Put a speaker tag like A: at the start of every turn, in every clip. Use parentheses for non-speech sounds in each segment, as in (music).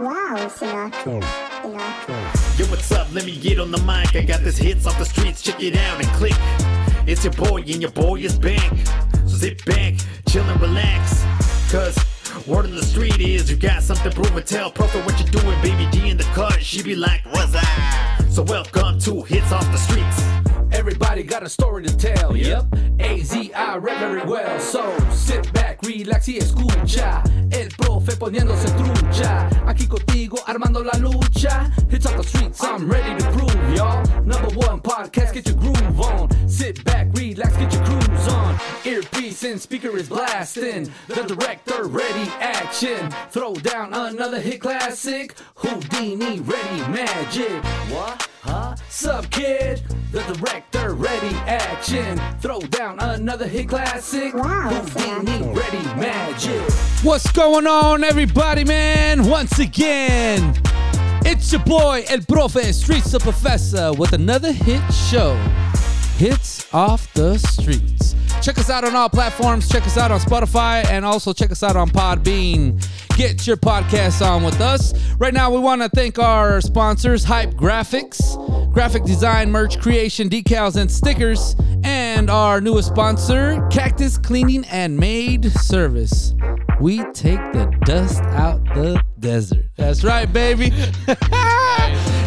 A: Wow, Sinak. Sinak.
B: Yo, what's up? Let me get on the mic. I got this hits off the streets. Check it out and click. It's your boy, and your boy is back. So sit back, chill and relax. Cause word on the street is you got something to prove and tell. Profit what you doing, baby D in the cut. She be like, what's up? So welcome to Hits Off the Streets.
C: Everybody got a story to tell.
B: Yep.
C: AZI rap very well. So sit back, relax y escucha. El profe poniéndose trucha. Aquí contigo armando la lucha. Hits off the streets, I'm ready to prove, y'all. Number one podcast, get your groove on. Sit back, relax, get your cruise on. Earpiece and speaker is blasting. The director ready action. Throw down another hit classic. Houdini ready magic. What? Huh? Sub kid, the director ready action. Throw down another hit classic.
A: Wow,
C: Houdini ready magic.
D: What's going on, everybody, man? Once again, it's your boy El Profe, Streets of Professor, with another hit show, Hits Off the Streets. Check us out on all platforms. Check us out on Spotify and also check us out on Podbean. Get your podcast on with us. Right now, we want to thank our sponsors Hype Graphics, graphic design, merch creation, decals, and stickers, and our newest sponsor, Cactus Cleaning and Maid Service. We take the dust out the desert. That's right, baby. (laughs)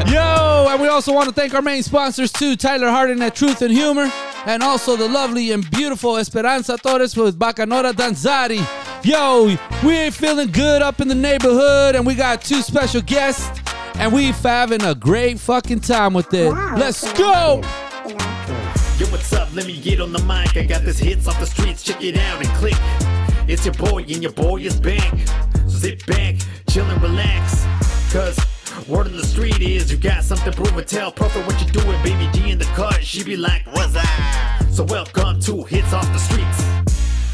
D: Yo, and we also want to thank our main sponsors too Tyler Hardin at Truth and Humor, and also the lovely and beautiful Esperanza Torres with Bacanora Danzari. Yo, we're feeling good up in the neighborhood, and we got two special guests, and we having a great fucking time with it.
A: Wow.
D: Let's go!
A: Sinak.
B: Yo, what's up? Let me get on the mic. I got this hits off the streets. Check it out and click. It's your boy, and your boy is back. So sit back, chill and relax. Cause word on the street is you got something to prove and tell. Profit what you doing, baby D in the cut. She be like, what's up? So welcome to Hits Off the Streets.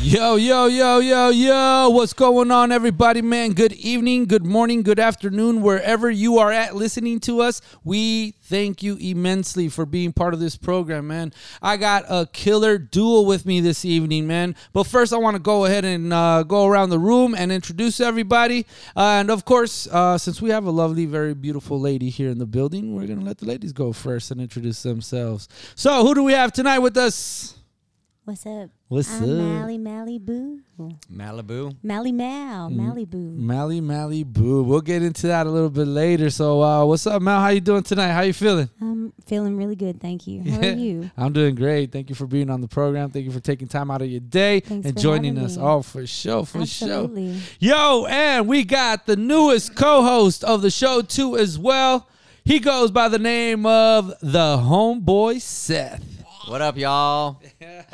D: Yo, yo, yo, yo, yo. What's going on, everybody, man? Good evening, good morning, good afternoon, wherever you are at listening to us. We thank you immensely for being part of this program, man. I got a killer duel with me this evening, man. But first, I want to go ahead and uh, go around the room and introduce everybody. Uh, and of course, uh, since we have a lovely, very beautiful lady here in the building, we're going to let the ladies go first and introduce themselves. So, who do we have tonight with us?
E: What's up?
D: What's
E: I'm
D: up?
E: Mally Mally Boo.
F: Malibu.
E: Mally Mal.
D: Mm.
E: Mally Boo.
D: Mally Mally Boo. We'll get into that a little bit later. So, uh, what's up, Mal? How you doing tonight? How you
E: (laughs)
D: feeling?
E: I'm feeling really good. Thank you.
D: (laughs)
E: How are you?
D: I'm doing great. Thank you for being on the program. Thank you for taking time out of your day
E: Thanks
D: and
E: for
D: joining
E: having
D: us.
E: me.
D: Oh, for sure, for
E: Absolutely.
D: sure. Yo, and we got the newest co-host of the show too, as well. He goes by the name of the homeboy Seth.
F: What up, y'all? (laughs)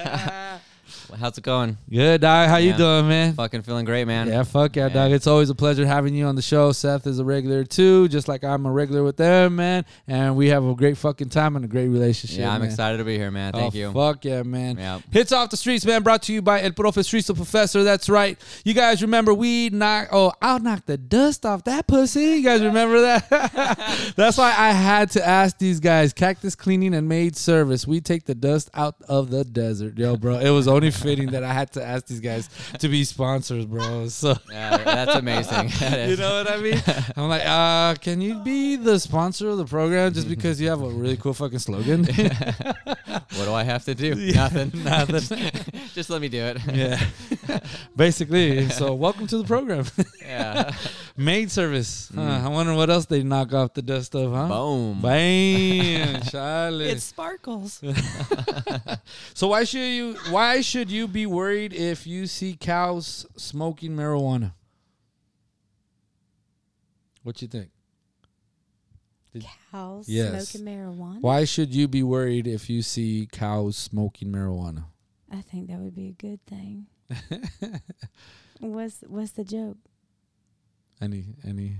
F: How's it going?
D: Good, dog. How you
F: Yeah.
D: doing, man?
F: Fucking feeling great, man.
D: Yeah, fuck yeah, dog. It's always a pleasure having you on the show. Seth is a regular too, just like I'm a regular with them, man. And we have a great fucking time and a great relationship.
F: Yeah, I'm
D: man.
F: excited to be here, man.
D: Oh,
F: Thank you.
D: Fuck yeah, man.
F: Yep.
D: Hits off the streets, man. Brought to you by El Profe Streets, the professor. That's right. You guys remember we knock? Oh, I'll knock the dust off that pussy. You guys remember that? (laughs) That's why I had to ask these guys. Cactus cleaning and maid service. We take the dust out of the desert, yo, bro. It was only fitting that I had to ask these guys to be sponsors, bro. So.
F: Yeah, that's amazing. (laughs) That
D: You
F: is.
D: know what I mean? (laughs) I'm like, uh, can you be the sponsor of the program just because you have a really cool fucking slogan? (laughs)
F: What do I have to do? Nothing.
D: nothing.
F: Just- (laughs) Just let me do it.
D: yeah. Basically. So welcome to the program.
F: (laughs) Yeah.
D: (laughs) Maid service. (laughs) Huh, I wonder what else they knock off the dust of, huh? (laughs)
F: Boom.
D: Bam. Charlie.
F: sparkles.
D: (laughs) so why should you why should you be worried if you see cows smoking marijuana? What you think?
E: Cows
D: Yes.
E: smoking marijuana.
D: Why should you be worried if you see cows smoking marijuana?
E: I think that would be a good
D: (laughs)
E: thing. what's what's the joke?
D: Any any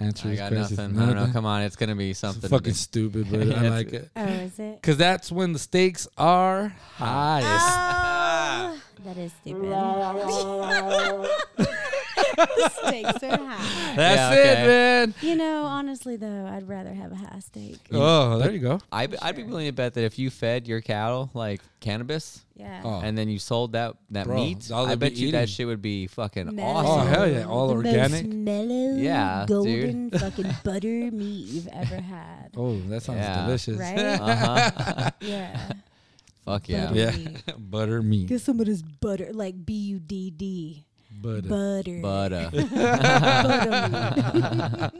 D: answer?
F: I
D: is
F: got
D: crazy.
F: nothing. I don't know.
D: Nothing?
F: Come on, it's gonna be something.
D: fucking
F: (laughs)
D: stupid, but I
F: That's-
D: like it.
E: Oh,
D: (laughs)
E: is it?
D: Cause that's when the stakes are
F: Ah!
D: (laughs) highest.
E: (laughs) that is stupid. Stakes are high.
D: That's
F: Yeah, okay.
D: it, man.
E: You know, honestly though, I'd rather have a high stake.
D: Oh, there you go.
F: I, I'd be willing to bet that if you fed your cattle like cannabis
E: Yeah.
D: Oh.
F: and then you sold that that
D: Bro,
F: meat,
D: all
F: I
D: they'd be
F: bet you that
D: eating.
F: shit would be fucking
E: Mellow.
D: Oh,
F: awesome.
D: hell yeah. All
E: the
D: organic.
E: Most mellow,
F: Yeah, dude.
E: golden fucking
D: (laughs)
E: butter meat you've ever had.
D: Oh, that sounds
F: Yeah.
D: delicious. (laughs)
F: (laughs)
E: Right?
F: Uh-huh.
E: Yeah.
F: Fuck yeah.
E: Butter.
D: Yeah.
E: Meat.
D: butter meat.
E: Get some of this butter, like B U D D.
D: Butter.
E: Butter. (laughs)
F: But uh, (laughs)
E: butter meat.
D: uh,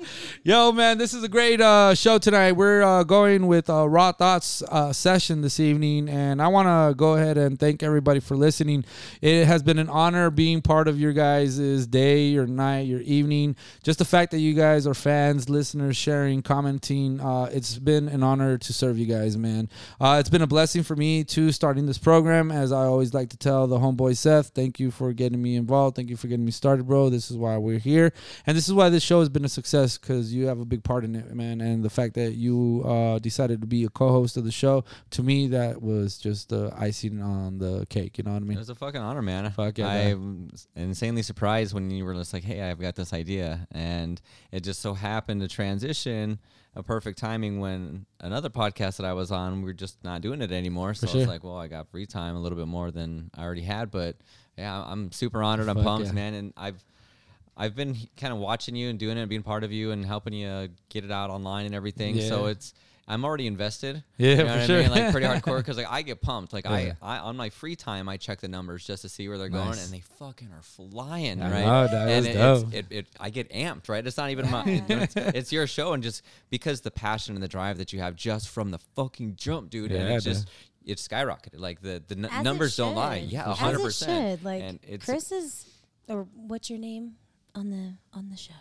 D: Yo, man, this is a great uh, show tonight. We're uh, going with uh, Raw Thoughts uh, session this evening, and I want to go ahead and thank everybody for listening. It has been an honor being part of your guys' day, your night, your evening. Just the fact that you guys are fans, listeners, sharing, commenting, uh, it's been an honor to serve you guys, man. Uh, it's been a blessing for me, too, starting this program. As I always like to tell the homeboy Seth, thank you for getting me involved. Thank you for getting me started, bro. This is why we're here. And this is why this show has been a success because you have a big part in it, man. And the fact that you uh, decided to be a co host of the show, to me, that was just the icing on the cake. You know what I
F: it
D: mean?
F: was a fucking honor, man.
D: Fuck yeah, man.
F: I'm insanely surprised when you were just like, "Hey, I've got this idea," and it just so happened to transition a perfect timing when another podcast that I was on, we were just not doing it anymore. So
D: sure.
F: it's like, well, I got free time a little bit more than I already had, but yeah, I'm super honored. I'm
D: Fuck
F: pumped,
D: yeah.
F: man, and I've. I've been kind of watching you and doing it and being part of you and helping you uh, get it out online and everything. So
D: Yeah.
F: it's I'm already invested.
D: Yeah,
F: you know
D: for
F: what
D: sure.
F: I mean?
D: (laughs)
F: Like pretty hardcore because like I get pumped. Like
D: Yeah.
F: I, I on my free time I check the numbers just to see where they're going
D: Nice.
F: and they fucking are flying,
D: I
F: right?
D: know, that
F: and
D: was
F: it, it's-
D: dope.
F: It, it, I get amped, right? It's not even my
D: (laughs)
F: it's, it's your show and just because the passion and the drive that you have just from the fucking jump, dude, and
D: Yeah,
F: it's
D: dude.
F: just it's skyrocketed. Like the the n-
E: As it
F: numbers don't lie.
E: should.
F: Yeah,
E: As
F: hundred
E: it
F: percent.
E: should. Like
F: and it's
E: Chris is, or what's your name on the on the show?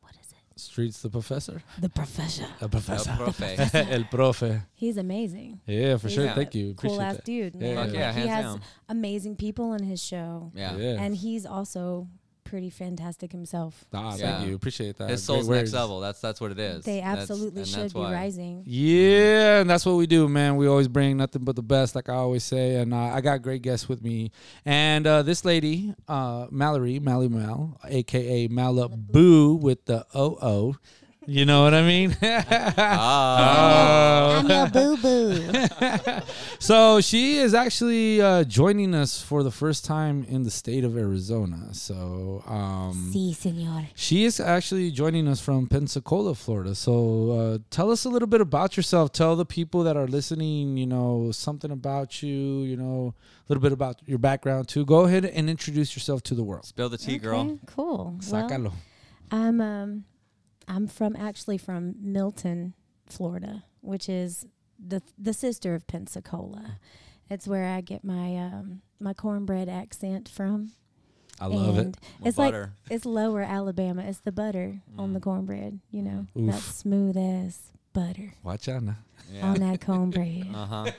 E: What is it?
D: Streets the professor.
E: The professor.
D: The
F: El
D: professor. (laughs)
F: profe.
D: El profe.
E: He's amazing.
D: Yeah, for
E: He's
D: sure.
E: a
D: Thank you. Appreciate
E: Cool ass
D: that.
E: dude.
D: Yeah,
E: man.
D: Fuck
F: yeah,
E: Like, he
F: hands
E: has
F: down.
E: amazing people in his show,
F: Yeah.
D: Yeah.
E: and he's also pretty fantastic himself.
D: Ah,
F: Yeah.
D: Thank you. Appreciate that.
F: His
D: Great
F: soul's next
D: words.
F: level. That's that's what it is.
E: They
F: That's-
E: absolutely
F: and
E: should
F: that's
E: be
F: why.
E: rising.
D: Yeah, and that's what we do, man. We always bring nothing but the best, like I always say. And uh, I got great guests with me. And uh, this lady, uh, Mallory, Mally Mal, aka Malaboo with the OO. You know what I mean? (laughs) Oh.
E: I'm your boo boo.
D: (laughs) So she is actually uh, joining us for the first time in the state of Arizona. So
F: Mm.
D: um,
E: si, senor.
D: She is actually joining us from Pensacola, Florida. So uh, tell us a little bit about yourself. Tell the people that are listening, you know, something about you, you know, a little bit about your background too. Go ahead and introduce yourself to the world.
F: Spill the tea, girl.
E: Okay, cool. Well,
D: Sácalo.
E: I'm um, I'm from actually from Milton, Florida, which is the the sister of Pensacola. It's where I get my um, my cornbread accent from.
D: I love it.
E: and
F: More
E: It's
F: butter.
E: like it's lower Alabama. It's the butter on the cornbread. You know
D: Oof.
E: that smooth as butter
D: Watch out now.
F: Yeah.
E: on that cornbread.
F: Uh huh.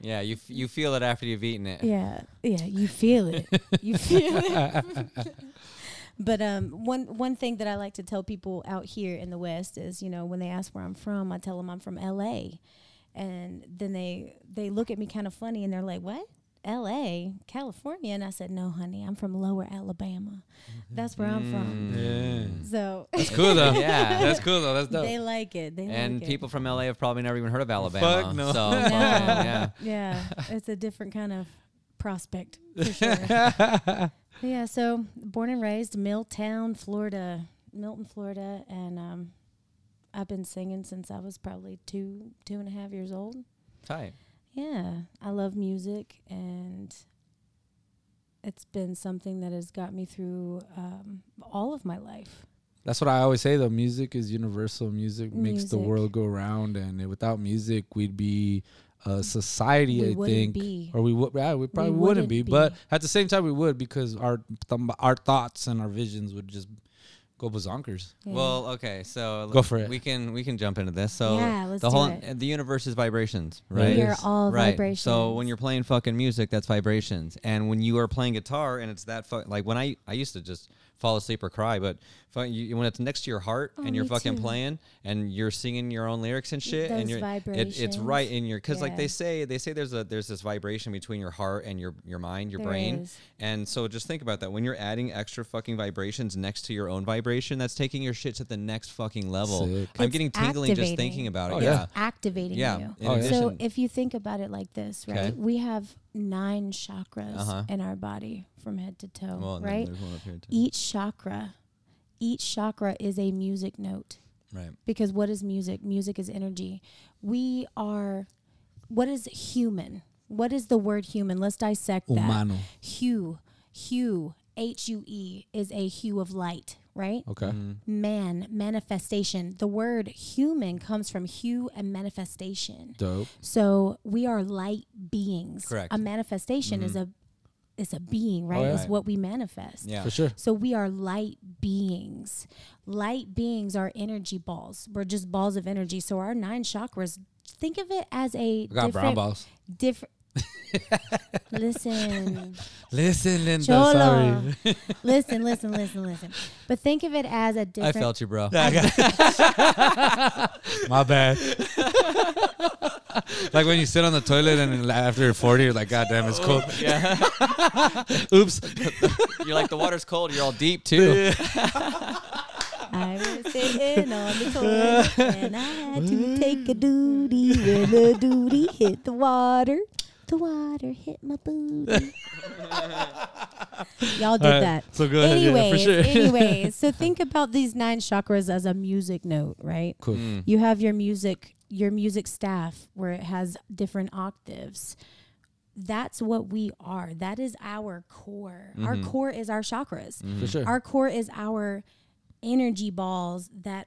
F: Yeah, you f- you feel it after you've eaten it.
E: Yeah, yeah, you feel it. You feel it. (laughs) but um, one one thing that I like to tell people out here in the West is, you know, when they ask where I'm from, I tell them I'm from L.A. And then they they look at me kind of funny and they're like, "What? L.A. California?" And I said, "No, honey, I'm from Lower Alabama. That's where I'm
F: Mm,
E: from."
D: Yeah.
E: So (laughs)
D: Cool though.
F: (laughs) Yeah.
D: That's cool though. That's dope.
E: they like it. They
F: And
E: like it.
F: people from LA have probably never even heard of Alabama.
D: Fuck (laughs) no.
F: So
E: No.
F: fucking, yeah.
E: yeah, it's a different kind of prospect for sure. Yeah, so born and raised Milltown, Florida, Milton, Florida, and um, I've been singing since I was probably two, two and a half years old.
F: Tight.
E: Yeah, I love music, and it's been something that has got me through um, all of my life.
D: That's what I always say though. Music is universal. Music, makes the
E: Music.
D: world go round, and without music, we'd be a society.
E: We
D: I
E: wouldn't
D: think,
E: be.
D: or we would. Yeah, we probably
E: wouldn't
D: wouldn't be, But
E: be.
D: at the same time, we would because our th- our thoughts and our visions would just go bazonkers.
E: Yeah.
F: Well, okay, so
D: Go for it.
F: We can we can jump into this. So
E: Yeah, let's
F: the
E: do
F: whole
E: it.
F: uh, the universe is vibrations,
D: It
F: right?
E: we are
D: is.
E: all
F: right.
E: vibrations.
F: So when you're playing fucking music, that's vibrations. And when you are playing guitar and it's that fuck like when I I used to just fall asleep or cry. But fu- you, when it's next to your heart
E: Oh,
F: and you're
E: me
F: fucking
E: too.
F: playing and you're singing your own lyrics and shit, and
E: Those
F: you're it, it's
E: vibrations.
F: right in your because like
E: Yeah.
F: they say they say there's a there's this vibration between your heart and your your mind, your
E: There
F: brain.
E: is.
F: And so just think about that when you're adding extra fucking vibrations next to your own vibration, that's taking your shit to the next fucking level.
D: Sick.
F: I'm
E: It's
F: getting tingling just
E: activating.
F: thinking about it.
D: Oh,
F: yeah.
D: yeah.
E: activating
F: Yeah,
E: you.
F: in
D: Oh, yeah.
E: So
F: addition-
E: if you think about it like this, right?
F: Okay.
E: We have nine chakras
F: Uh-huh.
E: in our body from head to toe,
F: Well, and then
E: right?
F: there's one up here too.
E: Each chakra, each chakra is a music note
F: Right.
E: because what is music? Music is energy. We are what is human? What is the word human? Let's dissect that.
D: Humano.
E: Hue, hue, H U E is a hue of light, right?
D: Okay.
E: man manifestation the word human comes from hue and manifestation
D: Dope.
E: so we are light beings
F: Correct.
E: a manifestation is a is a being right
D: Mm-hmm. Oh, yeah.
E: It's
F: Right.
E: what we manifest
F: Yeah.
D: For sure.
E: so we are light beings light beings are energy balls we're just balls of energy so our nine chakras think of it as a
D: I got brown
E: different-
D: balls.
E: different
D: (laughs)
E: listen
D: Listen, Linda.
E: Cholo. listen, listen, listen, listen. But think of it as a
F: I
E: different
F: felt you, (laughs) bro.
D: (laughs) My bad. like when you sit on the toilet and after you're 40, you're like, God damn, it's cold.
F: yeah.
D: (laughs) Oops.
F: You're like the water's cold. You're all deep (laughs) too.
E: I was sitting on the toilet and I had to take a duty when the duty hit the water. The water hit my
D: (laughs)
E: booty. Y'all did
D: All right,
E: that.
D: so go ahead, yeah, for
E: Anyways,
D: sure. (laughs)
E: anyways, so think about these nine chakras as a music note, right?
D: Cool.
E: You have your music, your music staff where it has different octaves. That's what we are. That is our core. Our core is our chakras.
D: For sure.
E: Our core is our energy balls that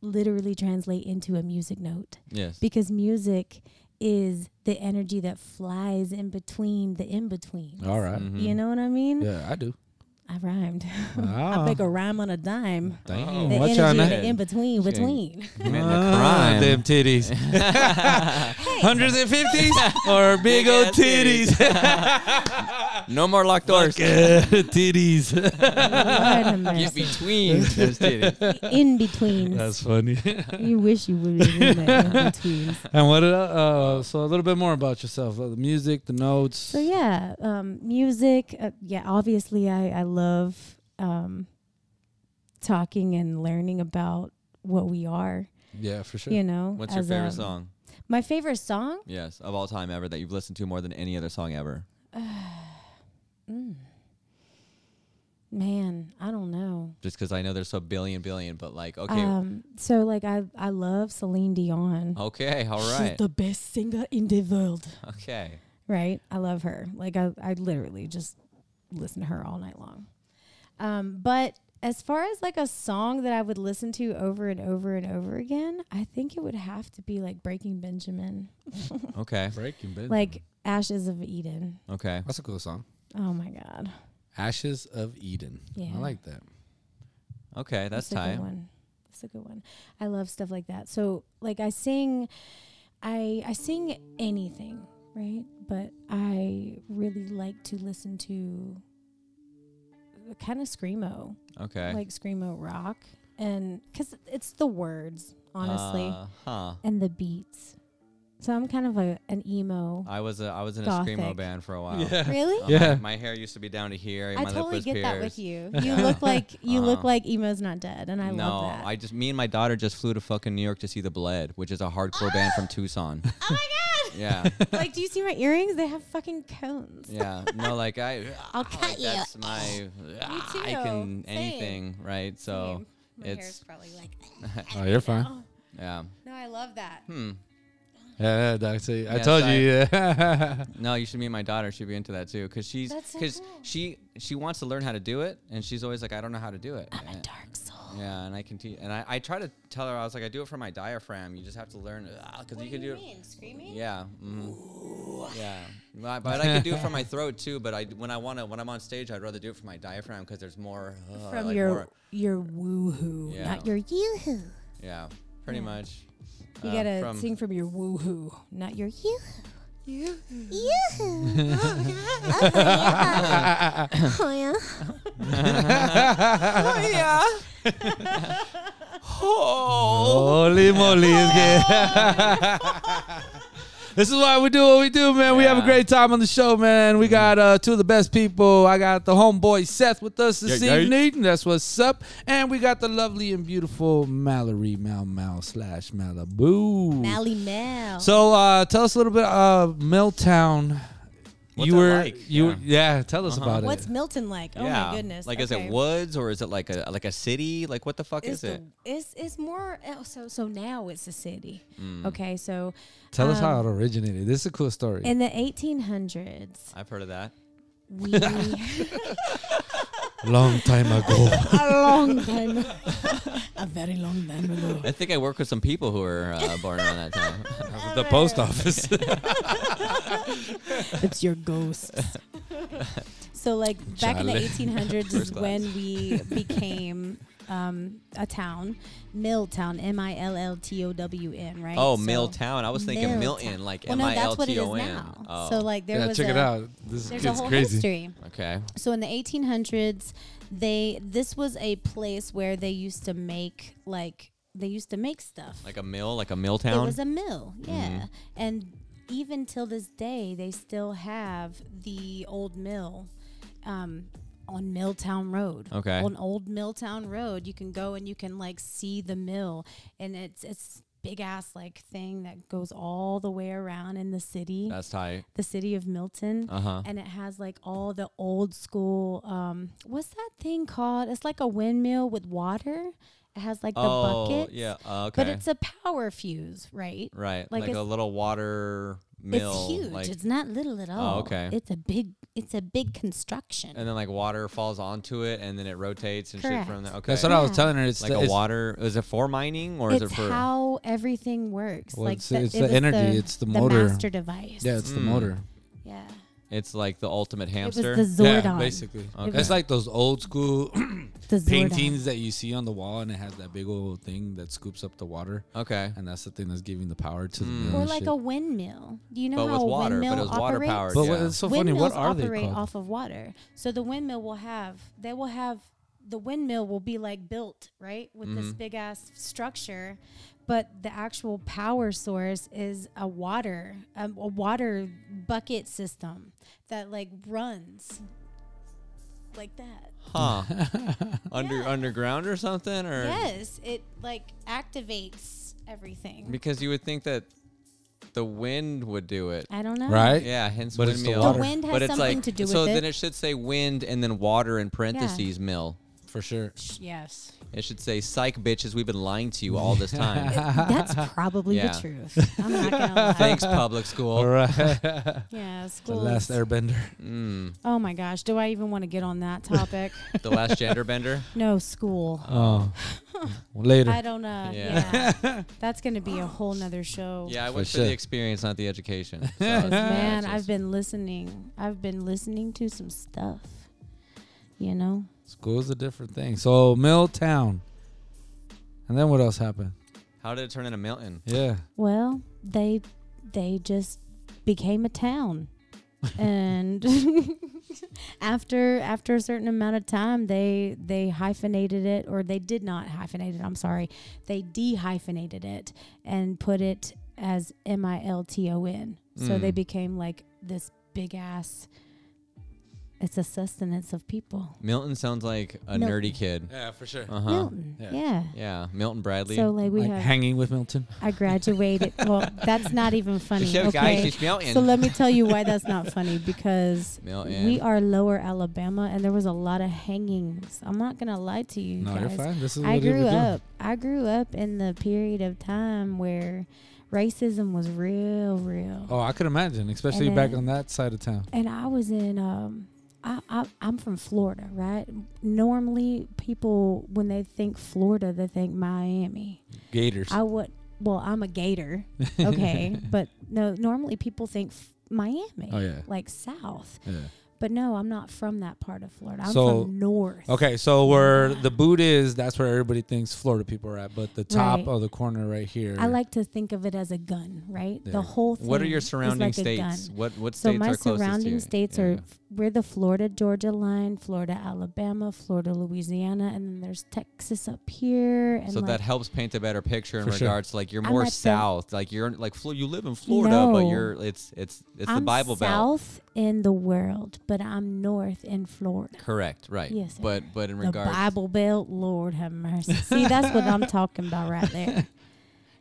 E: literally translate into a music note
F: Yes.
E: because music is the energy that flies in between the in between.
D: All right.
E: You know what I mean?
D: Ah. Yeah, I do.
E: I rhymed.
D: Ah.
E: Mm. (laughs) I make a rhyme on a dime.
F: Oh,
D: Damn.
E: The
D: Watch
E: energy
D: out
E: in
D: now.
E: the in
D: (laughs)
E: between between.
F: Committing a
D: Ah,
F: crime.
D: them titties. (laughs) Hundreds and fifties or big old
F: ass titties.
D: titties.
F: (laughs) No more
D: (laughs)
F: locked doors.
D: titties.
E: Lord have
F: Get
E: mercy.
F: between. (laughs) those titties.
E: in between.
D: That's funny.
E: You wish you would have been in between.
D: and what? Uh, uh, so a little bit more about yourself. Uh, the music, the notes.
E: So yeah, um, music. Uh, yeah, obviously, I I love um, talking and learning about what we are.
D: Yeah, for sure.
E: You know,
F: What's your
E: as
F: favorite
E: a-
F: song?
E: My favorite song.
F: Yes, of all time ever that you've listened to more than any other song ever.
E: Mm. Man, I don't know.
F: Just because I know there's a billion billion, but like, okay,
E: Um, so like I I love Celine Dion.
F: okay, all
E: She's
F: right,
E: the best singer in the world.
F: okay.
E: Right? I love her. Like I I literally just listen to her all night long. Um, but as far as like a song that I would listen to over and over and over again, I think it would have to be like Breaking Benjamin,
F: Okay.
D: Breaking Bad.
E: like Ashes of Eden.
F: Okay.
D: That's a cool song.
E: Oh my God,
D: Ashes of Eden.
E: Yeah.
D: I like that.
F: Okay. That's
E: a good
F: time.
E: one. That's a good one. I love stuff like that. So like I sing, I I sing anything, right? But I really like to listen to kind of screamo.
F: Okay.
E: like screamo rock and because it's the words honestly
F: Uh, huh.
E: and the beats so i'm kind of a an
F: (laughs)
E: emo
F: I was a I was in a screamo
E: Gothic.
F: band for a (laughs) while.
E: really
F: Uh,
D: Yeah.
F: My, my hair used to be down to here.
E: i
F: my lip
E: totally
F: was
E: get
F: pierced.
E: that with
F: (laughs)
E: you you
F: Yeah.
E: look like you look
F: Uh-huh.
E: like emo's not dead and i
F: no,
E: love that
F: I just me and my daughter just flew to fucking New York to see the Bled, which is a hardcore band from
E: (laughs)
F: Tucson. (laughs)
E: oh my god
F: Yeah,
E: like do you see my earrings they have fucking cones
F: yeah. No, like I,
E: (laughs) i'll
F: like,
E: cut you
F: That's my. ah, I
E: too. Same.
F: can anything, right? So
E: Same. my hair is
F: it's
E: probably like
D: Oh, you're fine.
E: oh,
F: yeah.
E: no i love that
F: Hmm.
D: Yeah, yeah, that's it. I
F: Yeah,
D: told
F: sorry.
D: you. Yeah. (laughs)
F: No, you should meet my daughter. She'd be into that too, cause she's
E: That's so
F: cause
E: cool.
F: she she wants to learn how to do it, and she's always like, I don't know how to do
E: (laughs)
F: it.
E: i'm a
F: And-
E: dark soul
F: Yeah, and I can teach, and I, I try to tell her I was like, I do it for my diaphragm. You just have to learn, because you can do. it.
E: screaming
F: Yeah. mhm. Yeah. But, but I can do it from my throat too. But I when I want to when I'm on stage, I'd rather do it from my diaphragm because there's more uh,
E: from
F: like
E: your
F: more-
E: your woohoo
F: Yeah.
E: not your yoo-hoo
F: yeah, pretty much.
E: You
F: uh,
E: gotta
F: from-
E: sing from your woo-hoo, not your you.
A: Oh yeah.
D: Holy moly. it's (laughs) good. this is why we do what we do, man. We have a
F: Yeah.
D: great time on the show, man. We got uh, two of the best people. I got the homeboy Seth with us this
F: Yeah, yeah.
D: evening. That's what's up. And we got the lovely and beautiful Mallory Mal Mal slash Malibu.
E: Mally Mel.
D: So uh, tell us a little bit uh Milltown.
F: What's
D: you
F: it
D: were
F: like?
D: you
F: Yeah.
D: were- yeah. Uh-huh. Tell us about
E: What's
D: it.
E: Milton like? Oh
F: yeah.
E: my goodness.
F: Like, is
E: Okay.
F: it woods or is it like a like a city? Like, what the fuck
E: It's
F: is it?
E: the- it's it's more oh, so so now it's a city.
F: Mm.
E: Okay, so
D: Tell us
E: um,
D: how it originated. This is a cool story.
E: in the 1800s
F: I've heard of that. (laughs)
E: we
D: (laughs)
E: (laughs)
D: Long time ago.
E: (laughs) a long time a very long time ago.
F: I think I work with some people who were uh, born around
E: (laughs)
F: that time. (laughs)
D: the post office.
E: It's your ghosts.
F: (laughs)
E: so like back in the
D: Chale.
E: 1800s is
F: First class.
E: when we became um, a town, Milltown, M I L L T O W N, right?
F: Oh,
E: So-
F: Milltown. I was thinking Milton, like
E: well,
F: M
E: no,
F: I
E: that's
F: L
E: what it
F: T
E: is
F: O N.
E: now.
F: Oh,
E: So like there
D: yeah,
E: was
D: check
E: a,
D: it out. This
E: There's a
D: kid's
E: whole
D: crazy.
E: history.
F: okay.
E: So in the 1800s, they this was a place where they used to make like they used to make stuff.
F: Like a mill, like a mill town.
E: It was a mill, yeah.
F: Mm-hmm.
E: And even till this day, they still have the old mill um, on Milltown Road.
F: Okay.
E: On Old Milltown Road, you can go and you can like see the mill, and it's it's big ass like thing that goes all the way around in the city
F: That's tight.
E: the city of Milton,
F: Uh-huh.
E: and it has like all the old school. Um, what's that thing called? It's like a windmill with water. It has like the
F: oh,
E: buckets,
F: yeah. uh, okay.
E: but it's a power fuse, right?
F: right.
E: like
F: Like,
E: it's-
F: a little water mill.
E: it's huge.
F: Like, Oh,
E: it's not little at all.
F: okay.
E: It's a big. It's a big construction.
F: and then like water falls onto it, and then it rotates and shit from
E: Correct.
F: there. Okay.
D: That's what I was
E: Yeah.
D: telling her. It's
F: like
D: the,
F: a
D: it's-
F: water. Is it for mining or is it
E: it's
F: for?
E: how everything works.
D: Well,
E: like
D: it's- it's the
E: was
D: energy, it's the motor.
E: master device.
D: Yeah, it's the
F: Mm.
D: motor.
E: yeah.
F: it's like the ultimate
E: It was
F: hamster.
E: the Zordon.
D: Yeah, basically.
F: Okay.
D: It's like those old school
E: the Zordon.
D: paintings that you see on the wall, and it has that big old thing that scoops up the water,
F: okay.
D: and that's the thing that's giving the power to the
F: Mm.
D: mill
E: Or
D: and
E: like
D: shit.
E: a windmill. Do you know
F: But
E: how
F: with
E: a
F: water, but
E: windmill
F: it was water
E: operates?
F: powered.
D: But
F: Yeah.
D: what, it's so funny.
E: windmills
D: What are they
E: operate
D: called?
E: off of water. So the windmill will have they will have the windmill will be like built right with this
D: Mm-hmm.
E: big ass structure, but the actual power source is a water um, a water bucket system that like runs like that.
F: Huh.
D: (laughs)
F: Under underground or something
D: Er,
F: or
E: Yes, it like activates everything.
F: because you would think that the wind would do it.
E: I don't know.
D: right?
F: Yeah, hence
D: But it's the
F: windmill.
D: water. The
E: wind has
F: but it's
E: something
F: like,
E: to do
F: so
E: with
F: then
E: it.
F: it should say wind and then water in parentheses mill.
D: for sure.
E: Yes.
F: It should say psych bitches. We've been lying to you all this
E: (laughs)
F: time.
E: That's
D: (laughs)
E: probably
F: Yeah.
E: the truth. I'm not gonna lie.
F: Thanks, public school.
D: All right,
E: Yeah,
D: the (laughs)
E: school.
D: last
E: is-
D: Airbender.
E: oh my gosh, do I even want to get on that topic?
F: The last gender
D: (laughs)
F: bender.
E: no school.
D: Oh, later.
E: I don't know.
F: Yeah.
E: Yeah. That's going to be a whole nother show.
F: Yeah, I
D: For
F: went for
D: sure.
F: the experience, not the
D: (laughs)
F: education. So it's-
E: 'Cause, man,
F: it's
E: I've
F: just-
E: been listening. I've been listening to some stuff. You know?
D: School's a different thing. So Milltown, and then what else happened?
F: How did it turn into Milton?
D: Yeah,
E: Well, they they just became a town. and (laughs) after after a certain amount of time they they hyphenated it or they did not hyphenate it, I'm sorry. They dehyphenated it and put it as M I L T O N. So they
F: Mm.
E: became like this big ass it's a sustenance of people.
F: Milton sounds like a
E: Milton.
F: nerdy kid.
D: yeah, for sure.
F: Uh huh.
E: Milton.
D: Yeah.
E: Yeah.
F: Yeah, Milton Bradley.
E: So like we
D: Like
E: have
D: hanging with Milton.
E: I graduated. well, that's not even funny.
F: Show guys, Oh,
E: okay.
F: it's Milton.
E: So let me tell you why
D: (laughs)
E: that's not funny because
F: Milton.
E: we are lower Alabama and there was a lot of hangings. I'm not gonna lie to you
D: No, you're
E: guys.
D: fine. This is
E: I
D: what we
E: grew
D: do.
E: up. I grew up in the period of time where racism was real, real.
D: Oh, I could imagine, especially
E: And
D: back
E: then-
D: on that side of town.
E: And I was in. Um, I, I I'm from Florida, right? Normally, people when they think Florida, they think Miami.
D: Gators.
E: I would. Well, I'm a Gator,
D: (laughs)
E: okay, but no. Normally, people think f- Miami,
D: Oh yeah,
E: like South.
D: yeah.
E: But no, I'm not from that part of Florida. I'm from north.
D: Okay, so where the boot is, that's where everybody thinks Florida people are at. But the top
E: Right.
D: of the corner right here.
E: I like to think of it as a gun, right?
D: Yeah.
E: The whole thing.
F: What are your
E: is
F: surrounding
E: like a
F: states?
E: gun.
F: What what
E: So
F: states
E: my
F: are closest to
E: surrounding
F: you?
E: states
F: Yeah,
E: are
F: yeah.
E: we're the Florida Georgia line, Florida Alabama, Florida Louisiana, and then there's Texas up here. And
F: So
E: like,
F: that helps paint a better picture in
D: For sure.
F: regards to like you're
E: I'm
F: more
E: at the-
F: south, like you're like Flo- you live in Florida, but
E: No.
F: you're it's it's it's
E: I'm
F: the Bible Belt.
E: south in the world, but I'm north in Florida.
F: Correct, right?
E: Yes, sir.
F: But but in
E: The
F: regards,
E: Bible Belt, Lord have mercy. See, that's what I'm talking about right
F: (laughs)
E: there.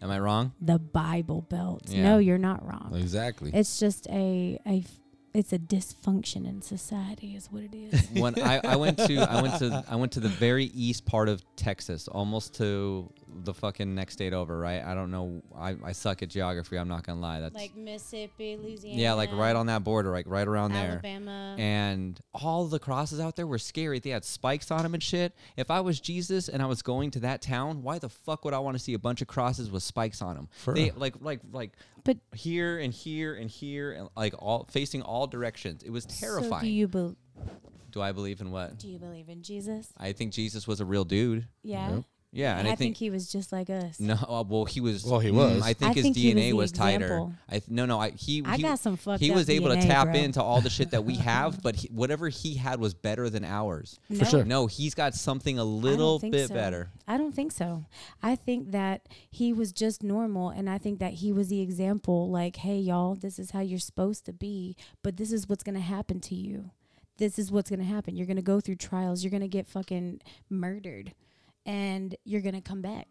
F: am I wrong?
E: The Bible Belt.
F: Yeah.
E: No, you're not wrong.
D: exactly.
E: It's just a a f- it's a dysfunction in society is what it (laughs) is.
F: when I, I went to I went to I went to the very east part of Texas, almost to the fucking next state over, right? I don't know. I, I suck at geography. I'm not gonna lie. That's
E: Mississippi, Louisiana.
F: yeah, like right on that border, like right around there.
E: Alabama.
F: And all the crosses out there were scary. They had spikes on them and shit. If I was Jesus and I was going to that town, why the fuck would I want to see a bunch of crosses with spikes on them? They like like like
E: But
F: here and here and here and like all facing all directions. It was terrifying.
E: so do
F: do,
E: you bel
F: I believe in what?
E: do you believe in Jesus?
F: I think Jesus was a real dude.
E: Yeah.
F: Yeah, and I, think,
E: he was just like us.
F: no. uh, Well, he was.
D: Well, he
F: mm,
D: was.
F: I think
E: I
F: his
E: think he was
F: DNA
E: the
F: was, tighter.
E: example.
F: I th- no, no. I he.
E: I
F: he-
E: got some fucked
F: He
E: up
F: was able to
E: DNA,
F: tap
E: bro.
F: into all the shit
E: (laughs)
F: that we have, but he, whatever he had was better than ours.
E: For sure.
F: No, he's got something a
E: I don't
F: little
E: think
F: bit
E: so.
F: better.
E: I don't think so. I think that he was just normal, and I think that he was the example. Like, hey, y'all, this is how you're supposed to be, but this is what's gonna happen to you. This is what's gonna happen. You're gonna go through trials. You're gonna get fucking murdered, and you're gonna come back.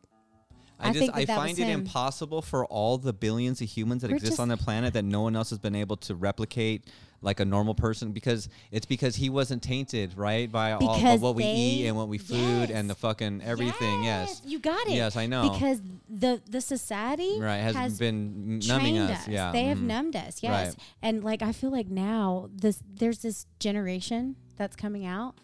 E: I
F: I, just
E: think that
F: I
E: that was
F: find it
E: him.
F: impossible for all the billions of humans that
E: We're
F: exist
E: just-
F: on the planet that no one else has been able to replicate like a normal person because it's because he wasn't tainted right by all by
E: Because
F: what we
E: they-
F: eat and what we food
E: Yes.
F: and the fucking everything. Yes.
E: you got it.
F: Yes, I know.
E: because the the society
F: Right, has,
E: has
F: been numbing
E: trained
F: us. Yeah,
E: They have
F: mhm.
E: numbed us. Yes.
F: Right.
E: And like I feel like now this there's this generation that's coming out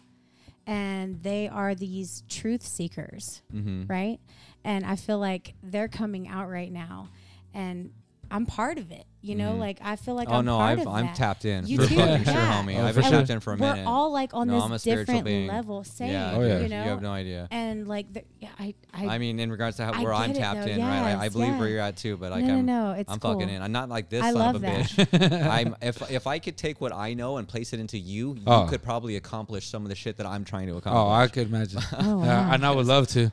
E: and they are these truth seekers,
F: Mm-hmm.
E: right? And I feel like they're coming out right now and I'm part of it. You know, like I feel like
F: Oh
E: I'm
F: no,
E: part of
F: I've, I'm
E: that.
F: tapped in.
E: You
F: for
E: too,
F: fucking sure,
E: yeah.
F: homie.
D: Oh,
F: I've
D: for
F: been
D: sure.
F: tapped in for a
E: We're
F: minute.
E: all like on
F: no,
E: this
F: I'm a spiritual
E: different
F: being.
E: level, same.
F: Yeah,
D: Oh, yeah.
E: You
D: You
E: know,
F: have no idea.
E: And like, the, yeah, I, I,
F: I mean, in regards to how,
E: I
F: where I'm
E: get it,
F: tapped
E: though.
F: in, right? I, I
E: Yes,
F: believe where
E: yeah.
F: you're at too, but like
E: No, no,
F: I'm,
E: no, it's
F: I'm fucking
E: cool.
F: in. I'm not like this
E: I
F: son
E: love
F: of a
E: that. (laughs)
F: bitch. (laughs) I'm if if I could take what I know and place it into you, you
D: Oh.
F: could probably accomplish some of the shit that I'm trying
D: (laughs)
F: to
D: oh,
F: accomplish.
D: I could imagine.
E: (laughs) Oh,
F: (laughs)
D: Uh,
E: wow.
D: and I would love (laughs) to.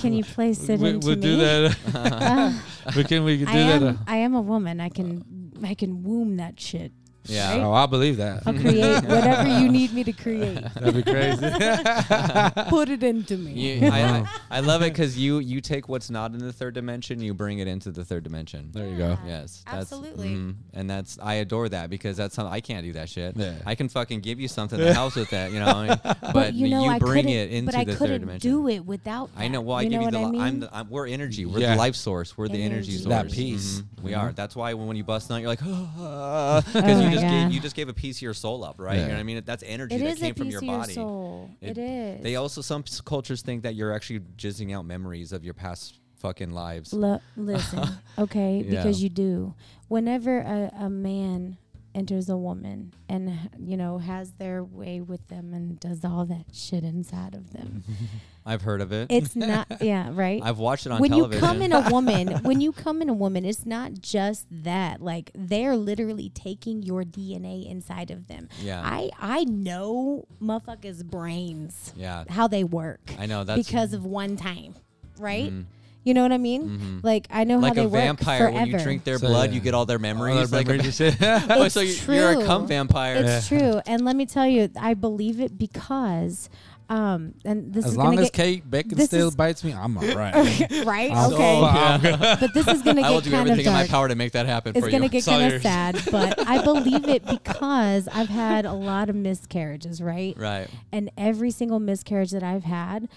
E: can you place it
D: we,
E: into
D: we'll
E: me?
D: do
E: Uh, (laughs)
D: (laughs) that. we can we can
E: I
D: do
E: am,
D: that. uh,
E: I am a woman. I can I can womb that
F: (laughs)
E: shit.
F: yeah.
D: oh, I believe that.
E: I'll create whatever you need me to create.
D: (laughs) That'd be crazy. (laughs)
E: Put it into me.
F: You, I, I, I
E: (laughs)
F: love it because you you take what's not in the third dimension, you bring it into the third dimension.
D: there you go.
F: Yes,
E: Absolutely.
F: That's, mhm. and that's I adore that because that's something I can't do that shit.
D: Yeah.
F: I can fucking give
D: (laughs)
F: you something that helps with that, you know. I mean, but,
E: you know, I
F: bring
E: couldn't-
F: it into
E: but I
F: the
E: couldn't
F: third dimension.
E: do it without.
F: I know.
E: that.
F: Well, I
E: you know
F: give you
E: what
F: the.
E: I
F: li-
E: mean?
F: I'm, the, I'm. We're energy. We're
D: Yeah.
F: the life source. We're the energy
E: Energy. Mm-hmm.
F: source.
D: That piece.
F: Mhm. We
D: Mhm.
F: are. That's why when you bust down, you're like, (laughs) because you
E: Oh my
F: just gave,
E: God.
F: you just gave a piece of your soul up, right? You
D: Yeah.
F: know what I mean? That's energy
E: It
F: that
E: is
F: came
E: a
F: from
E: piece
F: your
E: of your
F: body.
E: soul. it is.
F: They also some s- cultures think that you're actually jizzing out memories of your past fucking lives.
E: Lo-
F: (laughs)
E: listen, okay,
F: Yeah.
E: because you do. Whenever a, a man enters a woman and h- you know has their way with them and does all that shit inside of
F: (laughs)
E: them,
F: I've heard of it.
E: it's not. Yeah, right.
F: I've watched it on
E: when
F: television.
E: you come in a woman,
F: (laughs)
E: when you come in a woman, it's not just that. Like they're literally taking your DNA inside of them.
F: Yeah.
E: I I know motherfuckers' brains.
F: Yeah.
E: How they work.
F: I know, that's- Mm-hmm.
E: because of one time, right? You know what I mean? Like I know how
F: like
E: they
F: a
E: work
F: vampire,
E: forever.
F: when you drink their
D: So,
F: blood,
D: yeah.
F: you get all their memories. like
D: (laughs)
F: a-
D: memories and shit.
F: (laughs) Oh,
E: It's
F: so you- you're a
E: true.
F: cum vampire.
E: It's
F: (laughs)
E: true, and let me tell you, I believe it because, um, and this
D: As
E: is gonna
D: long as
E: get
D: Kate Bacon
E: this
D: still
E: is-
D: bites me, I'm
E: (laughs)
D: alright.
E: right.
D: I'm
E: okay,
D: fine.
E: but this is gonna
F: (laughs) I will
E: get
F: do
E: kind of
F: everything in my
E: dark.
F: power to make that happen
E: It's
F: for
E: gonna
F: you.
E: get kind of sad, but
F: (laughs)
E: I believe it because I've had a lot of miscarriages, right?
F: right.
E: And every single miscarriage that I've had,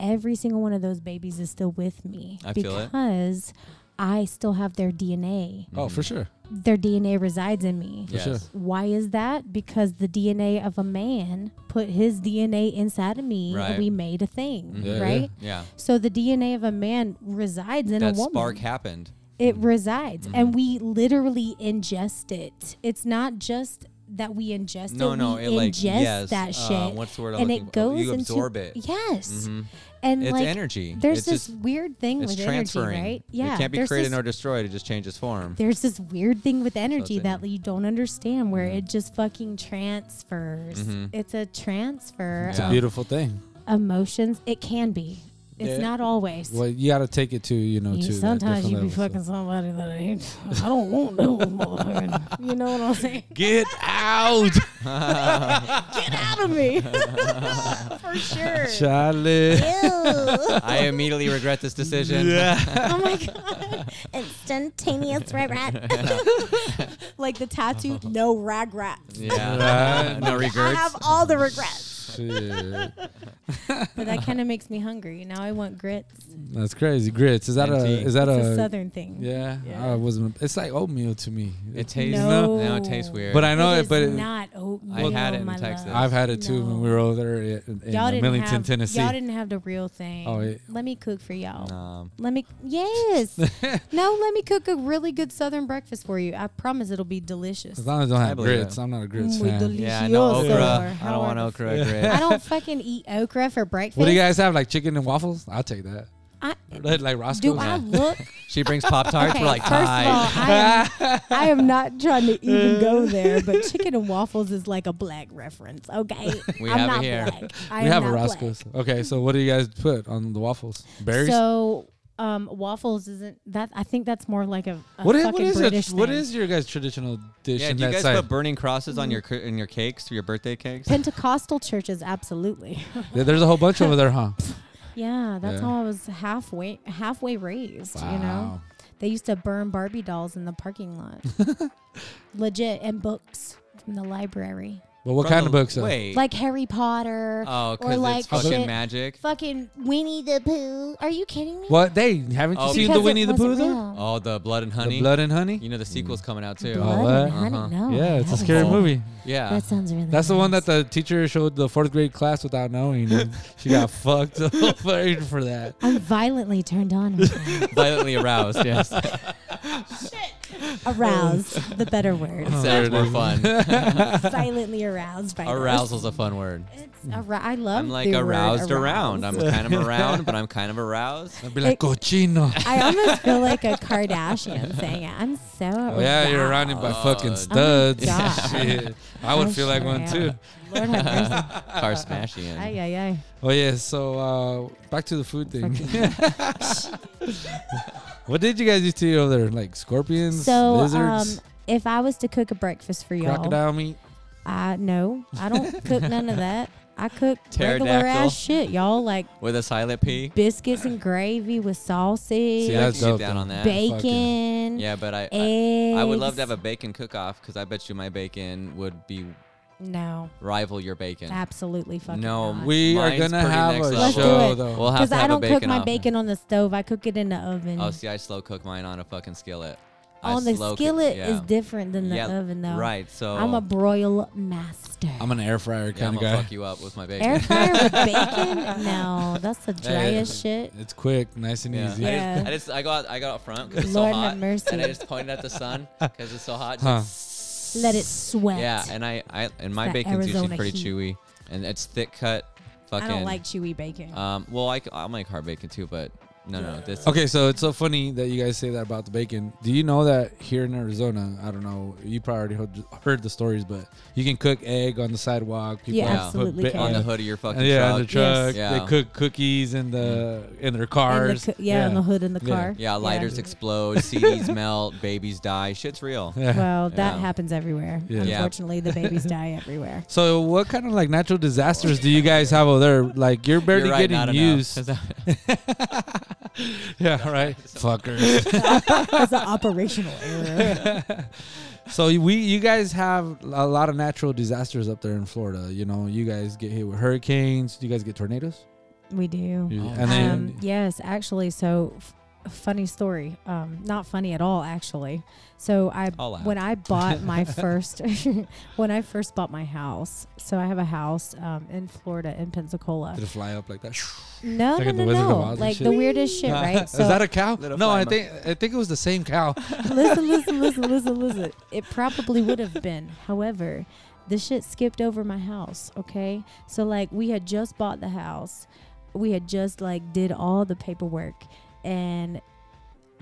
E: every single one of those babies is still with me
F: I feel it.
E: because I still have their DNA.
D: (laughs) oh, for sure.
E: Their DNA resides in me.
D: For sure.
F: Yes.
E: Why is that? Because the DNA of a man put his DNA inside of me
F: Right. Mm-hmm.
E: and we made a thing,
D: Yeah,
E: right?
F: Yeah.
E: So the DNA of a man resides in
F: That
E: a woman Oh,
F: spark happened. Mm-hmm.
E: it resides and we literally ingest it it's not just that we ingest
F: No,
E: it,
F: no,
E: we
F: it, like,
E: ingest
F: yes,
E: that
F: uh,
E: shit.
F: what's the word I'm
E: and
F: looking
E: it
F: for?
E: goes
F: You
E: into
F: absorb it.
E: Yes,
F: Mhm.
E: and
F: It's
E: like
F: energy.
E: There's
F: It's
E: this
F: just-
E: weird thing
F: it's
E: with energy,
F: transferring.
E: right? Yeah,
F: It can't be
E: there's
F: created
E: this-
F: nor destroyed. It just changes form.
E: there's this weird thing with energy
F: Something.
E: that you don't understand where
F: Mm-hmm.
E: it just fucking transfers. It's a transfer
F: Yeah.
E: of
D: Beautiful thing.
E: emotions. It can be. It's
F: Yeah.
E: not always.
D: Well, you got to take it to you know
E: You-
D: to that
E: sometimes
D: different level,
E: you be
D: so.
E: fucking somebody that I ain't. I don't
D: (laughs)
E: want no motherfucker. You know what I'm saying?
D: Get out,
E: Get out of me. For sure.
D: (laughs) Charlie.
A: Ew.
F: I immediately regret this decision.
E: Oh (laughs) my god.
A: Instantaneous
D: (laughs)
A: regret.
E: like the tattoo, no regrets.
F: Yeah. Uh, no
A: I
F: regrets.
A: have all the regrets.
D: Shit.
E: But that kind of makes me hungry. Now I want grits.
D: That's crazy. Grits. Is that a?
F: Empty.
D: Is that
E: It's
D: a?
E: a southern thing.
D: Yeah.
E: Yeah.
D: I wasn't. It's like oatmeal to me.
F: It tastes
E: No.
F: now it tastes weird.
D: but I know
E: it
D: it.
E: is
D: but it-
E: not oatmeal.
F: I had it in
E: my love.
F: Texas.
D: I've had it too
E: No.
D: when we were over there in, in
E: y'all didn't
D: Millington,
E: have,
D: Tennessee.
E: Y'all didn't have the real thing.
D: Oh, it-
E: let me cook for y'all.
F: um,
E: Let me
D: (laughs)
E: yes. no, let me cook a really good southern breakfast for you. I promise it'll be delicious.
D: as long as I don't
F: I
D: have
F: believe
D: grits,
F: it.
D: I'm not a grits
E: Muy
D: fan.
F: yeah, no
E: delicioso.
F: okra. I
E: How are
F: don't want
E: the-
F: okra.
E: I
F: Grits.
D: (laughs)
E: don't fucking eat okra for breakfast.
D: What do you guys have? Like chicken and waffles? I'll take that.
E: I,
D: Like, like Roscoe's.
E: do
D: (laughs)
E: I look?
F: She brings pop tarts.
E: Okay,
F: We're like,
E: first of all,
F: "Guys."
E: I am, I
D: (laughs)
E: am not trying to even go there, but chicken and waffles is like a black reference. Okay,
D: (laughs)
F: We
E: I'm
F: have it
E: not
F: here.
E: black. I
D: we
E: am
D: have a
E: not black.
D: Roscoe's. Okay, so what do you guys put on the waffles? Berries.
E: So um, waffles isn't that? I think that's more like a, a
D: what is,
E: fucking
D: what is
E: British
D: it? What
E: thing.
D: is your guys' traditional dish
F: yeah,
D: in
F: do you
D: that
F: guys
D: side?
F: put burning crosses
E: Mm.
F: on your cr- in your cakes, your birthday cakes?
E: Pentecostal churches, absolutely.
D: Yeah, There's a whole bunch over there, huh?
E: Yeah, that's
D: Yeah.
E: how I was halfway halfway raised. You know,
D: Wow.
E: they used to burn Barbie dolls in the parking lot,
D: (laughs)
E: legit, and books from the library,
D: But what
F: From
D: kind
F: the-
D: of books? though?
F: Wait.
E: like Harry Potter,
D: Uh,
F: oh,
E: or
F: because
E: like
F: it's fucking
E: shit,
F: magic.
E: fucking
A: Winnie the Pooh. Are you kidding me?
D: What they haven't you
F: Oh,
D: seen
E: because
D: the
E: it
D: Winnie the
E: wasn't
D: Pooh though?
E: real.
F: Oh, the blood and
D: The
F: honey.
D: blood and honey.
F: You know the sequel's coming out too.
E: Blood
D: what?
E: and honey?
F: Uh-huh.
E: No,
D: yeah,
E: I
D: it's a
E: haven't.
D: scary
F: Oh.
D: movie.
F: Yeah.
E: That sounds really.
D: That's the one
E: nice.
D: that the teacher showed the fourth grade class without knowing.
F: (laughs)
D: And she got fucked (laughs) up for that.
E: I'm (laughs) violently turned
D: (laughs)
E: on. right now. (laughs)
F: Violently aroused. Yes.
E: aroused, the better word.
F: Sounds
D: (laughs)
F: more fun.
D: Uh-huh.
E: violently aroused by this.
F: Arousal's a fun word.
E: It's arou- I love.
F: I'm like
E: the word
F: aroused around.
E: aroused.
F: I'm kind of around, but I'm kind
D: (laughs)
F: of aroused.
D: I'd be like, cochino.
E: I almost feel like a Kardashian saying it. I'm so.
D: Oh, yeah, you're around it by fucking studs. (laughs)
E: God.
D: Shit. I would feel like
E: sure
D: one
E: am.
D: too.
E: Lord have
F: (laughs)
E: mercy.
F: Car smashing.
E: Ay, ay, ay.
D: Oh yeah, so uh, back to the food thing. (laughs) what did you guys used to eat over there? Like scorpions,
E: So, um,
D: lizards,
E: if I was to cook a breakfast for y'all,
D: crocodile meat.
E: I no, I don't cook none of that. I cook regular
F: Pterodactyl.
E: ass shit, y'all, like
F: With a silent P.
E: biscuits and gravy with sausage,
D: See, that's
F: Keep
D: dope.
F: down
D: though.
F: on that.
E: bacon,
F: Yeah, but I, I
E: eggs.
F: I would love to have a bacon cook-off because I bet you my bacon would be
E: no,
F: rival your bacon.
E: absolutely fucking
F: No,
E: not.
D: We are
F: Mine's
D: gonna
F: pretty
D: have
F: next
D: a
F: level.
E: Let's do
D: show
E: it.
D: though.
F: We'll have
E: Because
F: to
E: I
F: have
E: don't
F: a
E: cook
F: bacon
E: my
F: off.
E: bacon on the stove. I cook it in the oven.
F: Oh, see, I slow cook mine on a fucking skillet. I
E: on the
F: slow cook-
E: skillet
F: yeah.
E: is different than the
F: Yeah,
E: oven, though.
F: Right. So
E: I'm a broil master.
D: Oh. I'm an air fryer
F: yeah,
D: kind
F: I'm gonna
D: of
F: fuck
D: guy.
F: you up with my bacon.
E: Air
D: (laughs)
E: fryer with bacon? No, that's the driest shit.
D: It's quick, nice and
F: Yeah.
D: easy.
E: Yeah.
F: I, just, I just I go out I go out front because it's so
E: Lord
F: hot,
E: have mercy.
F: and I just pointed at the (laughs) sun because it's so hot.
D: Huh.
F: Just
E: Let it sweat.
F: Yeah, and I, I and my
E: that
F: bacon's
E: Arizona
F: usually pretty
E: heat.
F: chewy, and it's thick cut. Fucking.
E: I don't like chewy bacon.
D: uh,
F: Um. Well, I c- I'll make hard bacon too, but no, no, this.
D: Okay, so it's so funny that you guys say that about the bacon. Do you know that here in Arizona, I don't know, you probably already heard, heard the stories, but you can cook egg on the sidewalk. People
E: Yeah,
D: put
E: absolutely
D: ba-
E: can.
F: on the hood of your fucking
D: yeah, on
F: truck.
D: the truck.
E: Yes.
F: Yeah. Mm-hmm.
D: They cook cookies in the in their cars.
E: In the, coo- yeah, in the hood in the
D: Yeah.
E: (laughs) car.
F: Yeah, lighters explode,
E: (laughs)
F: CDs melt, babies die. Shit's real.
D: Yeah.
E: Well, that
F: Yeah.
E: happens everywhere.
D: Yeah.
F: Yeah.
E: Unfortunately,
D: (laughs)
E: the babies die everywhere.
D: So, what kind of like natural disasters do you guys have over there? Like, you're barely
F: You're right, not
D: getting
F: enough.
E: (laughs)
F: (laughs)
D: used. yeah, right. Fuckers.
E: That's an operational error.
D: (laughs) so we, you guys have a lot of natural disasters up there in Florida. You know, you guys get hit with hurricanes. Do you guys get tornadoes?
E: We do.
D: And then
E: Um, yes, actually. So f- funny story. Um, not funny at all, actually. So I
F: All out.
E: when
D: (laughs)
E: I bought my first (laughs) when I first bought my house. So I have a house um, in Florida in Pensacola.
D: Did it fly up like that?
E: No,
D: Like
E: no,
D: in The
E: no,
D: Wizard of
E: no.
D: Oz and
E: Like
D: shit?
E: the weirdest shit,
D: (laughs)
E: right?
D: Is that
E: So
D: a cow?
F: Little
D: No, I
F: fly
D: think I think it was the same cow.
E: listen, listen, listen, listen, listen. It probably would have been. However, this shit skipped over my house. Okay, so like we had just bought the house, we had just like did all the paperwork, and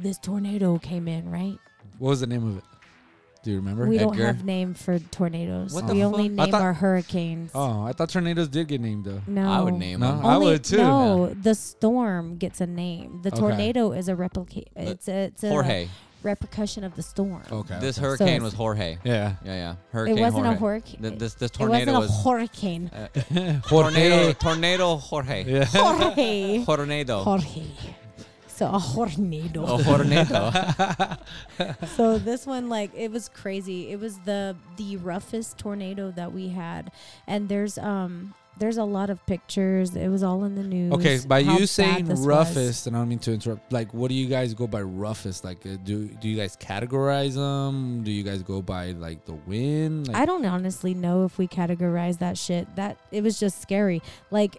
E: this tornado came in, right?
D: What was the name of it? Do you remember?
E: We don't
F: Edgar.
E: have name for tornadoes.
F: What the
E: we only
F: fuck?
D: I
E: name
D: thought-
E: our hurricanes.
D: Oh, I thought tornadoes did get named though.
E: No,
F: I would name
D: No.
F: them.
D: I
E: Only-
D: would too.
E: No, the storm gets a name. The
D: Okay.
E: tornado is a replica. It's a, it's a
F: Jorge.
E: repercussion of the storm.
D: Okay.
F: This
D: okay.
F: hurricane
E: So
F: was
E: it's-
F: Jorge. Yeah,
D: Yeah.
F: yeah. Hurricane.
E: wasn't a
F: Jorge.
E: hurricane.
F: Th- this this
E: It
F: tornado
E: wasn't a
D: (laughs)
F: was
E: hurricane.
F: tornado
D: Jorge.
F: tornado Jorge.
D: Yeah.
E: Jorge.
F: Tornado.
E: Jorge. So a tornado.
F: Oh, tornado.
E: So this one, like, it was crazy. It was the the roughest tornado that we had, and there's um there's a lot of pictures. It was all in the news.
D: Okay, by
E: how
D: you
E: bad
D: saying
E: this was.
D: roughest, and I don't mean to interrupt. Like, what do you guys go by roughest? Like, uh, do do you guys categorize them? Do you guys go by like the wind? Like,
E: I don't honestly know if we categorize that shit. That it was just scary. Like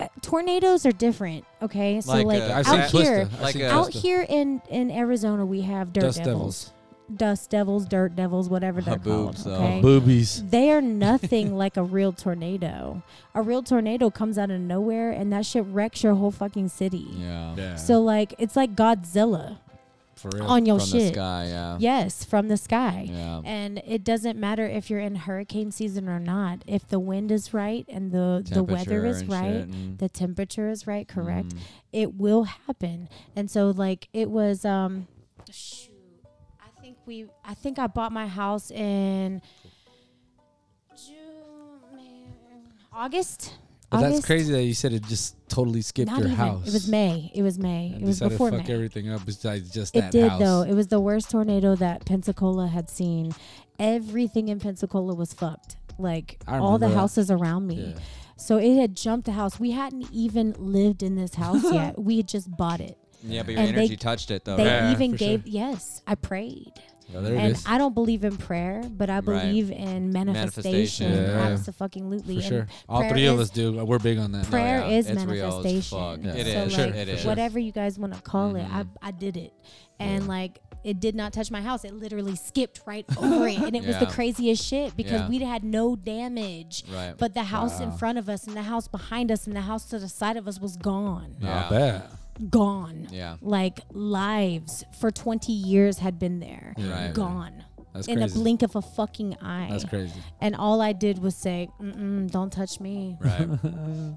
E: uh, tornadoes are different. Okay, (laughs) so
F: Like,
E: like,
F: uh,
D: I've
E: out
D: seen
F: I've
E: here,
D: Twista. I've
F: like
D: seen
F: a-
E: out
D: Twista.
E: here in in Arizona, we have dirt
D: Dust
E: devils,
D: devils,
E: dust devils, dirt devils, whatever they're
F: Haboobs, uh,
E: called.
F: though.
E: Okay?
D: boobies.
E: They are nothing (laughs) like a real tornado. A real tornado comes out of nowhere and that shit wrecks your whole fucking city.
F: yeah.
D: Yeah.
E: So like it's like Godzilla
D: for real.
E: on your
F: From the
E: shit.
F: sky. Yeah.
E: Yes, from the sky.
F: Yeah.
D: Um,
E: And it doesn't matter if you're in hurricane season or not. If the wind is right and the the weather
F: Temperature
E: is
F: and
E: right,
F: shit, mm.
E: the temperature is right, correct,
D: Mm.
E: it will happen. And so like it was um shoot. I think we I think I bought my house in June August.
D: But that's
E: August?
D: crazy that you said it just totally skipped
E: Not
D: your
E: even.
D: house.
E: It was May. It was May.
D: And
E: it was
D: decided
E: before
D: to fuck
E: May.
D: everything up besides just
E: It
D: that
E: did
D: house.
E: though. It was the worst tornado that Pensacola had seen. Everything in Pensacola was fucked. Like
D: I
E: all the
D: remember that.
E: houses around me.
D: Yeah.
E: So it had jumped the house. We hadn't even lived in
D: (laughs)
E: this house yet. We had just bought it.
F: Yeah, but your
E: And they-
F: energy touched it though.
E: They
F: right?
D: Oh, Yeah,
E: even
D: for
E: gave
D: sure.
E: yes, I prayed.
D: Yeah, there it
E: and
D: is.
E: I don't believe in prayer, but I
F: Right.
E: believe in manifestation.
F: Manifestation.
D: Yeah.
E: Absolutely.
D: for sure.
E: And
D: All
E: prayer
D: three of
E: is-
D: us do. We're big on that.
E: prayer
F: yeah,
E: is
F: it's real as
E: manifestation.
F: fuck.
D: Yeah. It
E: so
D: is,
E: like,
D: it is.
E: whatever you guys want to call it,
F: Mm-hmm.
E: I, I did it, and like it did not touch my house. It literally skipped right
F: (laughs)
E: over it, and it was the
F: Yeah.
E: craziest shit because
F: Yeah.
E: we had no damage.
F: Right.
E: But the house in front of us, and the house behind us, and the house to the side of us was gone,
D: No,
F: Yeah.
D: I bet.
E: gone.
F: Yeah.
E: Like lives for twenty years had been there,
F: Right.
E: gone.
D: That's
E: in
D: crazy.
E: a blink of a fucking eye.
D: That's crazy.
E: And all I did was say, Mm-mm, "Don't touch me,"
F: Right.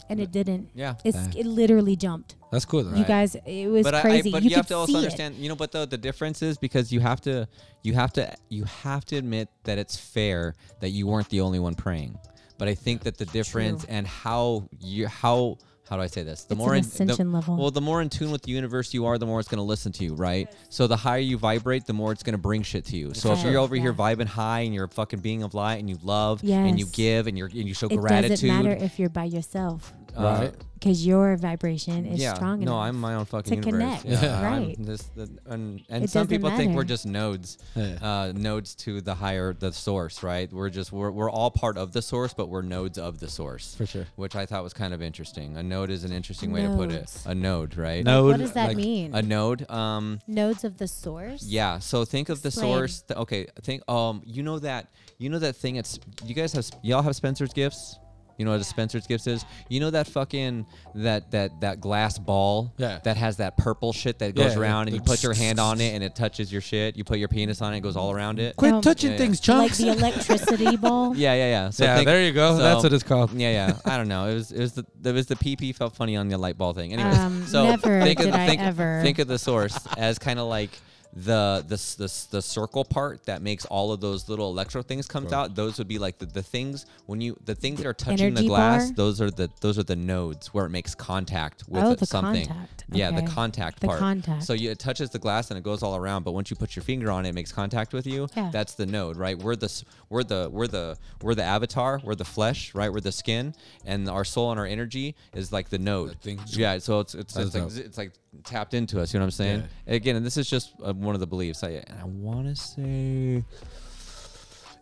E: and it didn't.
F: Yeah.
E: It's, it literally jumped.
D: That's cool though.
E: You guys, it was
F: but
E: crazy.
F: I, but
E: you,
F: you,
E: could
F: have to also
E: see
F: understand, you know, but the the difference is because you have to you have to you have to admit that it's fair that you weren't the only one praying. But I think that the difference and how you how how do I say this? The
E: It's
F: more
E: an
F: in, the-
E: ascension level.
F: Well, the more in tune with the universe you are, the more it's going to listen to you, right? So the higher you vibrate, the more it's going to bring shit to you. So if
E: Sure.
F: you're over here
E: Yeah.
F: vibing high and you're a fucking being of light and you love and you
E: Yes.
F: give and you and you show
E: It
F: gratitude,
E: doesn't matter if you're by yourself
F: uh,
D: Right.
E: because your vibration is
F: yeah,
E: strong
F: no,
E: enough.
F: I'm my own fucking
E: to
F: universe.
E: connect,
F: I'm
E: right.
F: just the- and and
E: It
F: some
E: doesn't
F: people think we're
E: matter.
F: just nodes,
D: Yeah.
F: uh, nodes to the higher the source, right? We're just we're, we're all part of the source, but we're nodes of the source,
D: For sure.
F: Which I thought was kind of interesting. A node is an interesting way to put it.
E: Nodes.
F: A node, right?
D: No,
E: what does that
D: like,
E: mean?
F: A node. Um,
E: Nodes of the source.
F: yeah. So think of the
E: Explain.
F: source. th- okay. Think. Um. You know that. You know that thing. It's. You guys have. Y'all have Spencer's gifts. You know what a Spencer's gifts is? You know that fucking that that that glass ball
D: Yeah.
F: that has that purple shit that goes
D: Yeah,
F: around
D: the-
F: and you put your
D: (laughs)
F: hand on it and it touches your shit. You put your penis on it, it goes all around it.
D: Quit
E: Um,
D: touching
F: yeah, yeah.
D: things,
E: Like
D: chunks. (laughs)
E: the electricity ball.
F: (laughs) Yeah, yeah, yeah. So
D: Yeah,
F: think-
D: there you go. That's what it's called.
F: Yeah, yeah. I don't know. It was it was the it was the PP felt funny on the light ball thing. Anyways,
E: Um,
F: so
E: never
F: think of,
E: did I
F: think,
E: ever.
F: think of the source as kind of like the this this the circle part that makes all of those little electro things come out. Those would be like the, the things when you the things that are touching the
E: energy
F: glass.
E: bar?
F: Those are the those are the nodes where it makes contact with
E: Oh,
F: it-
E: the
F: something.
E: contact.
F: Yeah, the
E: Okay.
F: contact
E: The
F: part.
E: contact.
F: So you, it touches the glass and it goes all around. But once you put your finger on it, it makes contact with you.
E: Yeah.
F: That's the node, right? We're the s- we're the we're the we're the avatar. We're the flesh, right? We're the skin, and our soul and our energy is like the node.
D: thing.
F: Yeah. So it's it's,
D: That's
F: it's like
D: dope.
F: it's like tapped into us. You know what I'm saying?
D: Yeah.
F: Again, and this is just uh, one of the beliefs. I and I want to say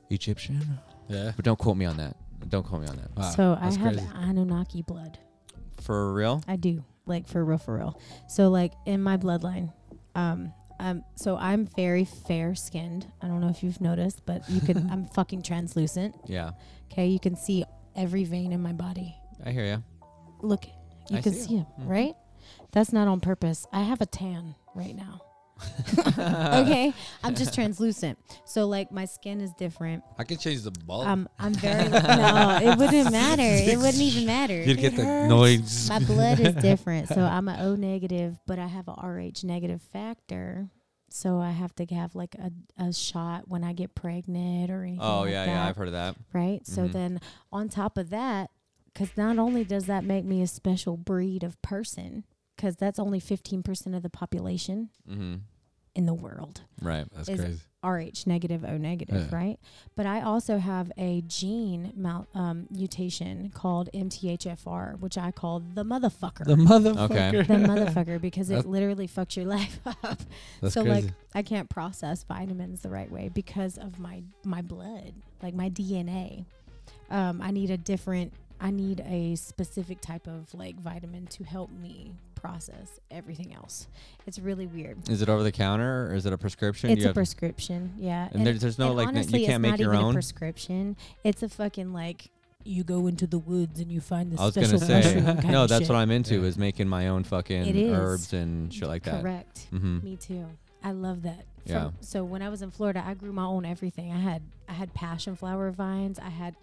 F: Egyptian,
D: Yeah.
F: but don't quote me on that. Don't quote me on that.
D: Wow,
E: so I
D: that's
E: have
D: crazy.
E: Anunnaki blood.
F: For real?
E: I do, like for real, for real. So like in my bloodline, um, um, so I'm very fair skinned. I don't know if you've noticed, but you
F: (laughs)
E: could. I'm fucking translucent.
F: Yeah,
E: Okay, you can see every vein in my body.
F: I hear you.
E: Look, you
F: I
E: can
F: see Mm-hmm. 'em.
E: see them, right? That's not on purpose. I have a tan right now. (laughs) okay, I'm
F: (laughs)
E: just translucent. So like my skin is different.
D: I can change the
F: Oh.
D: ball.
E: Um, I'm
F: (laughs)
E: very no. It wouldn't matter. It wouldn't even matter.
D: You'd get the noise.
E: My blood
F: (laughs)
E: is different. So I'm a O negative, but I have a Rh negative factor. So I have to have like a, a shot when I get pregnant or anything.
F: Oh
E: like
F: yeah,
E: that,
F: yeah. I've heard of that.
E: Right. So
D: Mm-hmm.
E: then on top of that, because not only does that make me a special breed of person, because that's only 15% of the population
F: hmm
E: in the world
F: Right.
D: Mm-hmm. That's
E: is
D: crazy.
E: Rh negative, O negative,
D: Yeah.
E: right? But I also have a gene mal- um, mutation called MTHFR, which I call the motherfucker.
D: The motherfucker.
E: the
F: (laughs)
E: motherfucker because it
D: That's-
E: literally fucks your (laughs) life up.
D: That's
E: so
D: crazy.
E: like I can't process vitamins the right way because of my my blood, like my DNA. Um, I need a different I need a specific type of like vitamin to help me process everything else. It's really weird.
F: Is it over the counter or is it a prescription?
E: It's
F: You
E: a
F: have-
E: prescription, yeah.
F: And there's- there's no,
E: and
F: like, n- you
E: honestly,
F: can't
E: it's
F: make
E: not
F: your
E: even
F: own?
E: a prescription. It's a fucking like you go into the woods and you find this
F: I was
E: special
F: gonna say
E: mushroom kind
F: (laughs) no.
E: of
F: That's
E: shit.
F: what I'm into
D: Yeah.
F: is making my own fucking
E: It is.
F: herbs and shit like that.
E: Correct.
D: Mm-hmm.
F: hmm
E: Me too. I love that. From-
F: Yeah.
E: So when I was in Florida, I grew my own everything. I had I had passion flower vines. I had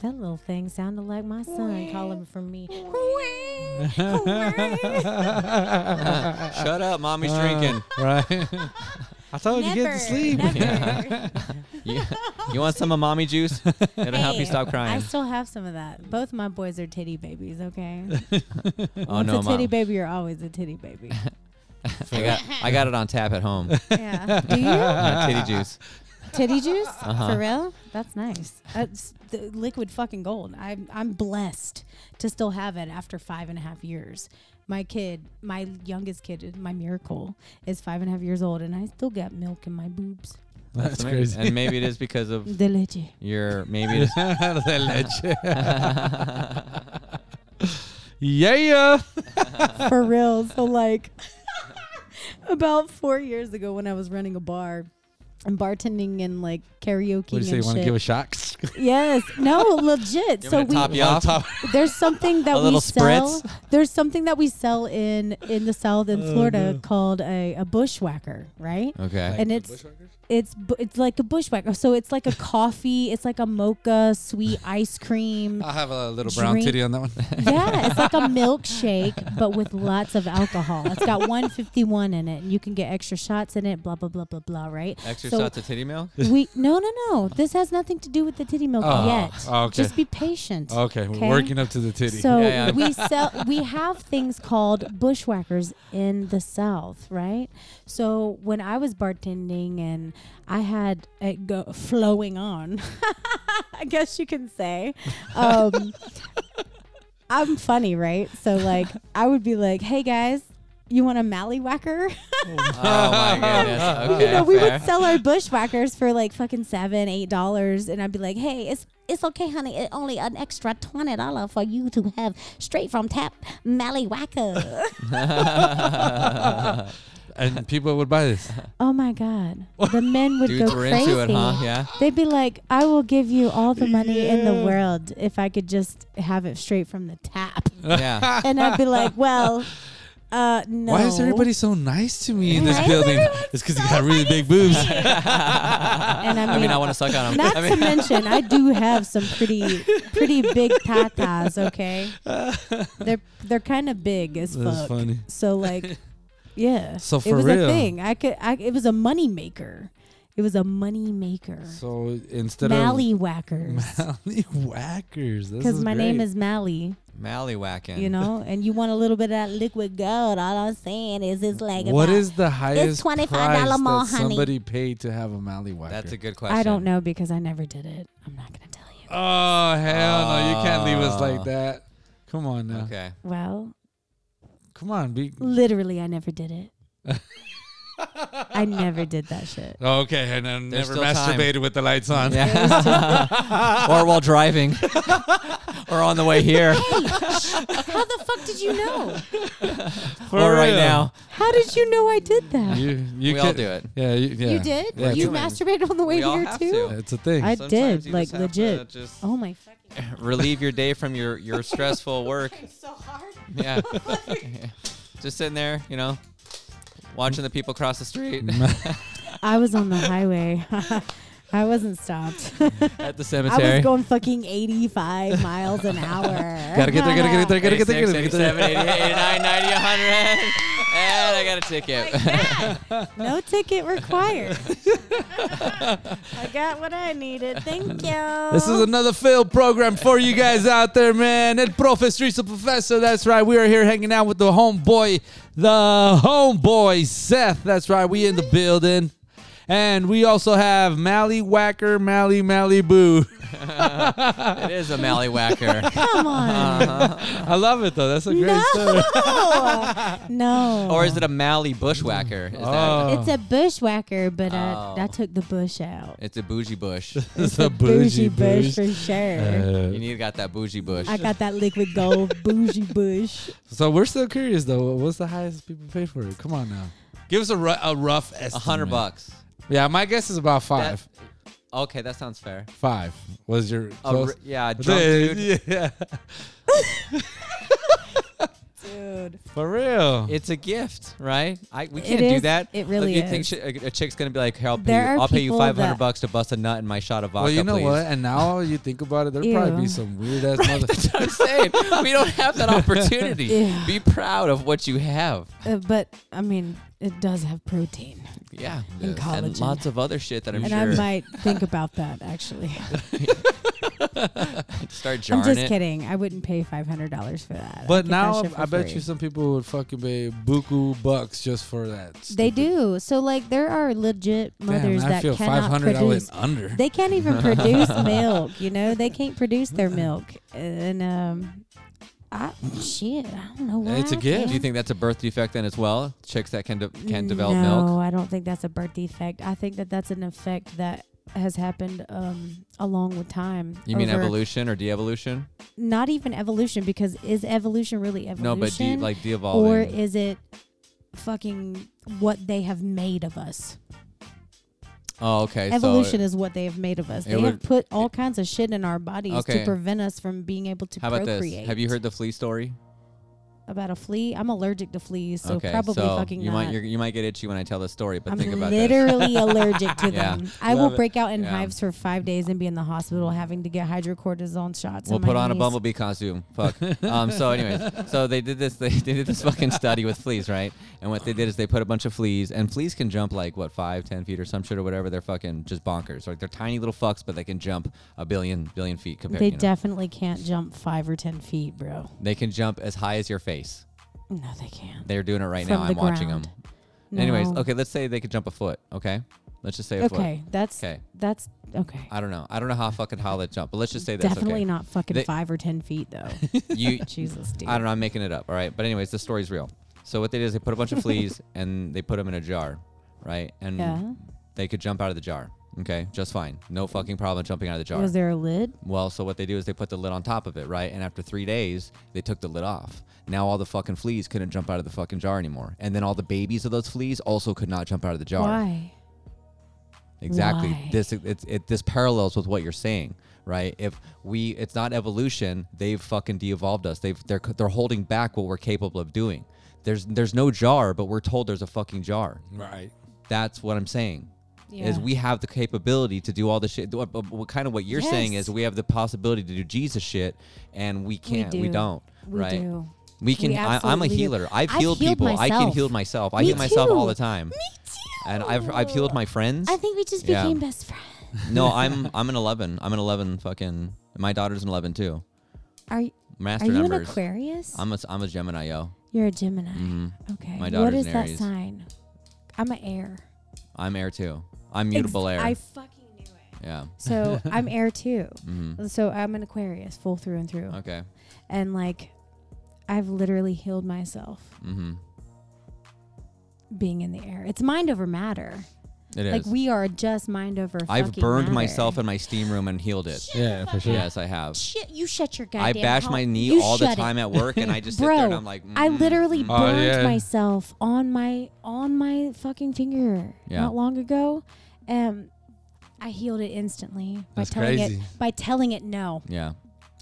E: that little thing sounded like my son calling for me.
F: (laughs)
D: (laughs)
F: Shut up, mommy's drinking.
D: Uh, right. (laughs) I told you get
A: Never,
D: to sleep.
A: never.
F: You, you want some of mommy juice? It'll help you
E: Hey, (laughs)
F: stop
E: I
F: crying.
E: still have some of that. Both my boys are titty babies.
D: (laughs)
E: Okay.
F: Oh
E: Once
F: no,
E: a
F: mom.
E: titty baby, you're always a
D: (laughs)
E: titty baby.
F: I got I got it on tap at home.
E: yeah. Do you
F: Uh, titty juice.
D: (laughs)
E: titty juice
F: Uh-huh.
E: for real? That's nice. That's the liquid fucking gold. I'm I'm blessed to still have it after five and a half years. My kid, my youngest kid, is- my miracle is five and a half years old, and I still got milk in my boobs.
D: (laughs) That's
F: Ama-
D: crazy. (laughs)
F: And maybe it is because
E: (laughs)
F: of
E: Delici.
F: your maybe it is
D: The legend. (laughs) yeah.
E: for real. So like (laughs) about four years ago when I was running a bar and bartending and like
D: What
E: karaoke
D: do you say?
E: and
D: You want to
E: shit.
D: give a shot? (laughs)
E: yes. No, legit.
F: You want me
E: so
F: to
E: we
F: top you off?
E: there's something
D: (laughs)
E: that
F: A
E: we
F: little
E: sell.
F: spritz?
E: There's something that we sell in in the South in Florida called a, a bushwhacker, right?
D: Oh.
F: Okay.
E: And it's it's bu- it's like a bushwhacker. So it's like a coffee. It's like a mocha sweet ice cream.
D: I'll have (laughs) a little brown
E: Drink.
D: titty on that
E: (laughs)
D: one.
E: Yeah, it's like a milkshake, but with lots of alcohol. It's got 151 in it, and you can get extra shots in it. Blah blah blah blah blah. Right?
F: Extra
E: So-
F: shots of titty milk.
E: We no no no. This has nothing to do with the titty milk
D: Oh,
E: yet.
D: okay.
E: Just be patient.
D: Okay, we're
E: Okay.
D: working up to the titty.
E: So
F: Yeah, yeah.
E: we sell we have things called bushwhackers in the South, right? So when I was bartending and I had it go flowing on, (laughs) I guess you can say. Um, I'm funny, right? So like I would be like, "Hey guys, you want a mallywhacker?" (laughs)
F: Oh my goodness. Okay.
E: you know, we
F: fair.
E: would sell our bushwhackers for like fucking seven, eight dollars, and I'd be like, "Hey, it's
A: It's okay, honey. It only an extra twenty dollar for you to have straight from tap Mallywhacker.
F: (laughs)
D: and people would buy this.
E: (laughs) oh my god," the men would
F: Dudes
E: go
F: were
E: crazy.
F: into it, huh? Yeah.
E: They'd be like, I will give you all the money in the world if I could just have it straight from the tap.
F: Yeah.
E: And I'd be like, well, uh, no.
D: Why is everybody so nice to me in this
E: Right?
D: building? It's because you got really big boobs.
E: (laughs) (laughs) And I
F: I mean,
E: mean,
F: I want to
D: (laughs)
F: suck on them.
E: not
F: I
E: to
F: mean,
E: mention, I do have some pretty, pretty big tatas. Okay, they're they're kind of big as
D: That's
E: fuck.
D: funny. (laughs)
E: So like, yeah.
D: So
E: it
D: for
E: was
D: real.
E: a thing. I could. I, it was a money maker. It was a money maker.
D: so instead (laughs)
E: Mally
D: of
E: whackers.
D: Mally whackers,
E: Because my name is Mally.
F: (laughs) mallywhacking.
E: you know, and you want a little bit of that liquid gold. All I'm saying is it's like,
D: What
E: if I-
D: is the highest
A: $25
D: price
A: more,
D: that
A: honey.
D: somebody paid to have a Mally whacker?
F: That's a good question.
E: I don't know because I never did it. I'm not gonna tell you.
D: Oh hell no! You can't leave us
F: Ah.
D: like that. Come on now.
F: Okay.
E: Well,
D: Come on, be
E: Literally, I never did it. I never did that shit.
D: okay. And then
F: There's
D: never
F: still time.
D: masturbated with the lights on.
F: (laughs) or while driving,
E: (laughs)
F: or on the way
E: (laughs)
F: here,
E: How the fuck did you know?
D: For
F: or right
D: real.
F: now.
E: How did you know I did that?
D: you, you
F: We
D: can,
F: all do it.
D: Yeah, you, yeah.
E: You did?
D: Yeah,
E: you
D: it's,
E: masturbated on the way
F: We all
E: here
F: have
E: too?
F: to.
D: it's a thing.
E: I
F: Sometimes
E: did,
F: you
E: like,
F: just have to
E: legit.
F: just
E: Oh my fucking
F: relieve your day from your
E: (laughs)
F: your stressful work.
E: so hard. (laughs)
F: Yeah. (laughs) Yeah. Just sitting there, you know, watching the people cross the street
E: (laughs) I was on the highway. (laughs) I wasn't stopped. (laughs)
F: at the
E: I
F: cemetery.
E: was going fucking 85 miles an hour.
D: gotta get there. Gotta get there. Gotta get there. Gotta get
F: 86,
D: there.
F: 87, 88, 89, 90, 100.
E: (laughs)
F: And I got a ticket.
E: No
D: (laughs)
E: ticket required. I got what I needed. Thank you.
D: This is another failed program for you guys out there, man. El Profe Streets of Professor. That's right. We are here hanging out with the homeboy, the homeboy Seth. That's right. We in the building. And we also have Mally Whacker, Mally Mally Boo.
F: (laughs)
D: (laughs)
F: It is a mallywhacker.
E: Come
D: Ah.
E: on.
D: I love it though. That's a great story.
E: (laughs) no.
F: or is it a mally bushwhacker? Is that,
E: It's a bushwhacker, but
F: Oh.
E: I, I took the bush out.
F: it's a bougie bush.
D: It's
E: The
D: a bougie Uh,
E: bush
D: boosh.
E: for sure.
F: You need got that bougie bush.
E: I got that liquid gold
D: (laughs)
E: bougie bush.
D: So we're still curious though. What's the highest people pay for it? Come on now. Give us a, ru- a rough estimate.
F: A hundred bucks.
D: Yeah, my guess is about
F: That-
D: five.
F: okay, that sounds fair.
D: five was your
F: A r-
D: close.
F: yeah, a drunk
D: Yeah,
F: dude.
D: Yeah,
E: Dude.
D: for real.
F: It's a gift, right? I we
E: It
F: can't do
E: is-
F: that.
E: it really
F: Like, you think
E: is.
F: sh- a, a chick's gonna be like, "Hey, I'll pay
E: There
F: you,
E: are
F: I'll pay you
E: people
F: five hundred
E: that-
F: bucks to bust a nut in my shot of vodka."
D: well, you know
F: please.
D: what? And now you think about it, there'd probably be
E: Ew.
D: some weird
E: (laughs)
D: ass mother.
F: That's what I'm (laughs) saying. we don't have that opportunity.
E: Yeah.
F: Be proud of what you have.
E: Uh, but I mean, it does have protein,
F: Yeah.
E: And
F: And
E: collagen.
F: lots of other shit that I'm
E: and
F: sure.
E: I might think about
D: (laughs)
E: that actually.
F: start jarring
E: I'm just
F: it.
E: kidding. I wouldn't pay five hundred dollars for that. I'd
D: But
E: get that
D: now
E: shit for
D: I bet you
E: free.
D: some people would fucking pay buku bucks just for that.
E: They
D: stupid-
E: do. So like, there are legit
D: Damn,
E: mothers
D: I
E: that
D: feel five
E: cannot
D: hundred. I went
E: produce.
D: under.
E: They can't even
F: (laughs)
E: produce milk. You know, they can't produce their milk, and um, I shit. I don't know why.
D: It's a
E: I
D: gift.
E: can't.
F: Do you think that's a birth defect then as well? Chicks that can de- can develop
E: no,
F: milk.
E: I don't think that's a birth defect. I think that that's an effect that has happened um, along with time.
F: You mean
E: over-
F: evolution or de-evolution?
E: Not even evolution, because is evolution really evolution?
F: No, but de- like de-evolving.
E: or is it fucking what they have made of us?
F: oh, okay.
E: Evolution
F: so
E: is what they have made of us.
F: it
E: They
F: would-
E: have put all kinds of shit in our bodies
F: Okay.
E: to prevent us from being able to
F: how about
E: procreate.
F: this? Have you heard the flea story?
E: about a flea? I'm allergic to fleas, so
F: okay,
E: probably
F: so
E: fucking
F: you
E: not.
F: might you're, you might get itchy when I tell this story, but
E: I'm
F: think about this.
E: literally
F: (laughs)
E: allergic to
F: Yeah.
E: them. I will
D: Love it.
E: break out in
F: Yeah.
E: hives for five days and be in the hospital having to get hydrocortisone shots.
F: We'll
E: in my
F: put on a
E: knees.
F: bumblebee costume.
E: (laughs)
F: Fuck. um, so, anyways, so they did this. They, they did this fucking study with fleas, right? And what they did is they put a bunch of fleas, and fleas can jump like what five, ten feet or some shit or whatever. They're fucking just bonkers. Like they're tiny little fucks, but they can jump a billion, billion feet. Compared,
E: They
F: you know.
E: definitely can't jump five or ten feet, bro.
F: they can jump as high as your face.
E: No, they can't.
F: They're doing it right
E: From
F: now.
E: the
F: I'm watching them.
E: ground.
F: Anyways,
E: No.
F: okay, let's say they could jump a foot. Okay, let's just say a
E: Okay, that's
F: Okay.
E: that's okay.
F: foot. I don't know. I don't know how fucking how they jump, but let's just say that's
E: Definitely
F: okay.
E: not fucking
F: They-
E: five or ten feet though.
F: (laughs)
E: (laughs)
F: You
E: Jesus, dude.
F: I don't know. I'm making it up. All right. But anyways, the story's real. So what they did is they put
E: (laughs)
F: a bunch of fleas and they put them in a jar, right? And
E: Yeah.
F: they could jump out of the jar. Okay, just fine. No fucking problem jumping out of the jar.
E: Was there a lid?
F: well, so what they do is they put the lid on top of it, right? And after three days, they took the lid off. Now all the fucking fleas couldn't jump out of the fucking jar anymore. And then all the babies of those fleas also could not jump out of the jar.
E: Why?
F: Exactly.
E: Why?
F: This it's it this parallels with what you're saying, right? If we it's not evolution, they've fucking de-evolved us. They've they're they're holding back what we're capable of doing. There's there's no jar, but we're told there's a fucking jar.
D: Right.
F: That's what I'm saying. Is
E: Yeah.
F: we have the capability to do all this shit. What, what- what kind of what you're saying
E: Yes.
F: is we have the possibility to do Jesus shit, and we can't. We,
E: do.
F: do. not
E: We
F: right?
E: do.
F: We can.
E: We
F: I, I'm a
E: absolutely do.
F: healer. I've,
A: I've
F: healed,
A: healed
F: people. I can
A: myself.
F: heal myself. I
A: Me
F: heal myself all
A: too.
F: the time.
A: Me too.
F: And I've I've healed my friends.
A: I think we just
F: Yeah.
A: became best friends.
E: (laughs)
F: No, I'm I'm an eleven. I'm an eleven. Fucking my daughter's an eleven too.
A: Are y-
F: Master
A: are you an
F: numbers.
A: Aquarius?
F: I'm a I'm a Gemini yo.
A: You're a Gemini.
F: Mhm.
A: Okay.
F: My
E: What
F: daughter's
E: is
F: an
E: that
F: Aries.
E: sign? I'm an air.
F: I'm air too. I'm mutable
E: Ex-
F: air.
E: I fucking knew it.
F: yeah. (laughs)
E: So I'm air too.
F: hmm
E: So I'm an Aquarius, full through and through.
F: Okay.
E: And like, I've literally healed myself
F: Mm-hmm.
E: being in the air. It's mind over matter.
F: It is.
E: Like we are just mind over.
F: I've
E: fucking
F: burned
E: matter.
F: myself in my steam room and healed it.
D: Yeah, for sure.
F: Yes, I have.
A: Shit, you shut your
F: I
A: goddamn
F: bash
A: hole.
F: my knee
A: You
F: all the
A: shut it.
F: time at work, and I just sit
E: Bro,
F: there and I'm like,
E: I
F: mm,
E: literally
F: mm.
D: Oh,
E: burned
D: yeah.
E: myself on my on my fucking finger
F: Yeah.
E: not long ago. Um, I healed it instantly by
D: That's
E: telling
D: crazy.
E: it by telling it no,
F: yeah,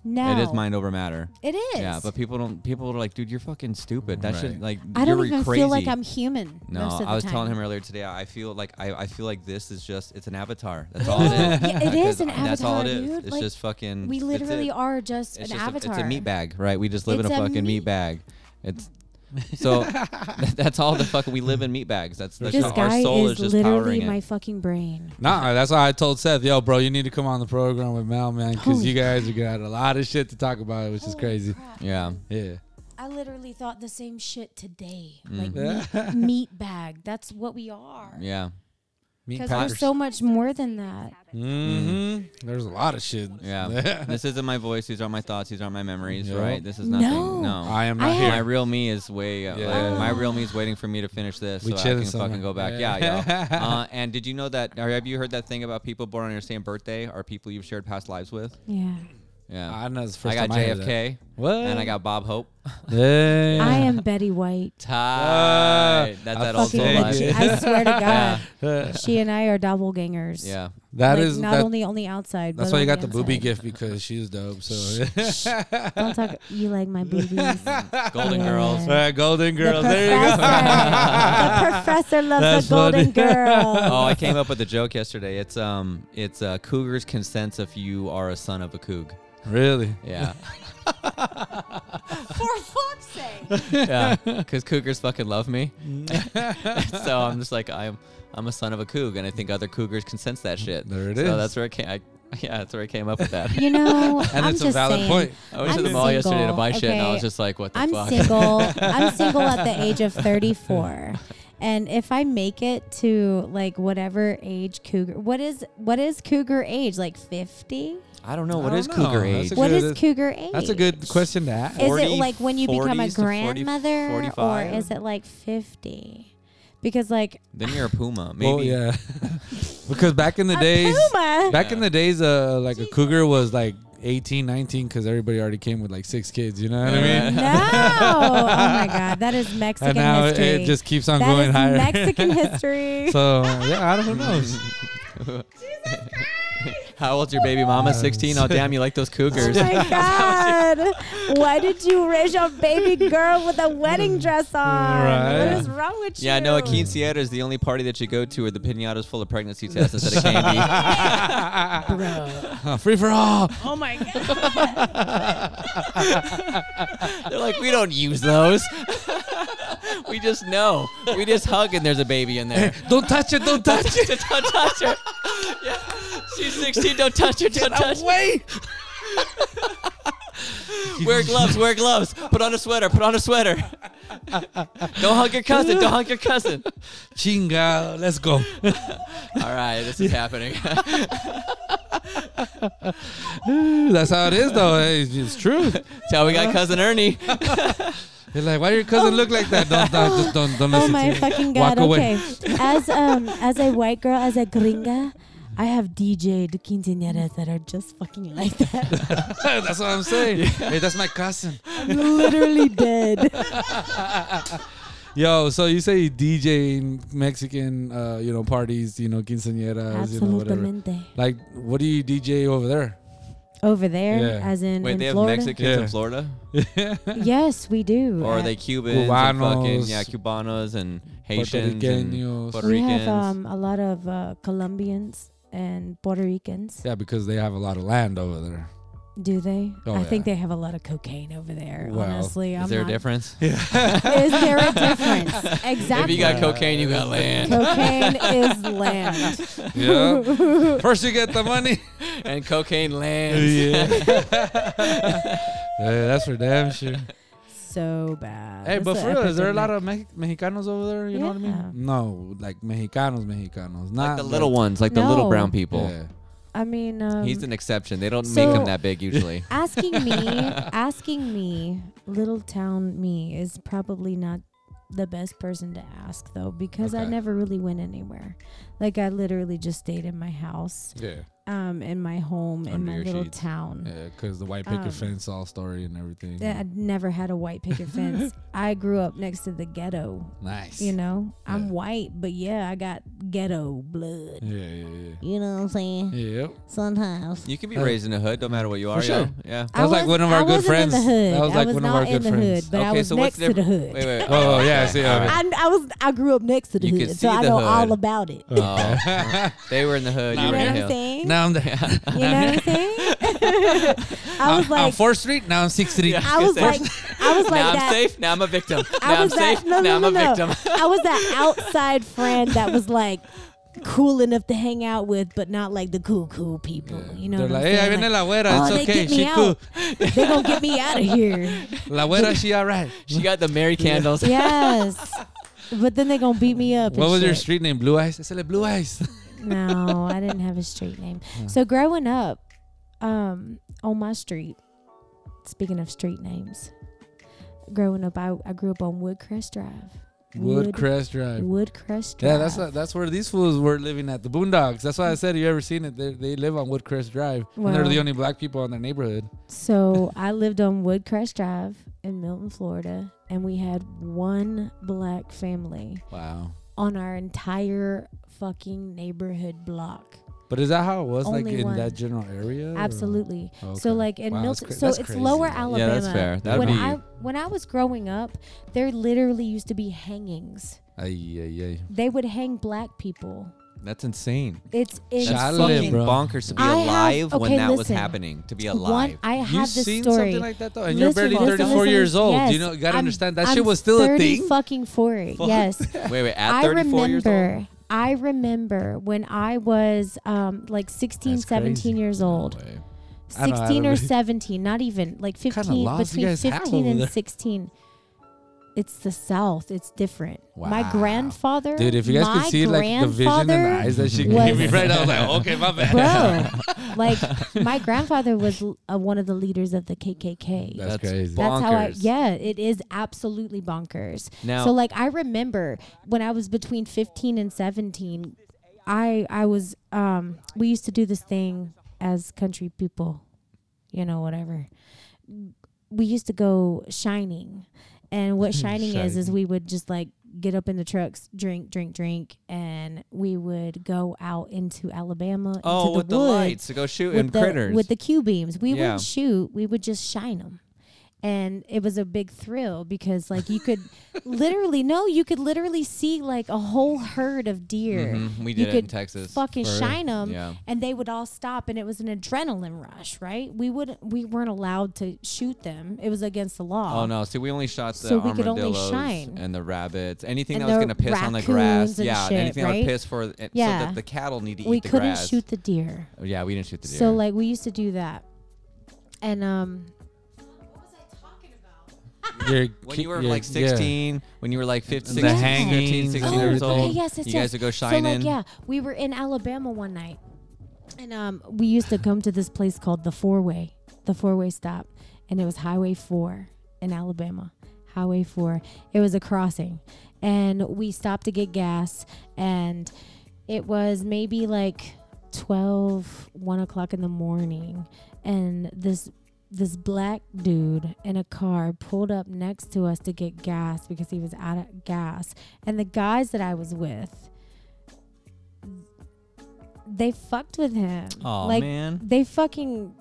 E: no.
F: it is mind over matter.
E: It is.
F: Yeah, but people don't. People are like, dude, you're fucking stupid. That should
D: Right.
F: like
E: I don't
F: you're
E: even
F: crazy.
E: feel like I'm human.
F: No,
E: most of
F: I was
E: the time.
F: telling him earlier today. I feel like I, I feel like this is just it's an avatar.
E: (laughs)
F: That's all it is. (laughs)
E: Yeah, it
F: Because
E: is an
F: That's all it
E: avatar,
F: is.
E: dude.
F: It's
E: Like,
F: just fucking.
E: We
F: that's
E: literally
F: it.
E: are just
F: It's
E: an
F: just
E: avatar.
F: A, it's a meat bag, right? We just live
E: It's
F: in a
E: a
F: fucking meat.
E: meat-
F: bag.
D: (laughs)
F: It's so that's all the fuck we live in meat bags. That's, that's
E: This
F: how our
E: guy
F: soul is,
E: is
F: just
E: literally
F: powering
E: my
F: it.
E: fucking brain.
D: Nah, that's why I told Seth, yo, bro, you need to come on the program with Mal, man, because
E: Holy
D: you guys have got a lot of shit to talk about, which is
E: Holy
D: crazy.
E: crap.
F: Yeah,
D: Yeah.
E: I literally thought the same shit today. Like meat, meat bag. That's what we are.
F: Mm. (laughs) yeah,
E: Because we're
D: (laughs)
E: so much more than that.
D: hmm There's a lot of shit.
F: Mm-hmm. yeah. this isn't my voice. These aren't my thoughts. These aren't my memories.
D: Yup.
F: Right? This is nothing.
E: No.
F: no.
D: I am
E: I
D: not
E: have-
D: here.
F: my real me is way uh,
D: Yeah.
F: like, my real me is waiting for me to finish this
D: We
F: so I
D: chilling
F: can
D: somewhere.
F: fucking go back.
D: Yeah.
F: Yeah, yo.
D: (laughs)
F: Uh, and did you know that? Or have you heard that thing about people born on your same birthday or people you've shared past lives with?
E: Yeah.
F: Yeah,
D: I know it's the
F: I
D: first
F: got
D: time I heard that.
F: JFK
D: What?
F: and I got
E: (laughs)
F: Bob Hope.
D: Yeah.
E: I am
D: (laughs)
E: Betty White.
F: Tied. That's
D: I
F: that old
E: Fucking
F: soul
D: fucking
F: life.
D: with
E: legit.
D: alive.
E: I
D: (laughs)
E: swear to God.
F: Yeah.
E: She and I are doppelgangers.
F: Yeah.
D: That
E: like,
D: is-
E: not
D: that-
E: only on the outside.
D: That's
E: but
D: why you
E: on
D: got the booby
E: inside.
D: gift because she's dope.
E: (laughs)
D: So (laughs)
E: Don't talk. You like my boobies.
F: Golden
E: Yeah.
F: Girls.
D: All right, Golden Girls. There you
E: Professor.
D: go.
E: the professor loves
D: That's
E: a
D: (laughs)
E: golden
D: funny.
E: girl.
F: Oh, I came up with a joke yesterday. It's um, it's uh, cougars can sense if you are a son of a coug.
D: Really?
E: (laughs)
F: Yeah,
A: For fuck's sake.
F: yeah, because cougars fucking
D: (laughs)
F: love me. (laughs) so I'm just like I'm, I'm a son of a coug, and I think other cougars can sense that shit.
D: There it
F: so
D: is.
F: that's where I came. I, yeah, that's where I came up with that.
E: You know,
D: And
E: I'm
D: it's a
E: just
D: valid
E: saying,
D: point.
F: (laughs) I was
E: I'm
F: at the mall yesterday to
E: single,
F: buy shit, and I
E: okay?
F: was just like, what the
E: I'm
F: fuck?
E: single. I'm
D: (laughs)
E: single at the age of 34. And if I make it to like whatever age cougar, what is what is cougar age? Like 50?
F: I don't know
D: I
F: what
D: don't
F: is
D: know.
F: cougar
D: That's
F: age.
D: a
E: What
D: good-
E: is cougar age?
D: That's a good question to ask.
E: Is
F: 40,
E: it like when you become a
F: 40s to 40,
E: grandmother
F: 45?
E: or is it like 50? Because like
F: then you're a puma. Maybe.
D: Well, yeah. (laughs) because back in the days,
E: Puma.
D: back in the days, uh, like a cougar was like 18, 19 because everybody already came with like six kids. You know what (laughs) I mean?
E: (laughs) No. oh my God.
D: (laughs)
E: That is
D: And
E: Mexican
D: now it,
E: history.
D: it just keeps on
E: That
D: going
E: is
D: higher. (laughs)
E: Mexican history.
D: so yeah, I don't who
E: (laughs)
D: knows.
F: (laughs) How old's your baby mama? 16. Oh damn, you like those cougars?
E: Oh my God. Why did you raise your baby girl with a wedding dress on?
D: Mm, Right.
E: What is wrong with you?
F: Yeah, no, a quinceañera is the only party that you go to where the pinatas full of pregnancy tests instead of candy.
D: (laughs) Uh, (laughs) free for all.
E: Oh my God.
F: They're like, we don't use those. (laughs) we just know. We just hug and there's a baby in
D: (laughs)
F: there.
D: Don't touch it. Don't touch it.
F: don't touch her. Yeah, she's 16. Don't touch her. Don't touch. her.
D: Wait.
F: (laughs) Wear gloves. Wear gloves. Put on a sweater. Put on a sweater. (laughs) don't hug your cousin. Don't hug your cousin.
D: Chinga. Let's go.
F: All right, this is happening. (laughs)
D: That's how it is, though. Hey, It's, it's true.
F: That's how we got cousin
D: (laughs)
F: Ernie.
D: They're like, why your cousin look like that? Don't, don't, just don't, don't
E: Oh
D: listen
E: my
D: to me.
E: fucking
D: Walk
E: God.
D: away.
E: Okay. As um as a white girl, as a gringa, I have DJ'd quinceañeras that are just fucking like that.
D: (laughs) that's what I'm saying. Hey, that's my cousin.
E: I'm literally dead.
D: Yo, so you say you DJ in Mexican, uh, you know, parties, you know, quinceañeras, you know, whatever.
E: Absolutamente.
D: Like, what do you DJ over (laughs) there?
E: Over there,
D: Yeah.
E: as in,
F: Wait,
E: in
F: they have
E: Florida.
F: Mexicans
D: Yeah.
F: in Florida?
E: Yes, we do.
F: Or are
E: Uh,
F: they Cubans and fucking
D: Cubanos,
F: yeah, Cubanos and
D: Puerto
F: Haitians and
D: Ricanos.
F: Puerto
E: we
F: Ricans.
E: have um, a lot of uh, Colombians and Puerto Ricans.
D: Yeah, because they have a lot of land over (laughs) there.
E: Do they?
D: Oh,
E: I think
D: yeah.
E: they have a lot of cocaine over there.
D: Well,
E: honestly, I'm
F: Is there a
E: not-
F: difference?
E: (laughs) Is there a difference?
F: (laughs) If
E: exactly.
F: you got cocaine, you got land,
E: cocaine
F: (laughs)
E: is land.
D: Yeah. (laughs) First you get the money.
F: (laughs) and cocaine
D: (laughs)
F: lands.
D: yeah. Hey, that's for damn sure.
E: (laughs) So bad.
D: Hey,
E: It's
D: but
E: a
D: for real, is there a lot
E: epidemic.
D: of Mex- Mexicanos over there? You know what I
E: Yeah.
D: mean? No, like Mexicanos, Mexicanos, not
F: Like the little ones, like the little
E: No.
F: brown people.
D: Yeah.
E: I mean, um,
F: He's an exception. They don't
E: so-
F: make him that
D: (laughs)
F: big usually. (laughs)
E: asking me, asking me, little town me is probably not the best person to ask though because I
F: Okay.
E: never really went anywhere. Like I literally just stayed in my house,
D: Yeah,
E: um, in my home in
F: Under
E: my
F: your
E: little
F: sheets.
E: town.
D: yeah, because the white picket
E: Um,
D: fence, all story and everything.
E: that I'd never had a white picket fence. I grew up next to the ghetto.
D: nice.
E: You know, I'm
D: Yeah.
E: white, but yeah, I got ghetto blood.
D: Yeah, yeah,
A: You know what I'm
D: yeah.
A: saying?
D: Yep.
A: Sometimes.
F: You can be
D: Uh,
F: raised in the hood, no matter what you are.
D: sure.
F: yo. Yeah.
D: That was like one of our
E: I
D: good
E: wasn't
D: friends.
E: In the hood.
D: That was like
E: I was
D: one of
E: not
D: our
E: in
D: good
E: the
D: friends.
E: hood, but I was next to the
F: difference?
E: hood.
F: Wait, wait.
D: Oh, yeah, I see,
F: all
D: okay.
F: right.
E: I, I was I grew up next to the
F: You could
E: hood,
F: see
E: so I
F: the
E: know
F: hood.
E: all about it. You
F: Oh. they were in the hood. You
D: Nah,
F: were
E: know what
F: in the
E: I'm
F: hill.
E: saying?
D: Now I'm there.
E: You know
D: (laughs)
E: what I'm saying? (laughs) I
D: on
E: was (laughs) like,
D: Fourth Street. Now I'm Sixth Street.
E: I was like, I was like
F: now I'm
E: that.
F: safe. Now I'm a victim.
E: (laughs) I
F: Now I'm
E: was that.
F: safe.
E: No, no,
F: now
E: no,
F: I'm a
E: no.
F: victim. (laughs)
E: I was that outside friend that was like cool enough to hang out with, but not like the cool cool people. You know
D: They're
E: what
D: like,
E: I'm
D: hey, I
E: saying?
D: viene
E: Like,
D: la güera. It's
E: oh, they
D: okay.
E: get me
D: She
E: out.
D: cool.
E: they gonna get me out
D: (laughs)
E: of here.
D: La güera, she all right.
F: She got the Mary candles.
E: Yes. But then they gonna beat me
D: (laughs)
E: up.
D: What
E: and
D: was your
E: shit.
D: street name? Blue Eyes. I said Blue Eyes.
E: No, I didn't have a street name. So growing up, um, on my street, speaking of street names, growing up, I, I grew up on Woodcrest Drive.
D: Woodcrest Drive.
E: Woodcrest Drive.
D: Yeah, that's not, that's where these fools were living at the Boondocks. That's why I said you ever seen it. They, they live on Woodcrest Drive, and they're
E: Wow.
D: the only black people in their neighborhood. (laughs)
E: So I lived on Woodcrest Drive in Milton, Florida, and we had one black family
D: Wow.
E: on our entire fucking neighborhood block.
D: But is that how it was, like
E: Only
D: in
E: one.
D: that general area? or-
E: Absolutely.
D: Okay.
E: So like in
D: Wow, that's
E: Milton,
D: cra-
E: so
D: that's
E: it's
D: crazy.
E: lower
D: Yeah,
E: Alabama.
F: Yeah, that's fair. That'd
E: when
F: be.
E: I when I was growing up, there literally used to be hangings.
D: Ay, ay, ay.
E: They would hang black people.
F: that's insane.
E: It's
F: That's
D: Chale,
F: fucking
E: insane.
D: bro.
F: bonkers to be
E: I have-
F: alive when
E: okay,
F: that was
E: listen.
F: happening. To be alive.
E: One, I have
D: You've
E: this
D: seen
E: story.
D: something like that though, and
E: Listen,
D: you're barely
E: listen,
D: 34
E: listen.
D: years old.
E: Yes,
D: you know, you gotta
E: I'm-
D: understand that
E: I'm
D: shit was still a
E: 30
D: thing.
E: Fucking
D: (laughs)
E: for it. Yes.
F: wait, wait. At
E: I
F: 34 years old. (laughs)
E: remember. I remember when I was um, like 16,
D: That's
E: 17
D: crazy.
E: years old.
D: I know, I
E: 16 or
D: remember.
E: 17, not even like 15,
D: laws you
E: between
D: guys have
E: 15
D: over
E: and
D: there?
E: 16. It's the South. It's different.
D: Wow.
E: My grandfather,
D: Dude, if you guys
E: my
D: could see like the vision and the
E: grandfather-
D: eyes that she
E: was-
D: gave me right, I was like, okay, my
E: (laughs)
D: bad.
E: bro. like my grandfather was l- uh, one of the leaders of the KKK.
D: That's,
F: That's
D: crazy.
E: That's how I
F: bonkers.
E: yeah, it is absolutely bonkers.
F: Now-
E: so like I remember when I was between 15 and 17, I I was um we used to do this thing as country people, you know, whatever. We used to go shining. And
F: (laughs)
E: what shining, is is we would just like get up in the trucks, drink, drink, drink, and we would go out into Alabama
F: Oh,
E: into
F: with
E: the
F: the
E: woods
F: lights to go shoot
E: with
F: and
E: the,
F: critters.
E: with the Q beams. We
F: Yeah.
E: wouldn't shoot, we would just shine them. And it was a big thrill because like you
F: (laughs)
E: could literally no, you could literally see like a whole herd of deer.
F: Mhm, we
E: You
F: did it in
E: could
F: Texas.
E: Fucking
F: For real.
E: shine them,
F: Yeah.
E: and they would all stop, and it was an adrenaline rush, right? We would we weren't allowed to shoot them; it was against the law.
F: Oh no! See, we only shot the
E: So we could only
F: armadillos
E: shine.
F: and the rabbits. Anything
E: And
F: that was
E: the
F: gonna piss on the grass.
E: raccoons and
F: yeah,
E: shit,
F: anything that
E: right?
F: would piss for and so
E: Yeah.
F: that the cattle need to
E: we
F: eat the
E: couldn't
F: grass.
E: shoot the deer.
F: yeah, we didn't shoot the deer.
E: So like we used to do that, and um,
D: You're
F: when
D: ki-
F: you were
D: you're-
F: like
D: yeah.
F: 16, when you were like 15,
D: the
F: 16,
D: hangings
F: 15, 16
D: and
F: years
D: everything.
F: old,
E: Oh, Okay, yes, yes,
F: you
E: yes.
F: guys would go
E: So,
F: shining.
E: like, yeah, we were in Alabama one night, and um, we used to come to this place called the Four Way, the Four Way Stop, and it was Highway Four in Alabama, Highway Four. It was a crossing, and we stopped to get gas, and it was maybe like 12, 1 o'clock in the morning, and this this black dude in a car pulled up next to us to get gas because he was out of gas. And the guys that I was with, they fucked with him.
F: Aw,
E: like,
F: man.
E: They fucking.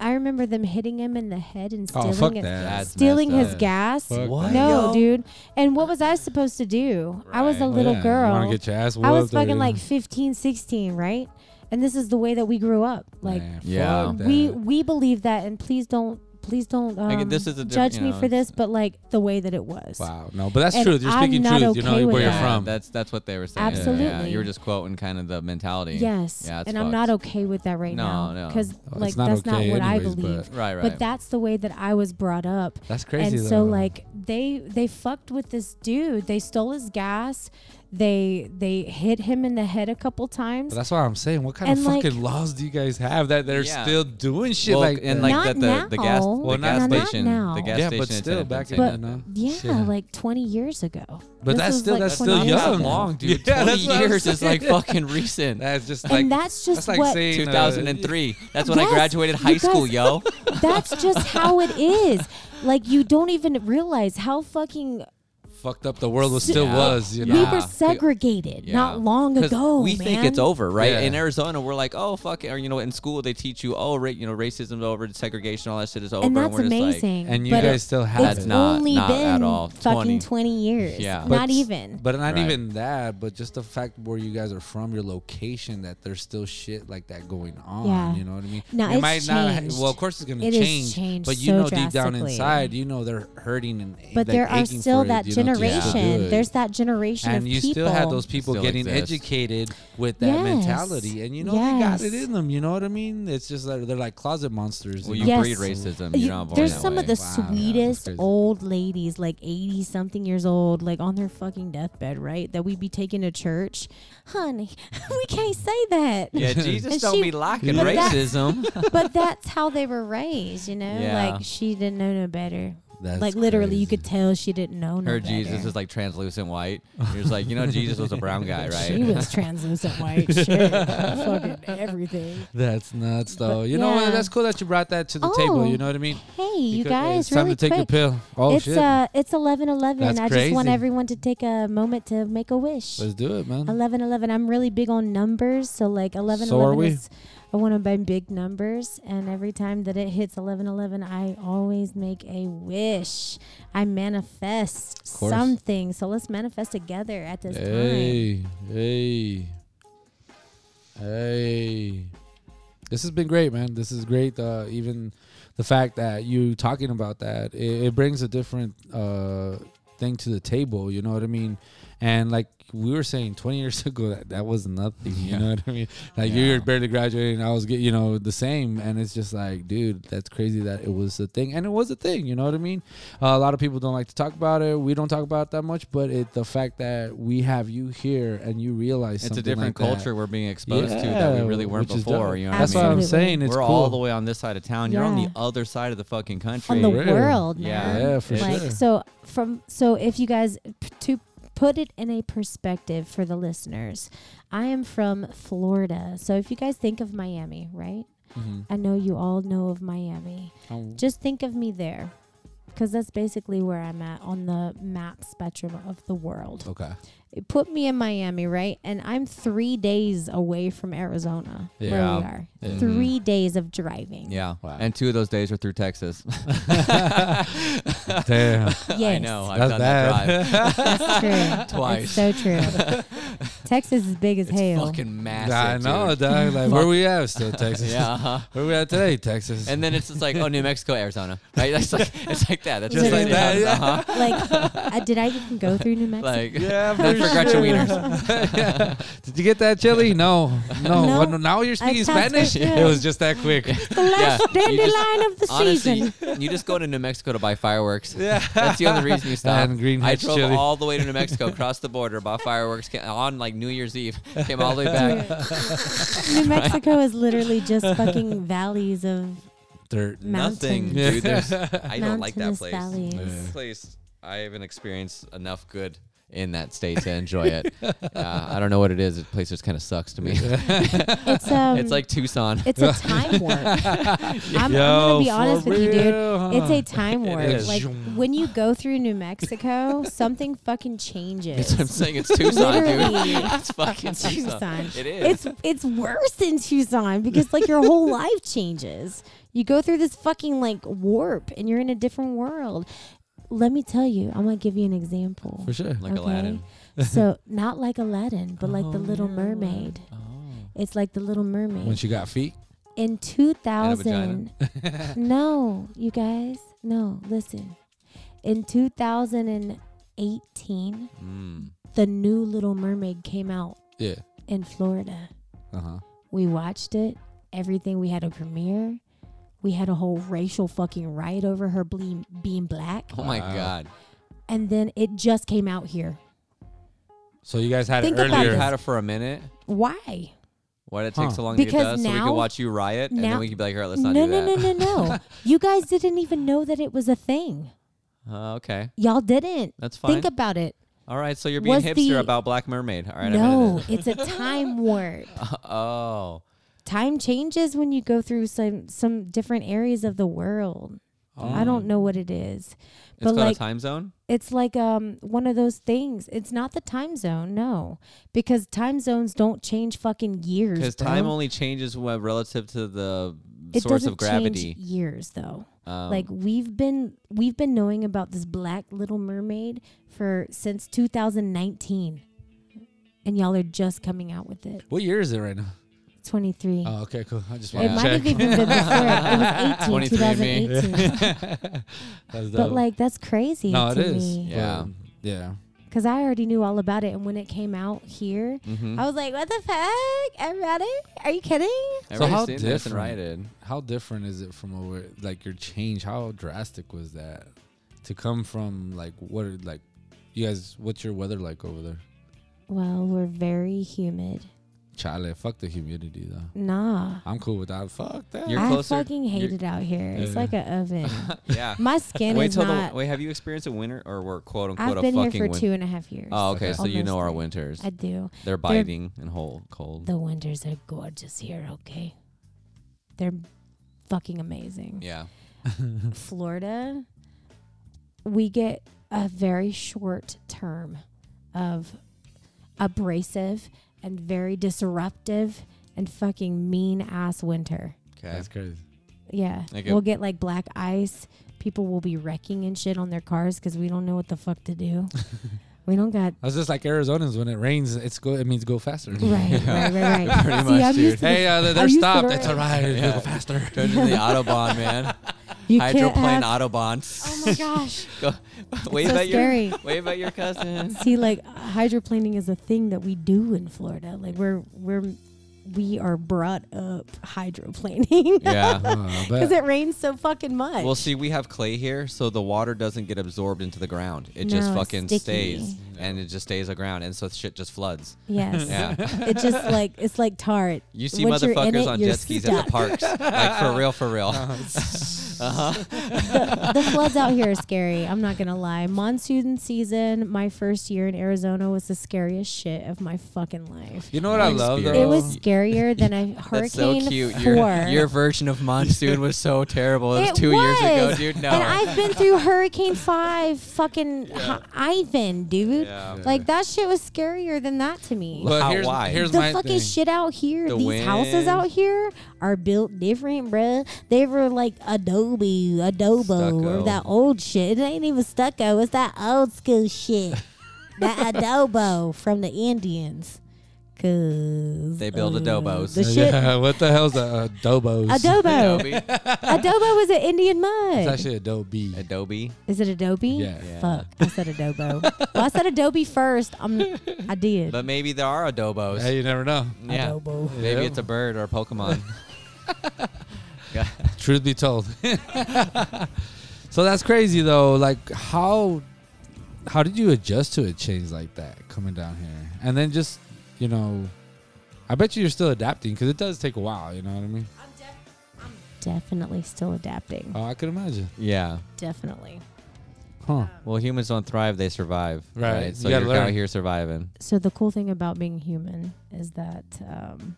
E: I remember them hitting him in the head and
D: Oh,
E: stealing
D: fuck
E: his,
D: that.
F: That's
E: stealing
F: messed
E: his
F: up.
E: gas.
D: Fuck What?
E: No,
F: Yo.
E: dude. And what was I supposed to do? I was a
F: Right.
E: little
D: Oh, Yeah, You
E: girl.
D: wanna get your ass
E: I was
D: whooped
E: fucking
D: or-
E: like 15, 16, right? And this is the way that we grew up. Like
D: Man, fuck
F: Yeah.
D: that.
E: we we believe that, and please don't please don't um,
F: Like, this is a different-
E: judge
F: you
E: me
F: know,
E: for this, but like the way that it
D: (laughs)
E: was.
D: Wow. No, but that's
E: And
D: truth. You're
E: I'm
D: speaking
E: not
D: truth. you know
E: okay
D: where
E: with
D: you're
E: that.
D: from.
F: That's that's what they were saying. Yeah, Yeah,
E: Absolutely.
F: you were just quoting kind of the mentality.
E: Yes,
F: Yeah, it's
E: and
F: fucked.
E: I'm not okay with that right
F: No,
E: now
F: no.
E: because
D: it's
E: like
D: not
E: that's
D: okay
E: not what
D: anyways,
E: I believe.
F: Right, right.
E: But that's the way that I was brought up.
D: That's crazy,
E: And
D: though.
E: so like they they fucked with this dude. They stole his gas. They they hit him in the head a couple times.
D: But that's why I'm saying, what kind of
E: And, like-
D: fucking laws do you guys have that they're
F: Yeah.
D: still doing shit
F: Well,
D: like
F: and
D: that?
F: like
E: Not
F: that the, the gas
E: now.
F: the
D: Well,
F: gas
D: not-
E: not
F: station
E: now.
F: the gas
D: yeah,
F: station
D: but still
F: attendant
D: back in
F: thing.
D: the no.
E: Yeah,
D: Shit.
E: like 20 years ago.
D: But
E: This
D: that's
E: was,
D: still
E: like,
D: that's
E: 20
D: still
E: years
D: young,
E: ago.
D: long, dude.
F: Yeah,
D: 20
F: that's what I'm
D: years is like
F: saying.
D: fucking recent. (laughs) That's just like
E: and that's just
D: that's like
E: what
D: saying uh,
F: 2003. That's when I
E: Yes,
F: graduated high
E: you guys-
F: school, yo.
E: (laughs) that's just how it is. (laughs) Like you don't even realize how fucking
D: fucked up the world was still
F: Yeah.
D: was, you
F: We
D: know.
E: we
F: Yeah.
E: were segregated not
F: Yeah.
E: long
F: 'Cause
E: ago.
F: We
E: man.
F: think it's over, right?
D: Yeah.
F: In Arizona, we're like, oh fuck, it. or you know, in school they teach you, oh, ra- you know, racism's over, segregation, all that shit is over,
E: and that's
F: we're just like,
E: amazing.
D: and you
E: but
D: guys still had
E: it's
D: it.
F: That's not-
E: only
F: not
E: been
F: at all.
E: fucking
F: 20.
E: 20 years.
F: Yeah. But
E: not
D: s-
E: even.
D: But not
F: Right.
D: even that, but just the fact where you guys are from, your location, that there's still shit like that going on.
E: Yeah.
D: You know what I mean?
E: No,
D: it
E: it's
D: might not. ha-
E: changed.
D: Well, of course it's gonna
E: It has
D: change.
E: changed
D: but you know
E: so
D: deep down
E: drastically.
D: inside, you know they're hurting and like,
E: but there are
D: aching
E: still
D: for it,
E: that
D: you know, to still do
E: generation.
D: it.
E: There's that generation
D: and
E: of
D: you
E: people.
D: still had those people
F: Still
D: getting
F: exist.
D: educated with that
E: Yes.
D: mentality, and you know they got it
E: Yes.
D: in them. You know what I mean? It's just like they're like closet monsters.
F: Well,
D: you
F: you
D: know?
E: Yes.
F: breed racism.
E: You-
F: You're not born
E: there's
F: that
E: some of
F: way.
E: the
D: Wow, yeah, that's
E: sweetest
D: crazy.
E: old ladies, like 80 something years old, like on their fucking deathbed, right? That we'd be taking to church. Honey, (laughs) we can't say that.
F: (laughs) Yeah, Jesus
E: And
F: don't
E: she-
F: be locking
E: but that- (laughs)
F: racism.
E: but that's how they were raised, you know?
F: Yeah.
E: Like she didn't know no better.
D: That's
E: like literally you
D: crazy.
E: could tell she didn't know no
F: Her
E: better.
F: Jesus is like translucent white. You're just like, you
E: (laughs)
F: know, Jesus was a brown guy, right?
E: She was
D: (laughs)
E: translucent white, sure. fucking everything.
D: That's nuts, though. you know what?
E: yeah.
D: That's cool that you brought that to the table.
E: Oh.
D: You know what I mean?
E: Hey, you,
D: Because
E: guys,
D: it's time
E: really
D: to take
E: quick.
D: your pill. Oh
E: it's
D: shit!
E: uh, it's eleven eleven.
D: That's
E: I just want
D: crazy.
E: everyone to take a moment to make a wish.
D: Let's do it, man.
E: Eleven eleven. I'm really big on numbers, so like eleven
D: So are
E: eleven
D: we.
E: is I want to buy big numbers, and every time that it hits eleven eleven, I always make a wish. I manifest
D: course.
E: something. So let's manifest together at this time.
D: Hey, hey, hey! This has been great, man. This is great. Uh, even the fact that you talking about that, it, it brings a different uh, thing to the table. You know what I mean? And like we were saying, twenty years (laughs) ago, that, that was nothing. You
F: Yeah.
D: know what I mean? Like you were barely graduating. I was, get, you know, the same. And it's just like, dude, that's crazy that it was a thing, and it was a thing. You know what I mean? Uh, a lot of people don't like to talk about it. We don't talk about it that much, but it the fact that we have you here and you realize
F: It's a
D: something
F: different
D: like that.
F: culture we're being exposed to that we really weren't
D: which is
F: before.
D: dope.
F: You know
D: That's
F: what
D: what
F: I mean?
D: I'm
E: Absolutely.
D: saying. It's
F: we're
D: cool.
F: all the way on this side of town. You're on the
E: Yeah.
F: other side of the fucking country.
E: On the
D: Really?
E: world,
F: Yeah.
E: man.
D: Yeah, for
E: like
D: sure.
E: so from so if you guys p- to put it in a perspective for the listeners i am from florida so if you guys think of miami right
D: Mm-hmm.
E: i know you all know of miami
F: (laughs)
D: Um,
E: just think of me there because that's basically where i'm at on the map spectrum of the world
D: okay.
E: It put me in miami right and i'm three days away from arizona
D: Yeah.
E: where we are three days of driving
F: Mm-hmm. yeah. (laughs)
D: Wow.
F: And two of those days are through
D: (laughs)
F: Texas. (laughs)
D: Damn.
E: Yes.
F: I know.
D: (laughs)
F: I've
D: That's
F: done that drive.
E: That's
F: (laughs)
E: true.
F: Twice.
E: It's so
F: (laughs)
E: true. Texas is big
D: (laughs)
E: as hell.
F: fucking (laughs)
D: I
F: massive.
D: know,
F: dude.
D: dog. Like, where we at still,
F: (laughs)
D: Texas?
F: Yeah. uh-huh.
D: Where we at today, Texas? (laughs)
F: And then it's just like, oh, New Mexico, Arizona, right? That's like, it's like that. That's
D: Just
E: like
F: it.
D: that, yeah.
F: Uh-huh.
E: like, uh, did I even go through New Mexico? (laughs)
F: Like,
D: yeah,
F: that's for Gretchen Wieners. (laughs)
D: yeah. (laughs) Did you get that chili? No, no.
E: No.
D: Well, now you're speaking
E: I passed
D: Spanish.
E: it,
D: It
E: yeah.
D: was just that
F: (laughs)
D: quick.
E: the last
F: yeah, you just-
E: dandelion of the
F: Honestly,
E: season.
F: you just go to New Mexico to buy fireworks. Yeah, that's the only
D: (laughs)
F: reason you stop.
D: And Green
F: I
D: Hitch
F: drove
D: chili.
F: all the way to New Mexico, crossed the border, bought fireworks ca- on like New Year's Eve, came all
E: (laughs)
F: the way back. (laughs)
E: New Mexico is literally just fucking valleys of
D: Dirt.
F: Nothing,
D: (laughs)
E: mountains.
F: dude. There's, I don't like that
E: Mountainous
F: place.
E: valleys.
F: This place, I haven't experienced enough good in that state to
D: (laughs)
F: enjoy it. Uh, I don't know what it is. The place just kind of sucks to me.
E: It's um,
F: (laughs) it's like Tucson.
E: (laughs)
F: (laughs)
E: it's a time warp. I'm, I'm
D: Yo,
E: gonna be honest
D: for
E: with you,
D: real, huh?
E: dude. It's a time warp.
F: is.
E: Like when you go through New Mexico, something fucking changes.
F: I'm saying it's Tucson, dude.
E: Literally.
F: (laughs) It's fucking
E: (laughs)
F: Tucson.
E: Tucson.
F: It is.
E: It's it's worse than Tucson because like your whole life changes. You go through this fucking like warp and you're in a different world. Let me tell you, I'm gonna give you an example.
D: For sure.
F: (laughs) Like Aladdin.
E: so not like Aladdin, but like the Little Mermaid. It's like the Little Mermaid.
D: When she got feet.
E: in
F: (laughs)
E: 2000 no you guys no listen in 2018
F: Hmm.
E: the new little mermaid came out
D: Yeah.
E: in florida
D: Uh huh.
E: we watched it everything we had a premiere we had a whole racial fucking riot over her being, being black
F: oh my
D: Wow.
F: god.
E: and then it just came out here
D: So you guys had
E: Think
D: it
E: about
F: We've
D: earlier.
E: this.
F: had it for a minute.
E: Why?
F: Why it take
D: Huh.
F: so long to
E: Because
F: get done? so we
E: now-
F: can watch you riot, and
E: now-
F: then we can be like, "All right, let's
E: No,
F: not
E: no,
F: do that."
E: no, no,
F: (laughs)
E: no. you guys didn't even know that it was a thing.
F: (laughs) Uh, okay,
E: Y'all didn't.
F: that's fine.
E: Think about it.
F: All right, so you're being
E: Was
F: hipster
E: the-
F: about Black Mermaid. All right,
E: no,
F: I'm
E: it's a time warp.
F: gonna, (laughs) oh,
E: Time changes when you go through some some different areas of the world. I don't know what it is.
F: Oh. it's
E: But
F: called
E: like
F: a time zone.
E: it's like um one of those things. It's not the time zone, no, because time zones don't change fucking years.
F: Because time
E: bro.
F: only changes wh- relative to the
E: it
F: source
E: doesn't
F: of gravity.
E: Change years though.
F: Um,
E: like we've been we've been knowing about this Black Little Mermaid for since 2019, and y'all are just coming out with it.
D: What year is it right now?
E: 23.
D: Oh, okay, cool. I just
E: It
D: want
E: might
D: to check.
E: have even been before. It
F: (laughs)
E: was 18,
F: 23 me.
D: (laughs)
E: 2018.
F: (laughs)
D: That's
E: But
D: dope.
E: like that's crazy
D: no, it
E: to
D: is.
E: me.
F: Yeah.
D: But, um, yeah.
E: Cause I already knew all about it, and when it came out here,
F: Mm-hmm.
E: I was like, "What the fuck? Everybody? Are you kidding?"
D: So how
F: Everybody's seen this and
D: different-
F: rioted.
D: How different is it from over? Like your change? How drastic was that? To come from like what? are- Like you guys? What's your weather like over there?
E: Well, we're very humid.
D: Chale, fuck the humidity though.
E: Nah,
D: I'm cool with that. Fuck that.
F: You're
E: I
F: closer-
E: fucking hate
F: you're-
E: it out here. It's
D: Yeah.
E: like an oven.
F: (laughs) Yeah.
E: My skin
F: wait
E: is
F: till
E: not.
F: the wait. Have you experienced a winter or we're quote unquote
E: I've been
F: a
E: here
F: fucking
E: for
F: win-
E: two and a half years.
F: Oh, okay. So you know our
E: Almost
F: winters.
E: I do.
F: They're biting and whole cold.
E: The winters are gorgeous here. Okay, they're fucking amazing.
F: yeah.
E: Florida, we get a very short term of abrasive and very disruptive and fucking mean ass winter.
F: Okay.
D: That's crazy.
E: Yeah.
F: Okay.
E: We'll get like black ice. People will be wrecking and shit on their cars because we don't know what the fuck to do. we don't got.
D: That's just like Arizona's when it rains. It's go. It means go faster.
E: Right, right, right,
F: (laughs)
E: right.
F: (laughs) Pretty
E: See,
F: much,
E: I'm
F: dude.
E: used
D: (laughs)
E: to
D: Hey, uh,
E: (laughs)
D: they're
E: I'm used to
D: stopped.
E: the
D: That's all
E: rain.
D: right.
F: Yeah.
D: Go faster.
F: Turn into the (laughs) autobahn, man.
E: (laughs) you can't
F: Hydroplane
E: have-
F: autobahn.
E: Oh
F: (laughs)
E: my gosh.
F: Go, (laughs) wave
E: so
F: at
E: scary.
F: your wave at your
E: (laughs)
F: cousin.
E: See, like hydroplaning is a thing that we do in Florida. Like we're we're we are brought up hydroplaning (laughs)
F: Yeah.
D: Uh,
E: because
D: but
E: it rains so fucking much.
F: Well, see, we have clay here, so the water doesn't get absorbed into the ground. It just
E: No, it's
F: fucking
E: sticky.
F: stays, and it just stays aground, and so shit
D: (laughs)
F: just floods.
E: yes,
F: Yeah.
E: (laughs) it's just like it's like tar. It-
F: You see
E: once you're in
F: motherfuckers
E: it,
F: on
E: you're
F: jet skis at
E: stuck. (laughs)
F: the parks, like for real, for real.
D: Uh-huh.
E: the floods out here are scary. I'm not gonna lie. Monsoon season, my first year in Arizona was the scariest shit of my fucking life.
D: you know what I love though.
E: It was scarier than a hurricane
F: (laughs) (laughs) That's so cute.
E: four.
F: Your, your version of monsoon was so terrible. It was
E: It
F: two years ago,
E: was.
F: dude. No.
E: And I've been through Hurricane Five, fucking Hi- Ivan, dude.
F: Yeah.
E: Like that shit was scarier than that to me.
D: But
F: How-
D: here's,
F: why?
D: here's
E: the
D: my
E: fucking
D: thing.
E: shit out here,
F: The
E: these houses
F: wind.
E: out here are built different, bruh. They were like adobe, adobo,
F: Stucco.
E: or that old shit. It ain't even stucco. It's that old school shit.
F: (laughs)
E: that adobo from the Indians. Cause
F: They build
E: uh,
F: adobos. (laughs)
E: The shit,
D: Yeah, (laughs) what the hell's a adobos?
E: (laughs) adobo.
F: (laughs) Adobe.
E: adobo was an Indian
D: It's
E: mud.
D: actually adobe.
F: Adobe.
E: Is it Adobe?
D: Yeah.
F: Yeah.
E: Fuck, I said adobo. well, I said Adobe first. I'm, I did.
F: But maybe there are adobos.
D: Hey, you never know.
F: yeah.
E: Adobo.
F: Maybe
D: Yeah.
F: it's a bird or
D: (laughs)
F: a Pokemon.
D: Truth be told. (laughs) so that's crazy though. Like how how did you adjust to a change like that coming down here? And then just, you know, I bet you you're still adapting cuz it does take a while, you know what I mean?
E: Definitely still adapting.
D: Oh, I could imagine.
F: yeah.
E: Definitely.
D: Huh.
F: Well, humans don't thrive; they survive.
D: Right.
F: Right.
D: You
F: So
D: gotta
F: you're
D: learn.
F: out here surviving.
E: So the cool thing about being human is that um,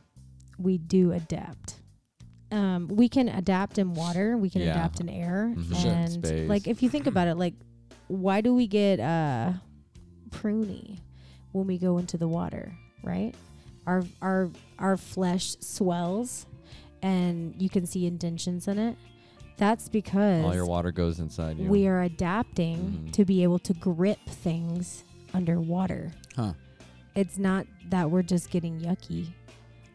E: we do adapt. Um, we can adapt in water. We can
F: Yeah.
E: adapt in air.
F: Mhm. Sure.
E: And
F: Space.
E: like, if you think about it, like, why do we get uh, pruny when we go into the water? Right. Our our our flesh swells, and you can see indentions in it. That's because
F: All your water goes inside you.
E: we are adapting
F: Mhm.
E: to be able to grip things underwater.
D: Huh.
E: It's not that we're just getting yucky.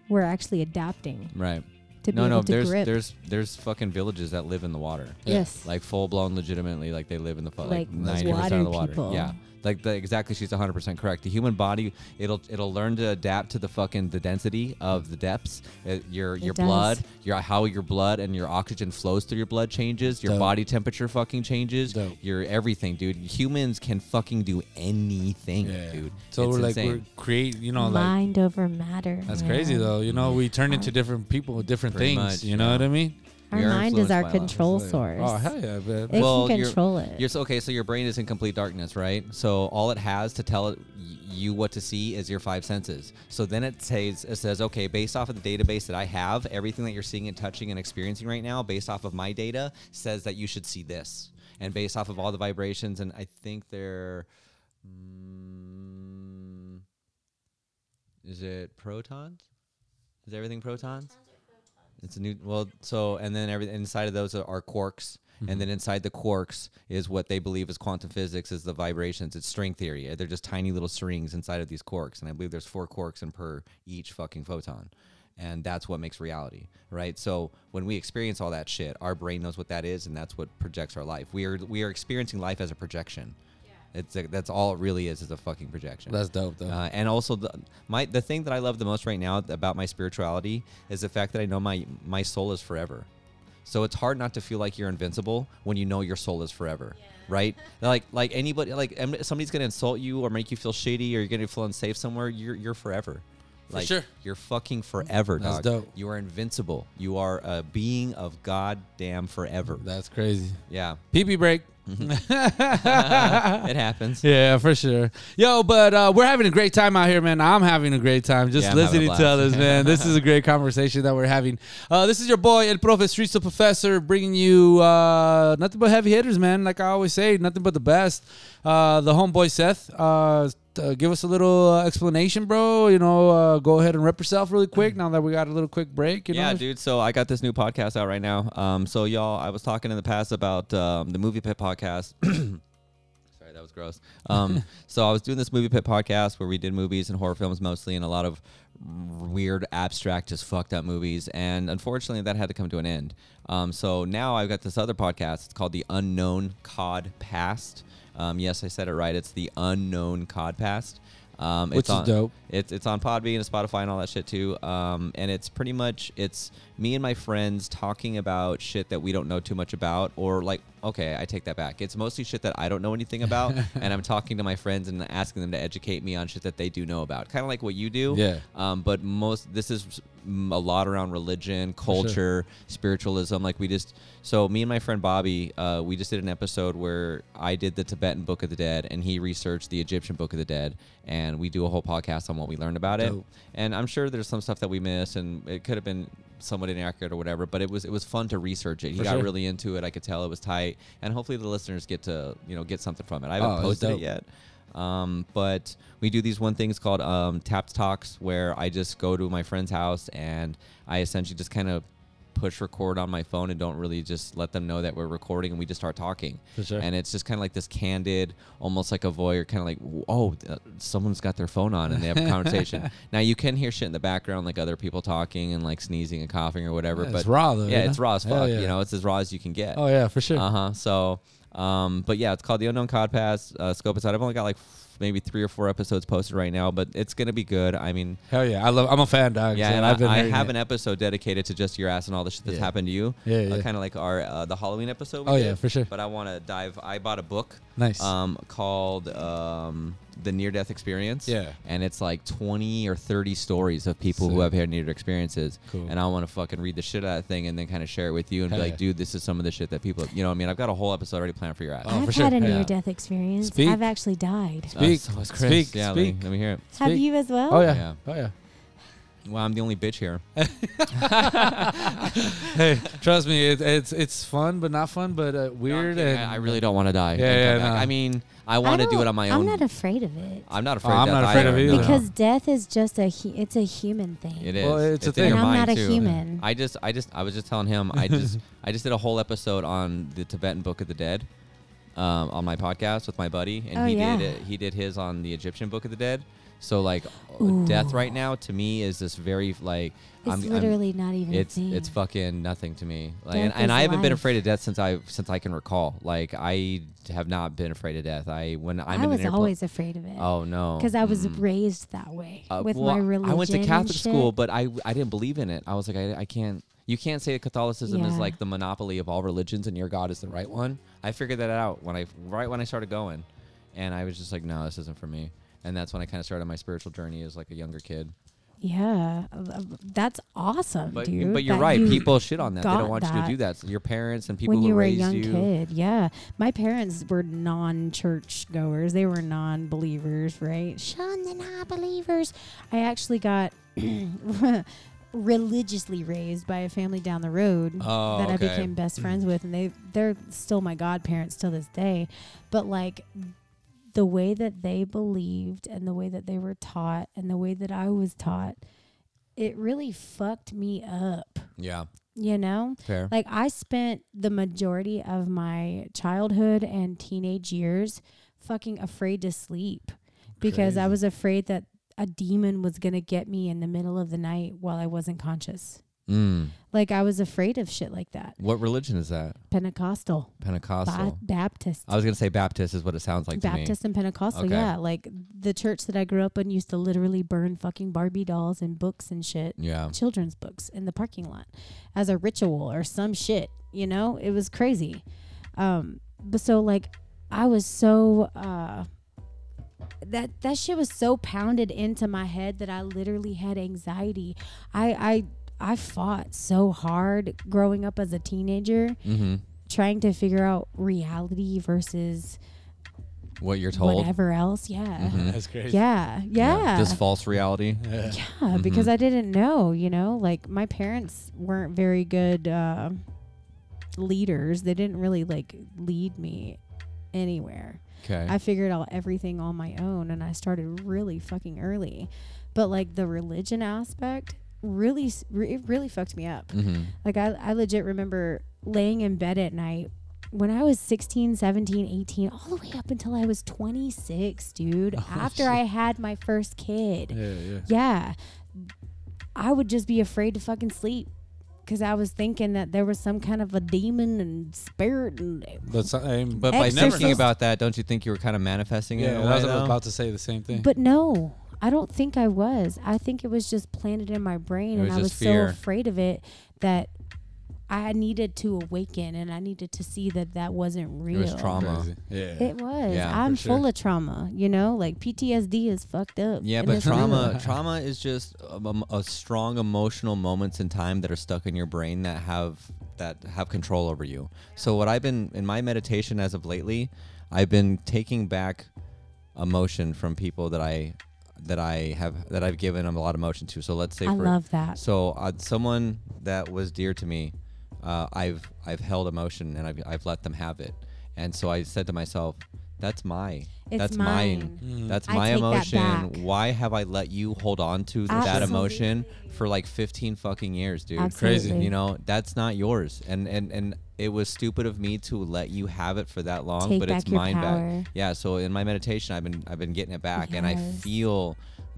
E: We're actually adapting
F: Right.
E: to
F: No,
E: be
F: no.
E: able to
F: There's
E: grip.
F: there's there's fucking villages that live in the water.
E: yes.
F: Like full blown, legitimately, like they live in the fu- like
E: Like
F: ninety percent
E: water
F: of the water.
E: people.
F: Yeah. Like the, exactly, she's 100 percent correct. The human body, it'll it'll learn to adapt to the fucking the density of the depths. Uh, your your
E: does.
F: blood, your how your blood and your oxygen flows through your blood changes. Your
D: Dope.
F: body temperature fucking changes.
D: Dope.
F: Your everything, dude. Humans can fucking do anything,
D: Yeah,
F: dude.
D: So
F: It's
D: we're
F: insane.
D: like we're create, you know, like
E: Mind over matter.
D: That's crazy though. You know, we turn into different people with different
F: Pretty
D: things.
F: much,
D: you know
F: yeah.
D: what I mean?
E: Our
F: We are
E: mind is
F: influenced
E: our
F: by a lot.
E: control
D: Like,
E: source.
D: Oh hell yeah, but
E: It
F: Well,
E: can
F: you're-
E: control it.
F: You're so, okay. So your brain is in complete darkness, right? So all it has to tell it, y- you what to see is your five senses. So then it says it says, okay, based off of the database that I have, everything that you're seeing and touching and experiencing right now, based off of my data, says that you should see this, and based off of all the vibrations, and I think they're. Mm, is it protons? Is everything protons? It's a new well. So and then every inside of those are quarks, and then inside the quarks is what they believe is quantum physics is the vibrations. It's string theory. They're just tiny little strings inside of these quarks, and I believe there's four quarks in per each fucking photon. And that's what makes reality, right? So when we experience all that shit, our brain knows what that is, and that's what projects our life. We are we are experiencing life as a projection. It's a, that's all it really is is a fucking projection.
D: that's dope though.
F: Uh, and also, the, my the thing that I love the most right now about my spirituality is the fact that I know my my soul is forever. So it's hard not to feel like you're invincible when you know your soul is forever, (laughs) right? Like like anybody like em- somebody's gonna insult you or make you feel shitty or you're gonna feel unsafe somewhere. You're you're forever. Like
D: sure.
F: you're fucking forever,
D: That's
F: dog.
D: dope.
F: You are invincible. You are a being of goddamn forever.
D: that's crazy. (laughs)
F: Yeah,
D: Pee pee break.
F: it happens.
D: Yeah, for sure. Yo, but uh, we're having a great time out here, man. I'm having a great time just
F: Yeah, I'm having a
D: listening to
F: blast. (laughs)
D: others, man. this is a great conversation that we're having. Uh, this is your boy, El Profe Streets of Professor, bringing you uh, nothing but heavy hitters, man. Like I always say, nothing but the best. Uh, the homeboy Seth, uh, uh, give us a little uh, explanation, bro. You know, uh, go ahead and rep yourself really quick now that we got a little quick break. You
F: yeah,
D: know?
F: dude. So I got this new podcast out right now. Um, so y'all, I was talking in the past about um, the Movie Pit podcast. (clears throat) Sorry, that was gross.
D: (laughs)
F: Um, so I was doing this movie pit podcast where we did movies and horror films mostly, and a lot of weird, abstract, just fucked up movies. And unfortunately, that had to come to an end. Um, so now I've got this other podcast. It's called the Unknown Cod Past. Um, yes, I said it right. It's the Unknown Cod Past. Um,
D: Which
F: it's
D: is
F: on,
D: dope.
F: It's it's on Podbean and Spotify and all that shit too. Um, and it's pretty much it's me and my friends talking about shit that we don't know too much about, or like, okay, I take that back. It's mostly shit that I don't know anything about, and I'm talking to my friends and asking them to educate me on shit that they do know about, kind of like what you do.
D: Yeah.
F: Um, but most this is mm, a lot around religion,
D: sure.
F: culture culture, spiritualism. Like we just, so me and my friend Bobby, uh, we just did an episode where I did the Tibetan Book of the Dead and he researched the Egyptian Book of the Dead, and we do a whole podcast on what we learned about it.
D: Dope.
F: And I'm sure there's some stuff that we missed, and it could have been somewhat inaccurate or whatever, but it was it was fun to research it. He
D: For
F: got
D: sure.
F: really into it. I could tell it was tight, and hopefully the listeners get to you know get something from it. I haven't
D: Oh, it's
F: posted it
D: dope.
F: yet yet. Um, but we do these one things called um, Taps Talks, where I just go to my friend's house and I essentially just kind of push record on my phone and don't really just let them know that we're recording and we just start talking.
D: For sure.
F: And it's just kind of like this candid, almost like a voyeur, kind of like, oh, th- someone's got their phone on and they have a conversation.
D: (laughs)
F: now you can hear shit in the background, like other people talking and like sneezing and coughing or whatever.
D: Yeah,
F: but
D: it's raw, though,
F: Yeah,
D: you know?
F: it's raw as
D: Hell
F: fuck.
D: yeah.
F: You know, it's as raw as you can get.
D: Oh, yeah, for sure.
F: Uh huh. So, um, but yeah, it's called the Unknown Cod Pass. Uh, scope it out. I've only got like f- maybe three or four episodes posted right now, but it's gonna be good. I mean,
D: Hell yeah. I love, I'm a fan, dog.
F: yeah,
D: so
F: and
D: I've been
F: I, I
D: hearing
F: have
D: it.
F: an episode dedicated to just your ass and all the shit that's
D: Yeah.
F: happened to you.
D: Yeah, yeah.
F: kind of like our uh, the Halloween episode. we
D: Oh,
F: did,
D: yeah, for sure.
F: But I want to dive. I bought a book.
D: Nice.
F: Um, called um, the Near Death Experience.
D: Yeah.
F: and it's like twenty or thirty stories of people who
D: Sick.
F: have had near death experiences.
D: Cool.
F: And I want to fucking read the shit out of that thing and then kind of share it with you and
D: Hell
F: be like,
D: yeah.
F: dude, this is some of the shit that people. You know, what I mean, I've got a whole episode already planned for your ass. Uh,
D: Oh, for
E: I've
D: sure.
E: had a
F: Yeah.
E: near death experience.
D: Speak.
E: I've actually died.
F: Uh,
D: Speak,
F: so is Chris.
D: speak,
F: yeah, let me-
D: speak.
F: Let, me hear it.
E: Have
D: Speak.
E: you as well?
D: Oh, yeah.
F: Yeah.
D: Oh, yeah.
F: Well, I'm the only bitch here.
D: hey, trust me, it, it's it's fun, but not fun, but uh, weird.
F: I,
D: and
F: I really don't want to die.
D: Yeah,
F: and
D: yeah,
F: come back.
D: no.
F: I mean, I
E: I
F: want to do
E: don't-
F: it on my
A: I'm
F: own.
A: not afraid of it.
F: I'm not afraid.
D: Oh, I'm
F: of
D: not
F: death
D: afraid of
F: either.
D: either.
E: Because death is just a hu- it's a human thing.
F: It is.
D: Well, it's a
F: in
D: thing.
F: your
D: And
A: I'm
F: mind,
A: not a
F: too.
A: human.
F: I just, I just, I was just telling him.
D: (laughs)
F: I just, I just did a whole episode on the Tibetan Book of the Dead, um, on my podcast with my buddy, and
E: Oh,
F: he
E: yeah.
F: did it. He did his on the Egyptian Book of the Dead. So like uh, death right now to me is this very like
E: It's
F: I'm- I'm-
E: literally not even. a
F: it's
E: thing.
F: it's fucking nothing to me. Like,
E: Death
F: and, and
E: is
F: I haven't been
E: life.
F: afraid of death since I since I can recall. Like I have not been afraid of death. I when I'm
E: I
F: in
E: was
F: an airplane.
E: always afraid of it.
F: oh no,
E: Because I was raised that way
F: Uh,
E: with
F: well,
E: my religion.
F: I went to
E: and
F: Catholic
E: shit.
F: school, but I I didn't believe in it. I was like I, I can't. You can't say that Catholicism is
E: Yeah.
F: like the monopoly of all religions and your God is the right one. I figured that out when I right when I started going, and I was just like, no, this isn't for me. And that's when I kind of started my spiritual journey as like a younger kid.
E: Yeah, uh, uh, that's awesome,
F: But
E: dude.
F: but you're
E: that
F: right.
E: you
F: People shit on that. They
E: got
F: don't want you
E: that
F: to do that. So your parents and people
E: When
F: who
E: you were a
F: raised
E: young
F: you.
E: kid, yeah, my parents were non-church goers. They were non-believers, right? Shun the non-believers. I actually got (clears throat) religiously raised by a family down the road
F: Oh,
E: that I
F: okay.
E: became best friends with, and they they're still my godparents till this day. But like the way that they believed and the way that they were taught and the way that I was taught, it really fucked me up.
F: Yeah,
E: You know,
F: fair.
E: like I spent the majority of my childhood and teenage years fucking afraid to sleep because I
F: Crazy.
E: was afraid that a demon was going to get me in the middle of the night while I wasn't conscious.
F: mm.
E: Like I was afraid of shit like that.
F: What religion is that?
E: Pentecostal,
F: Pentecostal.
E: Ba- Baptist.
F: I was gonna say Baptist is what it sounds like to me.
E: Baptist and Pentecostal,
F: Okay.
E: yeah. Like the church that I grew up in used to literally burn fucking Barbie dolls and books and shit.
F: Yeah.
E: children's books in the parking lot as a ritual or some shit. You know, it was crazy. Um, but so like, I was so uh, that that shit was so pounded into my head that I literally had anxiety. I I I fought so hard growing up as a teenager,
F: Mm-hmm.
E: trying to figure out reality versus
F: What you're told. Mm-hmm.
E: whatever else. Yeah.
D: That's crazy.
E: Yeah, yeah,
F: This false reality.
E: Yeah, because I didn't know, you know, like my parents weren't very good uh, leaders. They didn't really like lead me anywhere.
F: Okay.
E: I figured out everything on my own and I started really fucking early. But like the religion aspect really s- re- it really fucked me up.
F: mm-hmm.
E: Like I, I legit remember laying in bed at night when I was 16, 17, 18, all the way up until I was 26, dude, after I had my first kid.
D: Yeah, yeah.
E: Yeah. I would just be afraid to fucking sleep because I was thinking that there was some kind of a demon and spirit. And
D: But, so, I mean,
F: But by
E: Exorcist.
F: thinking about that, don't you think you were kind of manifesting it?
D: yeah,
F: in a
D: I was
F: way, though?
D: about to say the same thing.
E: but no, I don't think I was. I think it was just planted in my brain, and
F: It was
E: I was
F: just fear.
E: so afraid of it that I needed to awaken and I needed to see that that wasn't
F: it
E: real.
F: was trauma.
D: Crazy. Yeah.
E: It was.
F: Yeah, for
E: I'm full
D: sure.
E: of trauma. You know, like PTSD is fucked up.
F: Yeah,
E: and
F: but
E: it's
F: trauma
E: (laughs)
F: trauma is just um, um, a strong emotional moments in time that are stuck in your brain that have that have control over you. So what I've been in my meditation as of lately, I've been taking back emotion from people that I that I have that I've given a lot of emotion to. So let's say
E: real. I
F: for
E: love that.
F: so uh, someone that was dear to me, uh, I've I've held emotion and I've, I've let them have it, and so I said to myself, "That's my,
E: It's
F: that's
E: mine.
F: mine, that's
E: I
F: my
E: take that
F: emotion.
E: back."
F: Why have I let you hold on to that
E: Absolutely.
F: emotion for like 15 fucking years, dude?
E: Absolutely.
F: You know, that's not yours, and and and it was stupid of me to let you have it for that long,
E: Take
F: but it's
E: back your
F: mine
E: power.
F: back. Yeah. So in my meditation, I've been I've been getting it back, and I
E: Yes.
F: feel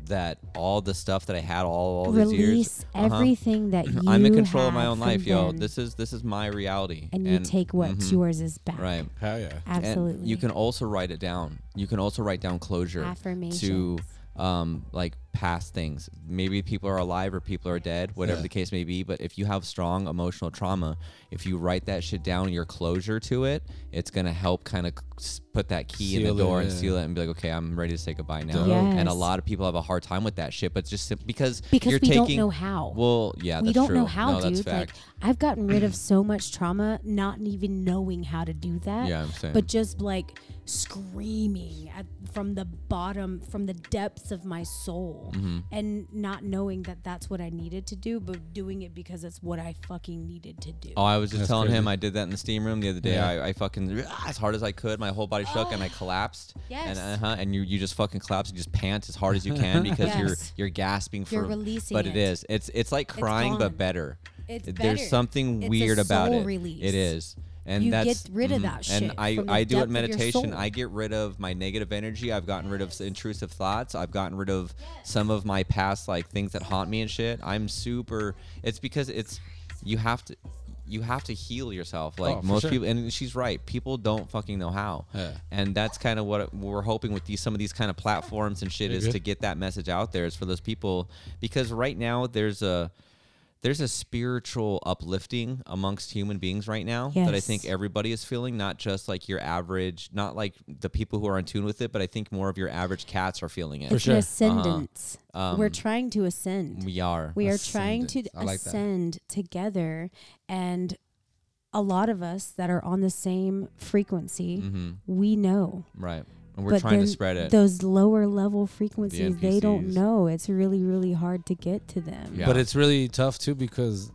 F: that all the stuff that I had all, all these years
E: Release
F: uh-huh.
E: everything that you.
F: I'm in control of my
E: had
F: own
E: from
F: life, yo.
E: them.
F: This is this is my reality.
E: and you take what's
F: mhm,
E: yours is back.
F: right.
D: Hell yeah.
E: Absolutely.
F: And you can also write it down. You can also write down closure to
E: Affirmations.
F: um like past things. Maybe people are alive or people are dead, whatever
D: Yeah.
F: the case may be, but if you have strong emotional trauma, if you write that shit down, your closure to it, it's going to help kind of put that key in
D: Seal
F: the
D: it,
F: door and
D: yeah.
F: seal it and be like, "Okay, I'm ready to say goodbye now."
E: Yes.
F: And a lot of people have a hard time with that shit, but just sim- because
E: because
F: you're
E: we
F: taking
E: don't know how.
F: Well,
E: we
F: yeah, Ah, that's
E: don't
F: true.
E: know how,
F: no, that's
E: dude. Like
F: fact.
E: I've gotten rid
F: (clears throat)
E: of so much trauma, not even knowing how to do that.
F: Yeah, I'm saying.
E: But just like screaming at, from the bottom, from the depths of my soul,
F: Mm-hmm.
E: and not knowing that that's what I needed to do, but doing it because it's what I fucking needed to do.
F: Oh, I was just
D: That's
F: telling him
D: crazy.
F: I did that in the steam room the other day.
D: Yeah.
F: I, I fucking ah, as hard as I could, my whole body
E: (gasps)
F: shook and I collapsed.
E: Yes.
F: And uh-huh, and you you just fucking collapse and just pant as hard as
D: (laughs)
F: you can because you're
E: Yes.
F: you're gasping for
E: You're releasing
F: But
E: it.
F: it is. It's it's like crying
E: gone.
F: but better.
E: It's
F: There's
E: better.
F: something
E: It's a
F: weird about
E: soul
F: it.
E: release.
F: It is. and
E: You
F: that's mm-hmm.
E: get rid of that shit
F: And I
E: from the
F: I do
E: depth
F: it
E: of your
F: meditation.
E: soul.
F: I get rid of my negative energy. I've gotten rid of s- intrusive thoughts. I've gotten rid of some of my past like things that haunt me and shit. I'm super. It's because it's you have to. You have to heal yourself, like
D: Oh, for
F: most
D: sure.
F: people. And she's right; people don't fucking know how.
D: Yeah.
F: And that's kind of what we're hoping with these some of these kind of platforms and shit is
D: good.
F: to get that message out there. Is for those people because right now there's a there's a spiritual uplifting amongst human beings right now that I
E: Yes.
F: think everybody is feeling, not just like your average, not like the people who are in tune with it, but I think more of your average cats are feeling it.
E: It's
D: sure.
E: an ascendance.
F: Uh-huh. Um,
E: We're trying to ascend.
F: We are.
E: We are trying to
D: Ascendance. I like that.
E: ascend together, and a lot of us that are on the same frequency, we know.
F: right. And Mm-hmm. we're
E: but
F: trying to
E: then
F: spread it.
E: Those lower level frequencies, they don't
F: NPCs.
E: know. It's really, really hard to get to them.
F: Yeah.
D: But it's really tough too because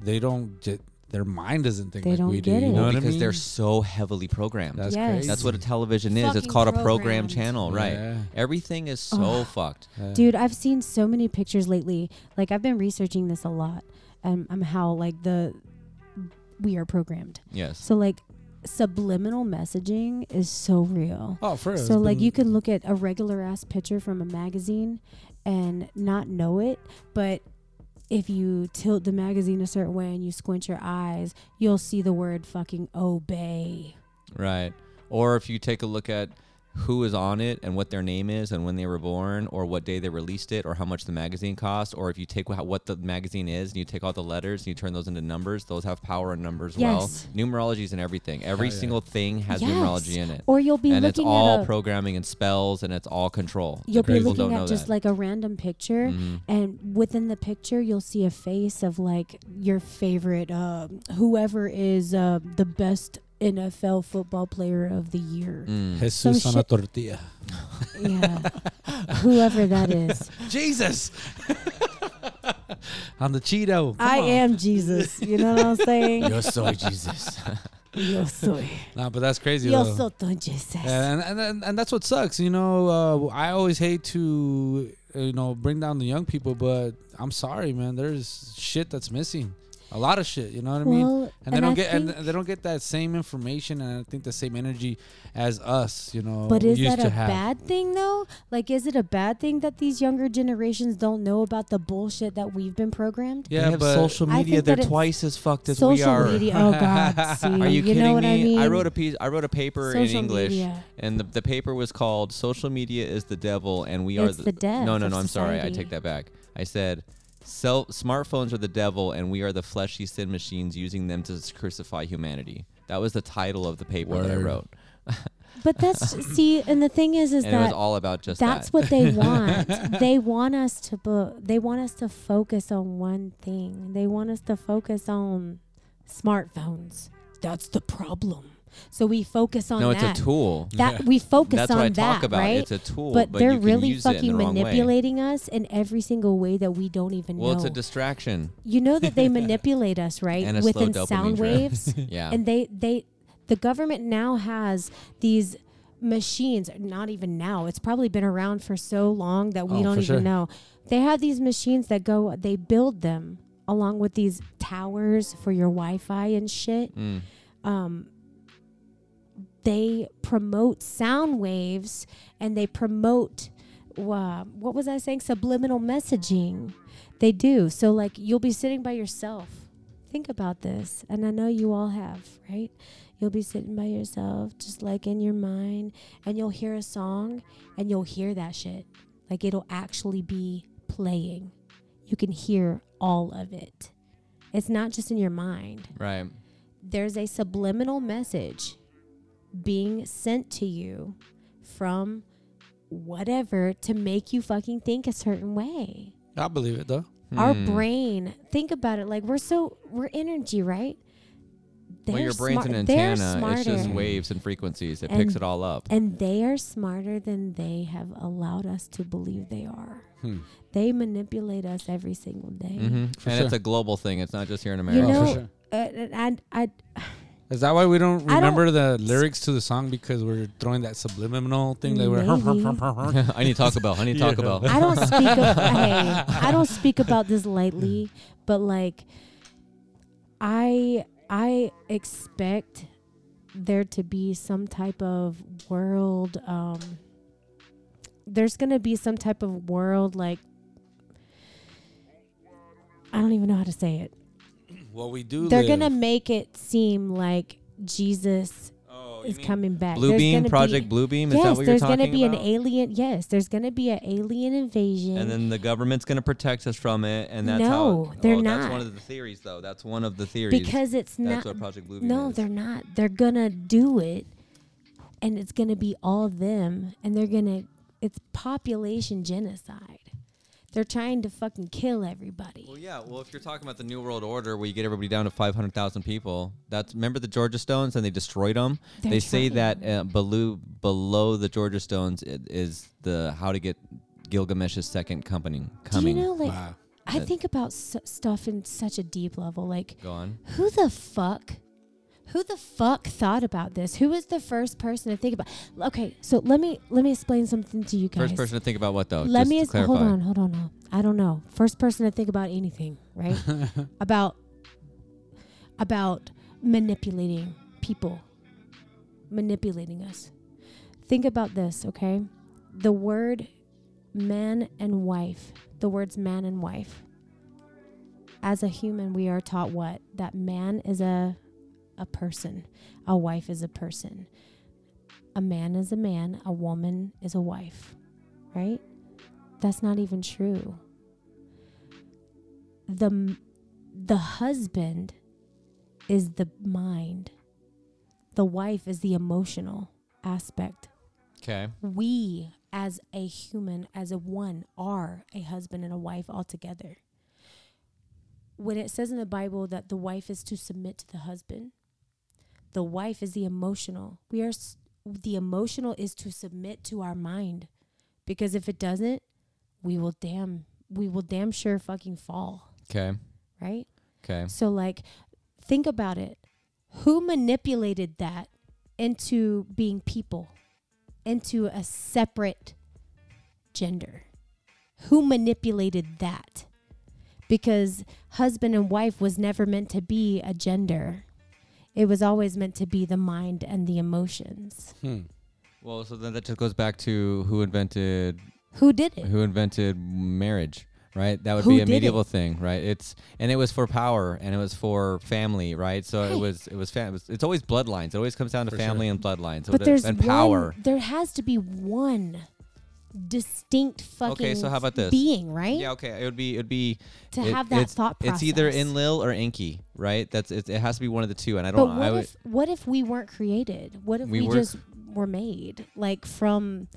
D: they don't get their mind doesn't think
E: They
D: like
E: don't
D: we do.
E: get
D: You
E: it.
D: know
E: Well,
D: what
F: because
D: I mean?
F: they're so heavily programmed.
D: that's
E: Yes.
D: crazy.
F: That's what a television is. It's
E: Fucking
F: called a program
E: programmed.
F: channel, right?
D: Yeah.
F: Everything is so fucked.
E: Dude, I've seen so many pictures lately. Like I've been researching this a lot, and um, how like the we are programmed.
F: Yes.
E: So like subliminal messaging is so real.
D: oh for real,
E: So
D: it's
E: like
D: been-
E: you could look at a regular ass picture from a magazine and not know it, but if you tilt the magazine a certain way and you squint your eyes, you'll see the word fucking obey.
F: Right. Or if you take a look at who is on it and what their name is and when they were born or what day they released it or how much the magazine cost or if you take wha- what the magazine is and you take all the letters and you turn those into numbers those have power in numbers as well
E: Yes.
F: numerologies and everything every
D: Hell yeah.
F: single thing has
E: Yes.
F: numerology in it
E: Or you'll be
F: and it's
E: looking
F: all
E: at a,
F: programming and spells and it's all control
E: you'll be
D: crazy.
F: people don't
E: looking
F: know
E: at just
F: that Mm. Mm-hmm.
E: like a random picture and within the picture you'll see a face of like your favorite uh, whoever is uh, the best NFL football player of the
F: (laughs)
E: year.
F: Mm.
D: Jesus
E: some
D: on a
E: shit-
D: tortilla.
E: Yeah. whoever that is.
D: Jesus. (laughs) on the Cheeto.
E: I am Jesus. You know what I'm saying?
D: (laughs) Yo soy Jesus.
E: Yo soy.
D: nah, but that's crazy.
E: Yo
D: though.
E: soy tu Jesus.
D: and, and, and, and that's what sucks you know uh, i always hate to uh, you know bring down the young people but i'm sorry man there's shit that's missing a lot of shit you know what i mean
E: Well,
D: and they
E: and
D: don't
E: I
D: get
E: think-
D: and they don't get that same information and i think the same energy as us you know
E: But is
D: used
E: that
D: to
E: a
D: have.
E: bad thing though? Like is it a bad thing that these younger generations don't know about the bullshit that we've been programmed?
D: yeah but
F: social
E: I media, think
F: media
E: they're
F: they're
E: that it's-
F: twice
E: twice
F: as fucked as we
E: Social
F: are
E: media. Oh
D: (laughs)
E: god. See,
F: (laughs) Are you, kidding
E: know what
F: me?
E: I mean?
F: wrote a piece. I wrote a paper in
E: Social
F: English,
E: media.
F: and the, the paper was called "Social Media is the Devil," and we are
E: It's the death
F: No, no,
E: of
F: no. I'm sorry. I
E: society.
F: take that back. I said. Cell, smartphones are the devil, and we are the fleshy sin machines using them to s- crucify humanity. That was the title of the paper that I
D: Word.
F: wrote,
E: But that's see and the thing is
D: (laughs)
E: is
F: and it was
E: that
F: all about just
E: that's
F: that.
E: what they want.
F: (laughs)
E: they want us to bo- they want us to focus on one thing. They want us to focus on smartphones. That's the problem. So we focus on
F: no,
E: that.
F: it's a tool. (laughs)
E: that we focus
F: That's
E: on
F: what I
E: that,
F: talk about.
E: right?
F: It's a tool,
E: but,
F: but
E: they're
F: you can
E: really
F: use it in
E: fucking
F: the wrong way.
E: manipulating us in every single way that we don't even
F: Well,
E: know.
F: it's a distraction.
E: you know that they
F: (laughs)
E: manipulate us, right?
F: And a slow
E: Within
F: dopamine
E: sound
F: drip.
E: waves,
F: (laughs) Yeah.
E: and they they the government now has these machines not even now it's probably been around for so long that we
D: Oh,
E: don't
D: for
E: even
D: sure.
E: know they have these machines that go they build them along with these towers for your wi-fi and shit
D: Mm.
E: um, they promote sound waves and they promote uh, what was i saying subliminal messaging they do so like you'll be sitting by yourself think about this, and I know you all have, right? You'll be sitting by yourself, just like in your mind, and you'll hear a song and you'll hear that shit. Like it'll actually be playing. You can hear all of it. It's not just in your mind,
F: right.
E: there's a subliminal message being sent to you from whatever to make you fucking think a certain way
D: i believe it though
E: our
F: Hmm.
E: brain think about it like we're so we're energy right they're
F: Well, your brain's
E: smart-
F: an
E: they're
F: antenna. It's just
E: smarter.
F: waves and frequencies. It
E: And-
F: picks it all up.
E: and they are smarter than they have allowed us to believe they are
D: Hmm.
E: they manipulate us every single day
F: Mhm. And it's
D: sure.
F: a global thing. It's not just here in
E: you
F: America.
E: know
D: Mm-hmm. sure.
E: uh, and I,
D: is that why we don't
E: I don't-
D: remember the lyrics to the song because we're throwing that subliminal thing that we're (laughs)
E: Maybe.
F: (laughs)
E: (laughs)
F: I need Taco Bell. I need Taco Bell.
E: I don't speak of,
F: (laughs)
E: hey, I don't speak about this lightly, but like I I expect there to be some type of world. Um, there's going to be some type of world like. I don't even know how to say it.
D: Well, we do.
E: They're
D: live-
E: going to make it seem like Jesus is coming back.
F: Blue
E: There's
F: Beam
E: gonna
F: Project
E: be-
F: Blue Beam. Is
E: yes,
F: that what you're
E: there's
F: talking
E: gonna be
F: about?
E: an alien. Yes, there's going to be an alien invasion.
F: and then the government's going to protect us from it, and that's
E: No,
F: how.
E: they're
F: well, That's
E: not.
F: one of the theories, though. That's one of the theories.
E: because it's not
F: that's what Project Blue Beam
E: no
F: is.
E: they're not they're gonna do it and it's gonna be all them and they're gonna it's population genocide they're trying to fucking kill everybody
F: Well, yeah. Well, if you're talking about the New World Order, where you get everybody down to 500,000 people, that's remember the Georgia Stones and they destroyed them.
E: They're
F: they say
E: trying.
F: that uh, below below the Georgia Stones i- is the how to get Gilgamesh's second coming.
E: do you
F: Coming.
E: know like
D: Wow.
E: i
F: That-
E: think about s- stuff in such a deep level like
F: Go on.
E: who the fuck who the fuck thought about this who was the first person to think about okay so let me let me explain something to you guys
F: First person to think about what though?
E: Let
F: Just
E: me
F: to
E: ask-
F: clarify.
E: hold on, hold on. Now. I don't know. First person to think about anything,
F: (laughs)
E: right? about about manipulating people, manipulating us. Think about this, okay? The word man and wife, the words man and wife. As a human, we are taught what that man is a a person, a wife is a person. A man is a man, a woman is a wife, right? that's not even true the m- the husband is the mind the wife is the emotional aspect
F: Okay.
E: we as a human as a one are a husband and a wife altogether when it says in the bible that the wife is to submit to the husband the wife is the emotional we are s- the emotional is to submit to our mind because if it doesn't we will damn we will damn sure fucking fall
F: Okay.
E: right
F: Okay.
E: so like think about it. Who manipulated that into being people? Into a separate gender? Who manipulated that? Because husband and wife was never meant to be a gender. It was always meant to be the mind and the emotions.
F: Well, so then that just goes back to who invented
E: Who did it?
F: who invented marriage right that would
E: Who
F: be a
E: did
F: medieval
E: it?
F: thing right it's and it was for power and it was for family right so
E: Right.
F: it was it was, fam- it was it's always bloodlines it always comes down to family and bloodlines so
E: But
F: the-
E: there's
F: and
E: one-
F: power
E: there has to be one distinct fucking
F: Okay, so how about this?
E: being, right?
F: yeah okay it would be it would be
E: To
F: it-
E: have that
F: it's,
E: thought
F: it's either
E: process.
F: in lil or inky right that's it, it has to be one of the two and i
E: But
F: don't
E: what
F: i would
E: if what if we weren't created? What if
F: We
E: we,
F: were-
E: just were made like from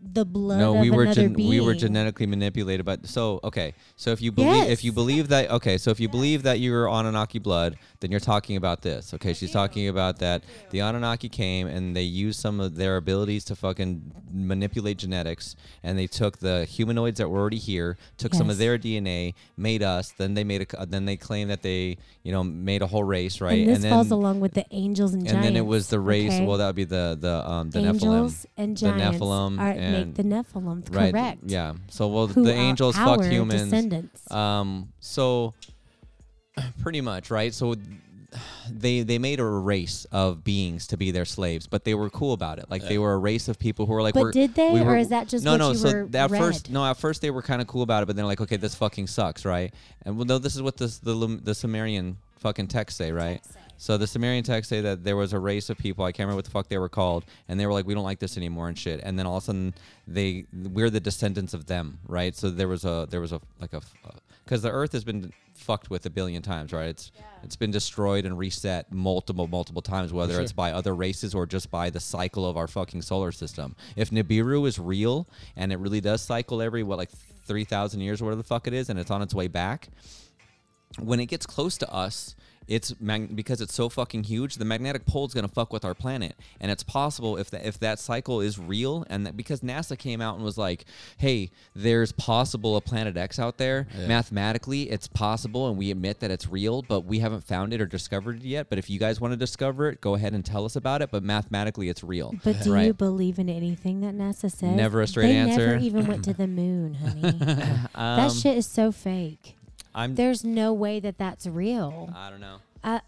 E: the blood
F: no
E: of
F: we were
E: another
F: gen- we were
E: being?
F: genetically manipulated but so okay so if you believe if you
E: Yes.
F: believe that okay so if you believe that you were Anunnaki blood then you're talking about this okay she's talking about that the Anunnaki came and they used some of their abilities to fucking manipulate genetics and they took the humanoids that were already here took some of
E: Yes.
F: their DNA made us then they made a c- then they claim that they you know made a whole race right
E: And this
F: then
E: falls along with the angels and,
F: and
E: giants.
F: then it was the race
E: okay?
F: well that would be the the um the
E: angels
F: Nephilim
E: and
F: the
E: giants
F: Nephilim
E: are,
F: and
E: make the Nephilim
F: Right.
E: correct.
F: Yeah. So well,
E: Who
F: the
E: are
F: angels
E: our
F: fuck humans.
E: Descendants.
F: Um. So, (clears throat) pretty much, right? So, they they made a race of beings to be their slaves, but they were cool about it. Like they were a race of people who were like,
E: But
F: we're-
E: did they,
F: we
E: or
F: were-
E: is that just
F: no,
E: what
F: no?
E: you
F: so
E: were
F: at first,
E: read?
F: no, at first they were kind of cool about it, but then they're like, okay, this fucking sucks, right? And well, no, this is what this, the Lum- the Sumerian fucking texts say, right? So the Sumerian texts say that there was a race of people. I can't remember what the fuck they were called, and they were like, "We don't like this anymore" and shit. And then all of a sudden, they we're the descendants of them, right? So there was a there was a like a because the Earth has been fucked with a billion times, right? It's it's been destroyed and reset multiple multiple times, whether it's by other races or just by the cycle of our fucking solar system. If Nibiru is real and it really does cycle every what like three thousand years or whatever the fuck it is, and it's on its way back, when it gets close to us, it's mag- because it's so fucking huge. The magnetic pole's gonna fuck with our planet, and it's possible if that if that cycle is real, and that because NASA came out and was like, "Hey, there's possible a planet X out there. Mathematically, it's possible, and we admit that it's real, but we haven't found it or discovered it yet. But if you guys want to discover it, go ahead and tell us about it. But mathematically, it's real.
E: But do
F: right.
E: you believe in anything that NASA says?
F: Never a straight
E: they
F: answer. Um,
E: Never even went
F: (laughs)
E: to the moon, honey. that shit is so fake.
F: I'm.
E: There's no way that that's real.
F: I don't know.
E: I,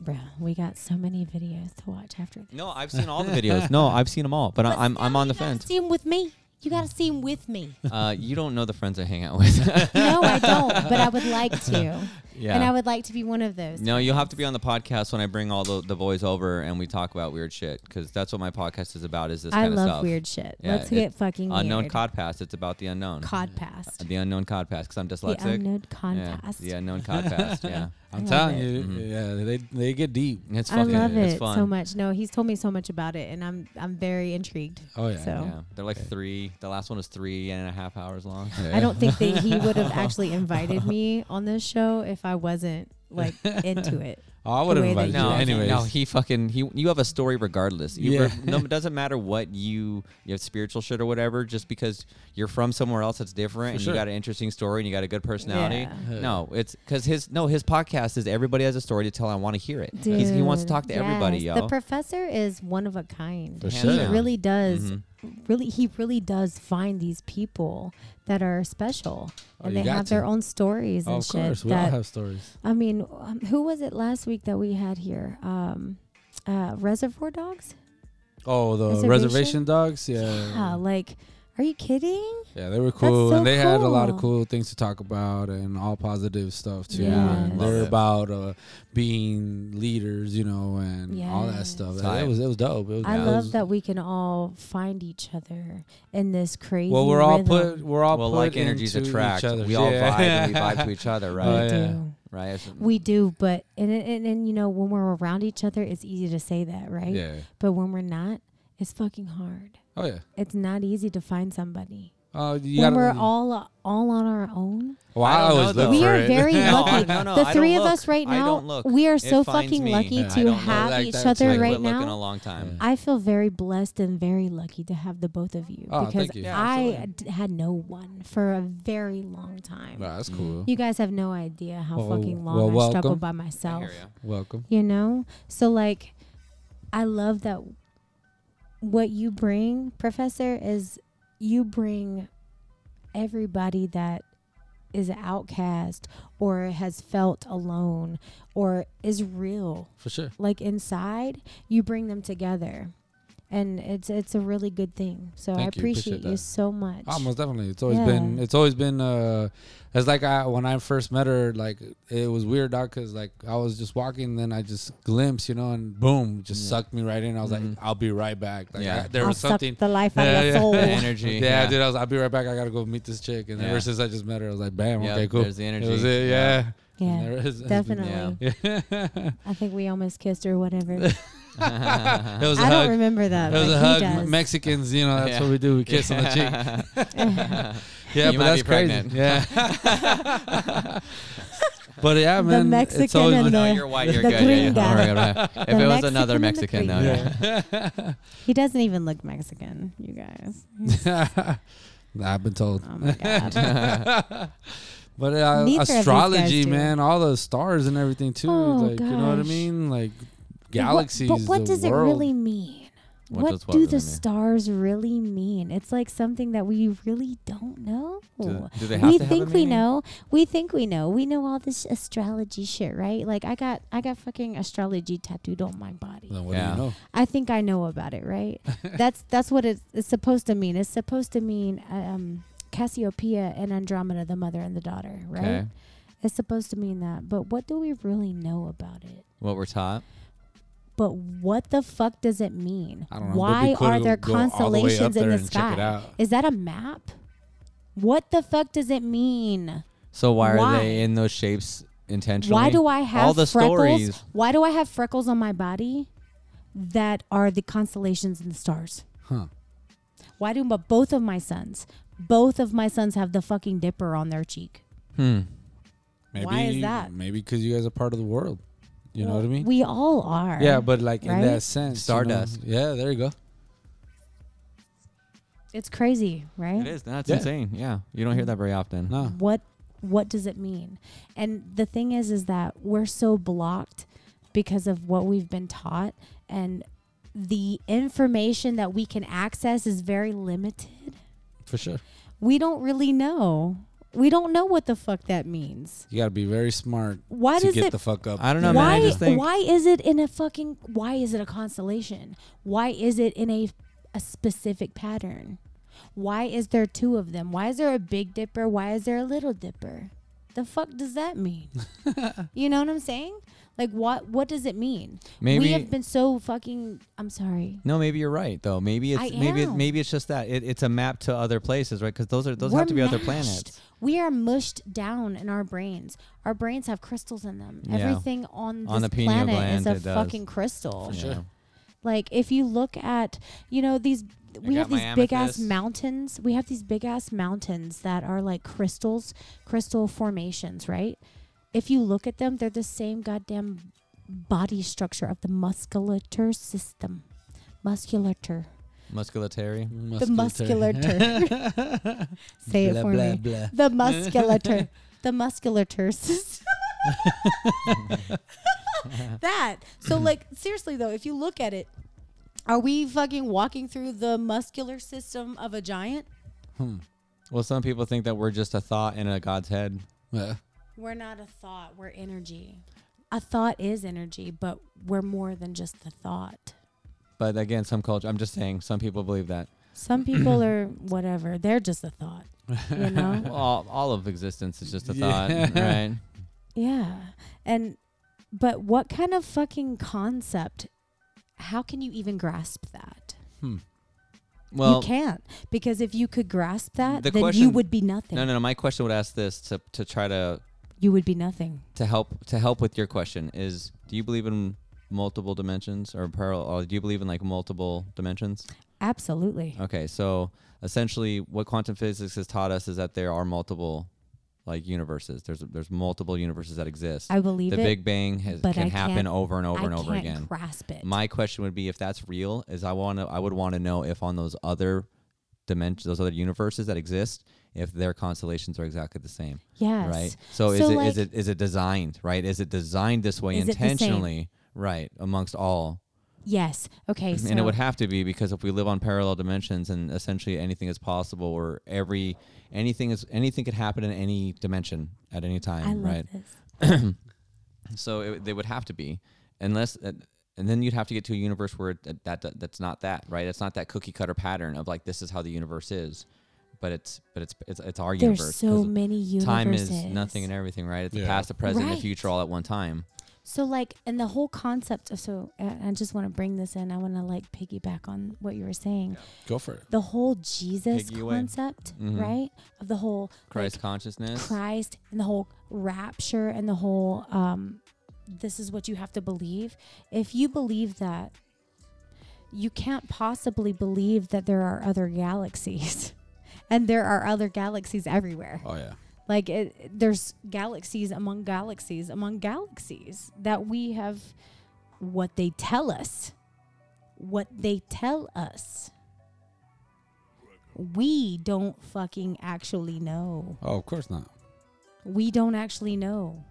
E: Bro, Uh, we got so many videos to watch after this.
F: No, I've seen all the videos. No, I've seen them all, but, I I'm I'm on the fence.
E: See him with me. You got to see him with
F: (laughs)
E: me.
F: Uh, you don't know the friends I hang out with.
E: no, I don't, but I would like to.
F: yeah.
E: And I would like to be one of those.
F: no, you'll have to be on the podcast when I bring all the, the boys over and we talk about weird shit because that's what my podcast is about. Is this
E: I
F: kind
E: love
F: of stuff?
E: weird shit.
F: Yeah,
E: Let's get
F: it-
E: fucking
F: unknown
E: weird.
F: cod pass. It's about the unknown.
E: Cod past.
F: the unknown cod pass because I'm
E: The
F: dyslexic.
E: unknown
F: yeah,
E: contest.
F: the unknown cod pass. Yeah,
E: (laughs)
D: I'm
E: love
D: telling
E: it.
D: you, yeah, they they get deep.
F: it's
E: I
F: fucking
E: love
F: it's
E: it
F: fun.
E: so much. No, he's told me so much about it, and I'm I'm very intrigued.
D: Oh yeah.
E: So.
F: Yeah, they're like three. The last one was three and a half hours long.
D: yeah.
E: I don't think that he
D: (laughs)
E: would have actually invited me on this show if I wasn't like into it.
D: (laughs) Oh, I would have
E: way that
D: invited you
E: you
F: No,
E: Yeah.
D: anyways.
F: no, he fucking he. You have a story regardless. You
D: Yeah.
F: no, it doesn't matter what you you have spiritual shit or whatever. Just because you're from somewhere else that's
D: For
F: different, and
D: sure.
F: you got an interesting story, and you got a good personality.
E: Yeah.
D: Yeah.
F: No, it's because his no his podcast is everybody has a story to tell. I want to hear it. He's, he wants to
E: Dude,
F: talk to everybody,
E: yes.
F: yo.
E: The professor is one of a kind.
D: For
F: Hands
E: He
D: sure. Mm-hmm.
F: down.
E: really does.
F: Mhm.
E: Really, he really does find these people that are special,
D: Oh,
E: and
D: you
E: they
D: got
E: have their
D: to.
E: own stories
D: Oh,
E: and
D: of
E: shit.
D: course, we all
E: that-
D: have stories.
E: I mean, um, who was it last week that we had here? Um, uh, Reservoir Dogs.
D: Oh, the
E: Reservation?
D: reservation, dogs. Yeah.
E: Yeah, like, are you kidding?
D: Yeah, they were cool,
E: so
D: and they had a lot of
E: cool.
D: cool things to talk about, and all positive stuff too.
E: Yeah.
D: And
F: Love
D: they're
F: it.
D: about uh, being leaders, you know, and all that stuff.
F: Yes.
D: It was it was dope. It was,
E: I
D: it
E: love
D: was-
E: that we can all find each other in this crazy.
D: Well, we're all
E: rhythm.
D: put. We're all
F: well,
D: put
F: like energies
D: into
F: attract.
D: Each other.
F: We all
D: Yeah.
F: vibe. and
D: (laughs)
F: We vibe to each other, right?
D: Oh,
E: We
D: yeah.
E: do.
F: Right. It's-
E: We do, but and, and and and, you know when we're around each other, it's easy to say that, right?
D: Yeah.
E: But when we're not, it's fucking hard.
D: Oh yeah.
E: It's not easy to find somebody
D: Oh, you
E: when
D: gotta,
E: we're all all on our own.
D: Well,
F: I
D: I,
F: don't know,
D: always
F: though.
D: look
E: we
D: for
E: are
D: it.
E: very
F: (laughs) No,
E: lucky.
F: no, no,
E: the
F: I
E: three
F: don't
E: of us
F: look.
E: right
F: I
E: now,
F: don't look.
E: we are
F: It
E: so
F: finds
E: fucking
F: me.
E: lucky
F: Yeah,
D: I
E: to
D: don't look
E: have
D: like
E: each
D: that
E: other
D: too.
F: I
E: right
F: quit looking
E: now.
F: a long time.
E: I feel very blessed and very lucky to have the both of you
D: Oh,
E: because
D: thank you.
F: Yeah,
E: I
F: absolutely.
E: d- had no one for a very long
D: (laughs)
E: time.
F: (laughs)
D: Nah, that's cool.
E: You guys have no idea how
D: Well,
E: fucking long
D: well,
E: I
D: welcome.
E: struggled by
F: I
E: myself.
F: hear ya.
D: Welcome.
E: You know? So like I love that what you bring, professor, is you bring everybody that is an outcast or has felt alone or is real
D: For sure.
E: like inside you bring them together and it's it's a really good thing so i
D: Thank you, appreciate
E: appreciate you
D: that.
E: so much
D: Oh, most definitely. It's always
E: Yeah.
D: been. It's always been. uh It's like I when I first met her, like it was weird, dog, because like I was just walking, then I just glimpsed, you know, and boom, just sucked me right in. I was like, I'll be right back. Like
F: Mm-hmm. Yeah.
D: I, there
E: I'll
D: was
E: suck
D: something.
E: the life out of your
D: (laughs)
E: soul
F: The energy,
D: Yeah,
F: yeah.
D: dude. I was. I'll be right back. I gotta go meet this chick. And
F: Yeah.
D: ever since I just met her, I was like, bam.
F: Yep,
D: okay, cool.
F: there's the energy.
D: It was it.
F: Yeah.
D: Yeah.
E: yeah
D: There is- (laughs)
E: definitely
F: Yeah.
E: i think we almost kissed or whatever i
D: It was a hug.
E: don't remember that
D: It was
E: but
D: a
E: he
D: hug.
E: does.
D: Mexicans, you know, that's
F: Yeah.
D: what we do. We kiss on the cheek.
F: (laughs)
D: (laughs) Yeah, but
F: You might
D: that's
F: be
D: crazy.
F: (laughs) pregnant.
D: Yeah. but yeah, man. it's
E: Mexican
D: always
E: and
D: been-
E: the-
F: Oh, No, you're white.
E: the
F: You're good. Yeah, yeah.
E: green
F: Don't worry
E: guy.
F: about
E: (laughs)
F: it.
E: The
F: If it was
E: Mexican
F: another
E: and the
F: Mexican, though,
E: green
F: Oh, yeah.
E: guy. he doesn't even look mexican you guys
D: (laughs) Nah, I've been told.
E: oh my
F: (laughs)
E: god Oh.
D: (laughs) But uh,
E: Neither of these
D: astrology,
E: guys do.
D: man, all the stars and everything too.
E: Oh,
D: like you know what I
E: gosh.
D: mean? Like galaxies.
E: but what
D: the
E: does
D: world.
E: it really mean
F: What
E: what,
F: does what
E: do
F: really
E: the
F: mean?
E: stars really mean? It's like something that we really don't know.
F: Do- do they have
E: we
F: to have a
E: think we
F: meaning?
E: know. We think we know. We know all this astrology shit, right? Like I got I got fucking astrology tattooed on my body.
D: Then what do
F: Yeah.
D: you know?
E: I think I know about
D: (laughs)
E: it, right? that's that's what it's, it's supposed to mean. It's supposed to mean um, Cassiopeia and Andromeda, the mother and the daughter, right?
F: Okay.
E: It's supposed to mean that. But what do we really know about it?
F: What we're taught.
E: But what the fuck does it mean?
D: I don't know. It'd be
E: Why
D: cool
E: are
D: to
E: there
D: go all the way up
E: constellations in
D: there
E: the
D: and check it
E: sky?
D: out.
E: Is that a map? What the fuck does it mean?
F: So why,
E: Why?
F: are they in those shapes intentionally?
E: Why do I have
F: all the
E: freckles?
F: stories?
E: Why do I have freckles on my body that are the constellations and the stars?
D: Huh.
E: Why do my, both of my sons, both of my sons have the fucking dipper on their cheek?
F: Hmm.
D: Maybe,
E: Why is that?
D: Maybe because you guys are part of the world. You know what I mean?
E: We all are.
D: yeah, but like in
E: right?
D: that sense, you know?
F: Stardust.
D: yeah, there you go.
E: it's crazy, right?
F: It is. That's
D: Yeah.
F: insane. Yeah. You don't hear that very often.
D: No,
E: what what does it mean and the thing is is that we're so blocked because of what we've been taught and the information that we can access is very limited
D: for sure.
E: we don't really know We don't know what the fuck that means.
D: You got to be very smart
E: Why
D: to
E: does
D: get
E: it-
D: the fuck up.
F: I don't know, man.
E: why
F: I just think
E: why is it in a fucking why is it a constellation? Why is it in a a specific pattern? Why is there two of them? Why is there a big dipper? Why is there a little dipper? The fuck does that
F: (laughs)
E: mean? you know what I'm saying? Like what what does it mean?
F: Maybe-
E: we have been so fucking I'm sorry.
F: no, maybe you're right though. Maybe it's
E: I
F: maybe it,
E: am.
F: maybe it's just that it, it's a map to other places, right? Because those are those
E: We're
F: have to be other
E: mashed.
F: planets.
E: We are mushed down in our brains. Our brains have crystals in them.
F: Yeah.
E: Everything on this
F: On the pineal
E: planet is
F: gland,
E: a
F: it does.
E: fucking crystal.
F: Yeah.
E: Like if you look at, you know, these we
F: got
E: have
F: my
E: these big ass
F: amethyst.
E: mountains. We have these big ass mountains that are like crystals, crystal formations, right? If you look at them, they're the same goddamn body structure of the musculature system. Musculature.
F: Musculatory.
E: The musculature.
D: (laughs)
E: Say it
D: Blah,
E: for
D: blah,
E: me.
D: blah.
E: The
D: (laughs)
E: musculature. the musculature system.
G: that. So like seriously though, if you look at it, are we fucking walking through the muscular system of a giant?
F: Well, some people think that we're just a thought in a god's head.
D: (laughs) Yeah.
E: We're not a thought, we're energy. A thought is energy, but we're more than just the thought.
F: But again, some culture. I'm just saying, some people believe that.
D: (clears throat)
E: Some people are whatever, they're just a thought, you know?
D: (laughs)
F: Well, all, all of existence is just a
D: Yeah.
F: thought, right?
E: yeah. And but what kind of fucking concept how can you even grasp that?
F: Well,
E: you can't because if you could grasp that,
F: the
E: then you
F: question-
E: would be nothing.
F: no, no, no. My question would ask this to to try to
E: You would be nothing.
F: to help to help with your question is: Do you believe in multiple dimensions or parallel? Or do you believe in like multiple dimensions?
E: Absolutely.
F: Okay, so essentially, what quantum physics has taught us is that there are multiple like universes. There's there's multiple universes that exist.
E: I believe
F: the
E: it,
F: Big Bang has,
E: but
F: can
E: I
F: happen
E: can't-
F: over and over
E: I
F: and over
E: can't
F: again.
E: grasp it.
F: My question would be if that's real, is I want to I would want to know if on those other dimensions, those other universes that exist, if their constellations are exactly the same,
E: yes.
F: right? So, is
E: So,
F: it is
E: like-
F: it is it designed right? Is it designed this way
E: Is it the same?
F: intentionally, right? Amongst all,
E: Yes. Okay. So
F: (laughs) and it would have to be because if we live on parallel dimensions and essentially anything is possible, or every anything is anything could happen in any dimension at any time,
E: I love
F: right?
E: this.
F: So it, they would have to be, unless, uh, and then you'd have to get to a universe where it, that, that that's not that, right? It's not that cookie cutter pattern of like this is how the universe is, but it's but it's it's, it's our
E: There's
F: universe.
E: so
F: 'cause
E: many universes.
F: Time is nothing and everything, right? It's
D: Yeah.
F: the past, the present, and
E: Right.
F: the future all at one time.
E: So like, and the whole concept. Of, so uh, I just want to bring this in. I want to like piggyback on what you were saying.
D: Go for it.
E: The whole Jesus
F: Piggy away.
E: concept, right? Of the whole
F: Christ
E: like,
F: consciousness.
E: Christ, and the whole rapture, and the whole um, this is what you have to believe. If you believe that, you can't possibly believe that there are other galaxies, (laughs) and there are other galaxies everywhere.
D: Oh yeah.
E: Like it, there's galaxies among galaxies among galaxies that we have what they tell us. What they tell us. We don't fucking actually know.
D: Oh, of course not.
E: We don't actually know.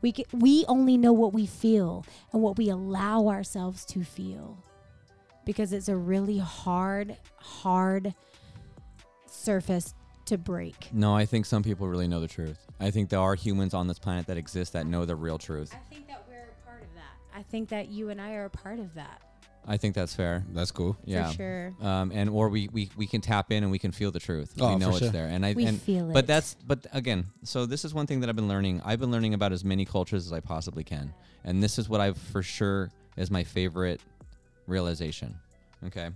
E: We ca we only know what we feel and what we allow ourselves to feel. Because it's a really hard hard surface to break.
F: No, I think some people really know the truth. I think there are humans on this planet that exist that know the real truth.
E: I think that we're a part of that. I think that you and I are a part of that.
F: I think that's fair.
D: That's cool.
F: yeah.
E: sure.
F: Um, and or we, we we can tap in and we can feel the truth.
D: Oh,
F: we know
D: for
F: it's
D: sure.
F: there, and I
E: We
F: and-
E: feel
F: But
E: it.
F: that's but again, so this is one thing that I've been learning. I've been learning about as many cultures as I possibly can, and this is what I've for sure is my favorite realization. Okay,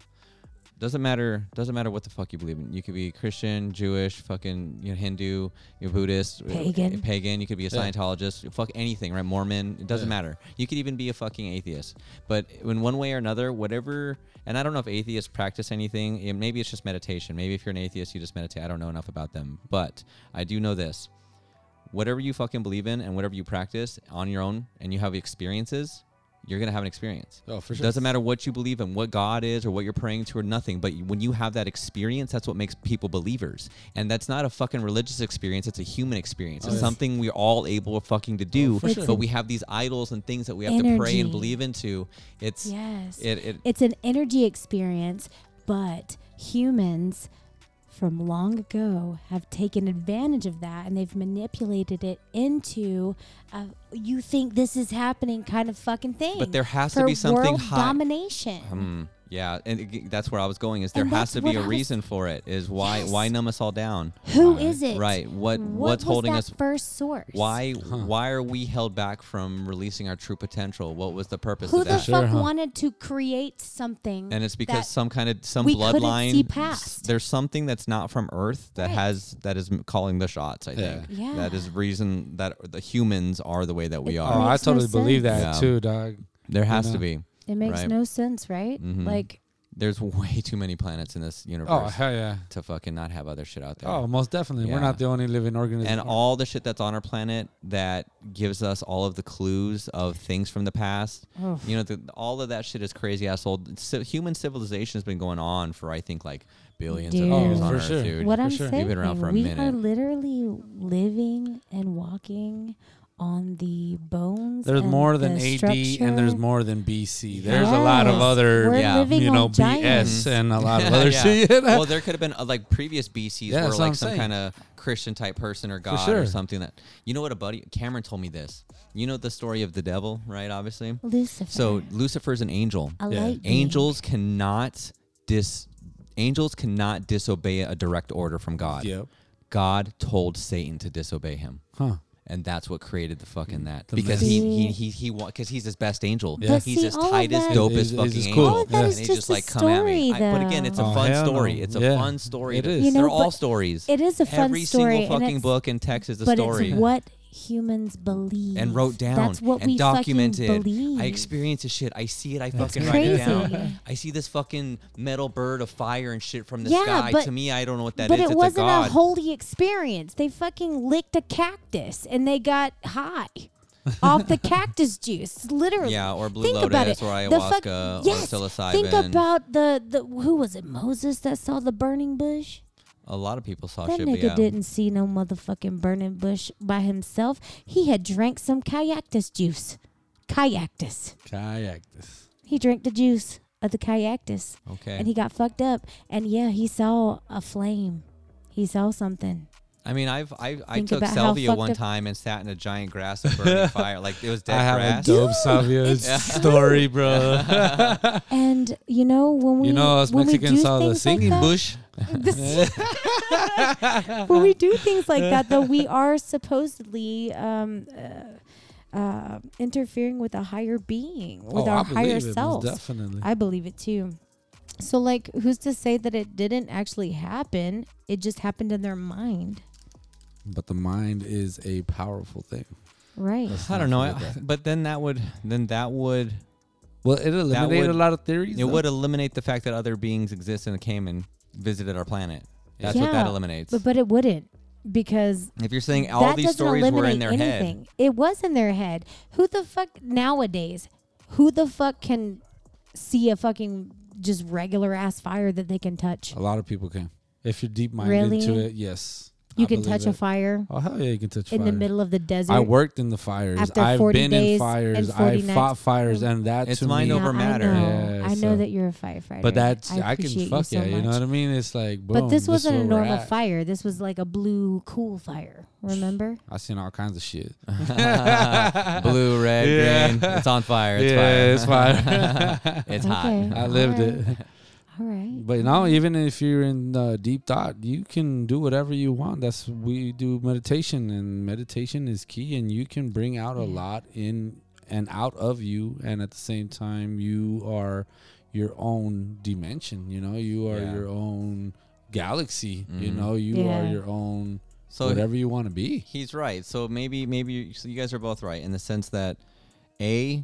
F: doesn't matter doesn't matter what the fuck you believe in. You could be Christian, Jewish, fucking you know, Hindu, you're Buddhist,
E: Pagan.
F: uh, pagan. You could be a Scientologist, fuck anything, right? Mormon. It doesn't matter. You could even be a fucking atheist. But in one way or another, whatever. And I don't know if atheists practice anything. It- Maybe it's just meditation. Maybe if you're an atheist, you just meditate. I don't know enough about them, but I do know this whatever you fucking believe in and whatever you practice on your own and you have experiences, you're gonna have an experience.
D: Oh, for sure.
F: Doesn't matter what you believe in, what God is, or what you're praying to, or nothing. But when you have that experience, that's what makes people believers. And that's not a fucking religious experience; it's a human experience. It's something we're all able fucking to do.
E: Oh, for sure.
F: But we have these idols and things that we have to pray
E: Energy.
F: and believe into. It's
E: Yes.
F: It, it,
E: It's an energy experience, but humans from long ago have taken advantage of that and they've manipulated it into a you think this is happening kind of fucking thing.
F: But there has to
E: for
F: be something
E: world
F: high-
E: domination.
F: Hmm. yeah, and it- that's where I was going. Is there
E: And that's
F: has to be
E: what
F: a
E: I was-
F: reason for it? Is why why numb us all down?
E: Who is it?
F: Right. What,
E: What
F: what's
E: was
F: holding
E: that
F: us?
E: first source?
F: Why why are we held back from releasing our true potential? What was the purpose
E: Who
F: of
E: the
F: that?
D: Sure,
E: fuck
D: huh?
E: wanted to create something?
F: and it's because
E: that-
F: some kind of some
E: we couldn't see
F: bloodline s-
E: past.
F: there's something that's not from earth that
E: Right.
F: has that is m- calling the shots i think
E: Yeah.
F: that is reason that the humans are the way that we
E: It-
D: Oh,
F: are
D: I
E: Makes no
D: totally believe that
F: sense. Yeah.
D: too, dog.
F: there has to
D: know.
F: be
E: it makes
F: right. Mm-hmm.
E: no sense, right? Like
F: there's way too many planets in this universe
D: Oh hell yeah.
F: to fucking not have other shit out there
D: Oh, most definitely. We're
F: Yeah.
D: not the only living organism.
F: and all the shit that's on our planet that gives us all of the clues of things from the past.
E: Oh.
F: You know, the, all of that shit is crazy ass old. So human civilization has been going on for I think like billions
E: Dude.
F: of years
E: Oh,
F: on
D: for
F: Earth,
D: sure.
F: dude.
E: what I'm
D: sure.
E: saying,
F: You've been around for a
E: we are
F: minute.
E: literally living and walking on the bones.
D: there's
E: and
D: more than
E: the
D: AD
E: structure.
D: and there's more than BC. There's a lot of
E: Yes.
D: other
E: We're
F: Yeah.
E: living
D: you know
E: on
D: BS
E: giants.
D: and a (laughs)
F: (laughs)
D: lot of other
F: Yeah.
D: shit.
F: well, there could have been uh, like previous BCs
D: Yeah,
F: were
D: that's what I'm
F: like some
D: saying.
F: kind of Christian type person or god
D: sure.
F: or something that you know what a buddy Cameron told me this. You know the story of the devil, right? Obviously,
E: Lucifer.
F: so Lucifer's an angel.
E: a
D: Yeah.
E: lightning.
F: angels cannot dis angels cannot disobey a direct order from God.
D: Yep.
F: God told Satan to disobey him.
D: Huh.
F: And that's what created the fucking that
D: The
F: Mm. because
D: mess.
F: he he he he because he's his best angel.
D: Yeah. But
F: He's
E: see,
F: his
E: all of
F: tightest,
E: that- Oh,
F: dopest
D: He's- he's
F: fucking
D: just
F: angel.
D: cool. All of
E: that
F: and
E: is
F: they
E: just
F: just
E: a
F: like come at
E: story,
F: me. I- but again,
E: though.
F: it's a
D: Oh,
F: fun
D: hell no.
F: story. It's a
D: Yeah.
F: fun story.
D: It
F: dude.
D: is. You
E: know,
F: They're all
E: but
F: stories.
E: it is a fun
F: Every
E: story, and
F: single fucking
E: it's-
F: book in text is a
E: but
F: story
E: it's what humans believe
F: and wrote down
E: That's what
F: and
E: we
F: documented.
E: fucking believe.
F: I experienced this shit. I see it. I
D: That's
F: fucking write it
E: crazy.
F: down. I see this fucking metal bird of fire and shit from the
E: Yeah,
F: sky.
E: but-
F: to me, I don't know what that is.
E: but it
F: it's
E: wasn't
F: a, god.
E: holy experience. They fucking licked a cactus and they got
F: (laughs)
E: high off the cactus juice. Literally.
F: Yeah, or blue
E: Think about
F: lotus
E: it.
F: or
E: The fuck-
F: ayahuasca or
E: yes. Think
F: psilocybin.
E: about the, the who was it? Moses that saw the burning bush.
F: A lot of people saw
E: That
F: Oh, shit.
E: nigga
F: but yeah.
E: didn't see no motherfucking burning bush by himself. He had drank some kayaktus juice. Kayaktus.
D: Kayak this.
E: He drank the juice of the kayaktus.
F: Okay.
E: And he got fucked up. And yeah, he saw a flame. He saw something.
F: I mean, I've I, I
E: Think
F: took
E: about how
F: salvia
E: fucked
F: one
E: up-
F: time and sat in a giant grass
D: (laughs)
F: of burning fire. Like it was dead
D: I have
F: grass.
D: a
E: (laughs)
D: dope Savio story, (laughs) bro.
E: And you know when we
D: you know, us
E: when we
D: Mexicans
E: do
D: saw the
E: things like
D: singing
E: that- (laughs)
D: bush. (laughs)
E: the- when we do things like that, though,
D: (laughs)
E: we are supposedly um, uh, uh, interfering with a higher being, with
D: oh,
E: our
D: I believe
E: higher
D: it, most
E: selves.
D: Definitely.
E: I believe it too. So, like, who's to say that it didn't actually happen? It just happened in their mind,
D: But the mind is a powerful thing.
E: right?
F: I don't know. I-
D: Forget that.
F: But then that would then that would
D: Well, it eliminated
F: would-
D: a lot of theories.
F: it
D: though.
F: would eliminate the fact that other beings exist and came and visited our planet. That's what that
E: Yeah,
F: eliminates.
E: But but it wouldn't because
F: If you're saying all
E: that
F: these
E: doesn't
F: stories were
E: eliminate
F: in their
D: (laughs)
F: head, (laughs)
E: anything. It was in their head. Who the fuck nowadays? Who the fuck can see a fucking just regular ass fire that they can touch?
D: A lot of people can. If you're deep minded
E: Really?
D: into it, yes.
E: You
D: I
E: can
D: believe
E: touch
D: it.
E: a fire
D: Oh hell yeah, you can touch
E: in
D: fire.
E: the middle of the desert.
D: I worked in the fires.
E: After
D: I've
E: 40
D: been in
E: days
D: fires.
E: and 40
D: I fought
E: nights.
D: fires, and that
F: It's
D: to
F: mine
D: me.
E: Now,
F: over
E: I
F: matter.
E: know.
D: Yeah,
E: I know
D: so-
E: that you're a firefighter.
D: But that's I, can
E: appreciate
D: fuck
E: you
D: yeah.
E: so
D: You know
E: much.
D: what I mean? It's like boom.
E: But this wasn't
D: is
E: a
D: where we're
E: normal
D: at.
E: fire. This was like a blue
D: (laughs)
E: cool fire. Remember?
D: I seen all kinds of shit.
F: blue, red,
D: Yeah.
F: green, it's on fire. It's
D: yeah,
F: fire.
D: it's fire.
F: (laughs) It's
E: Okay.
D: (laughs)
F: hot.
D: I lived (laughs)
E: All
D: it.
E: All right.
D: But now, even if you're in uh, deep thought, you can do whatever you want. That's we do meditation, and meditation is key. And you can bring out a lot in and out of you, and at the same time, you are your own dimension. You know, you are
F: Yeah. Mm-hmm.
D: your own galaxy. You know, you are
E: Yeah.
D: your own
F: So
D: whatever you want to be.
F: he's right. So maybe maybe you- so you guys are both right in the sense that a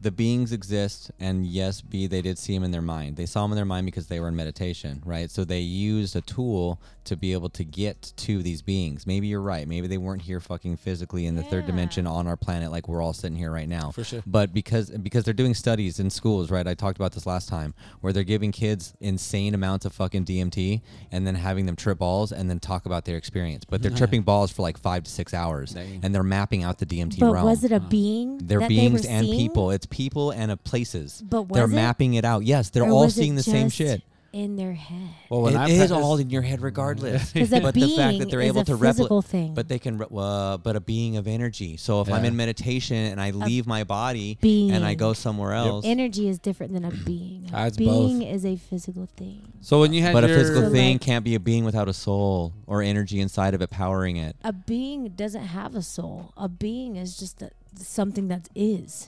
F: the beings exist and yes b they did see him in their mind they saw him in their mind because they were in meditation right so they used a tool to be able to get to these beings maybe you're right maybe they weren't here fucking physically in the third dimension on our planet like we're all sitting here right now for
D: sure.
F: but because because they're doing studies in schools right i talked about this last time where they're giving kids insane amounts of fucking dmt and then having them trip balls and then talk about their experience but they're tripping balls for like five to six hours and they're mapping out the dmt
E: But
F: realm
E: was it a being?
F: they're
E: that
F: beings
E: they were
F: and
E: seeing?
F: people. It's people and uh places.
E: But
F: they're
E: was it?
F: mapping it out. Yes, they're
E: Or
F: all
E: was it
F: seeing the same
E: just-
F: shit.
E: in their head.
D: Well,
F: It
D: when
F: is
D: I practice-
F: all in your head, regardless.
E: (laughs) 'Cause a
F: but the fact
E: being
F: that they're
E: is
F: able
E: a
F: to
E: physical
F: replicate,
E: thing.
F: but they can, re- uh, but a being of energy. So if I'm
D: Yeah.
F: in meditation and I leave my body and I
E: being.
F: go somewhere else,
E: Energy is different than a (clears throat) being.
D: Ah, it's both.
E: being is a physical thing.
D: so when you had
F: but a
D: your-
F: physical
E: So,
F: thing
E: like-
F: can't be a being without a soul or energy inside of it powering it.
E: A being doesn't have a soul. A being is just a, something that is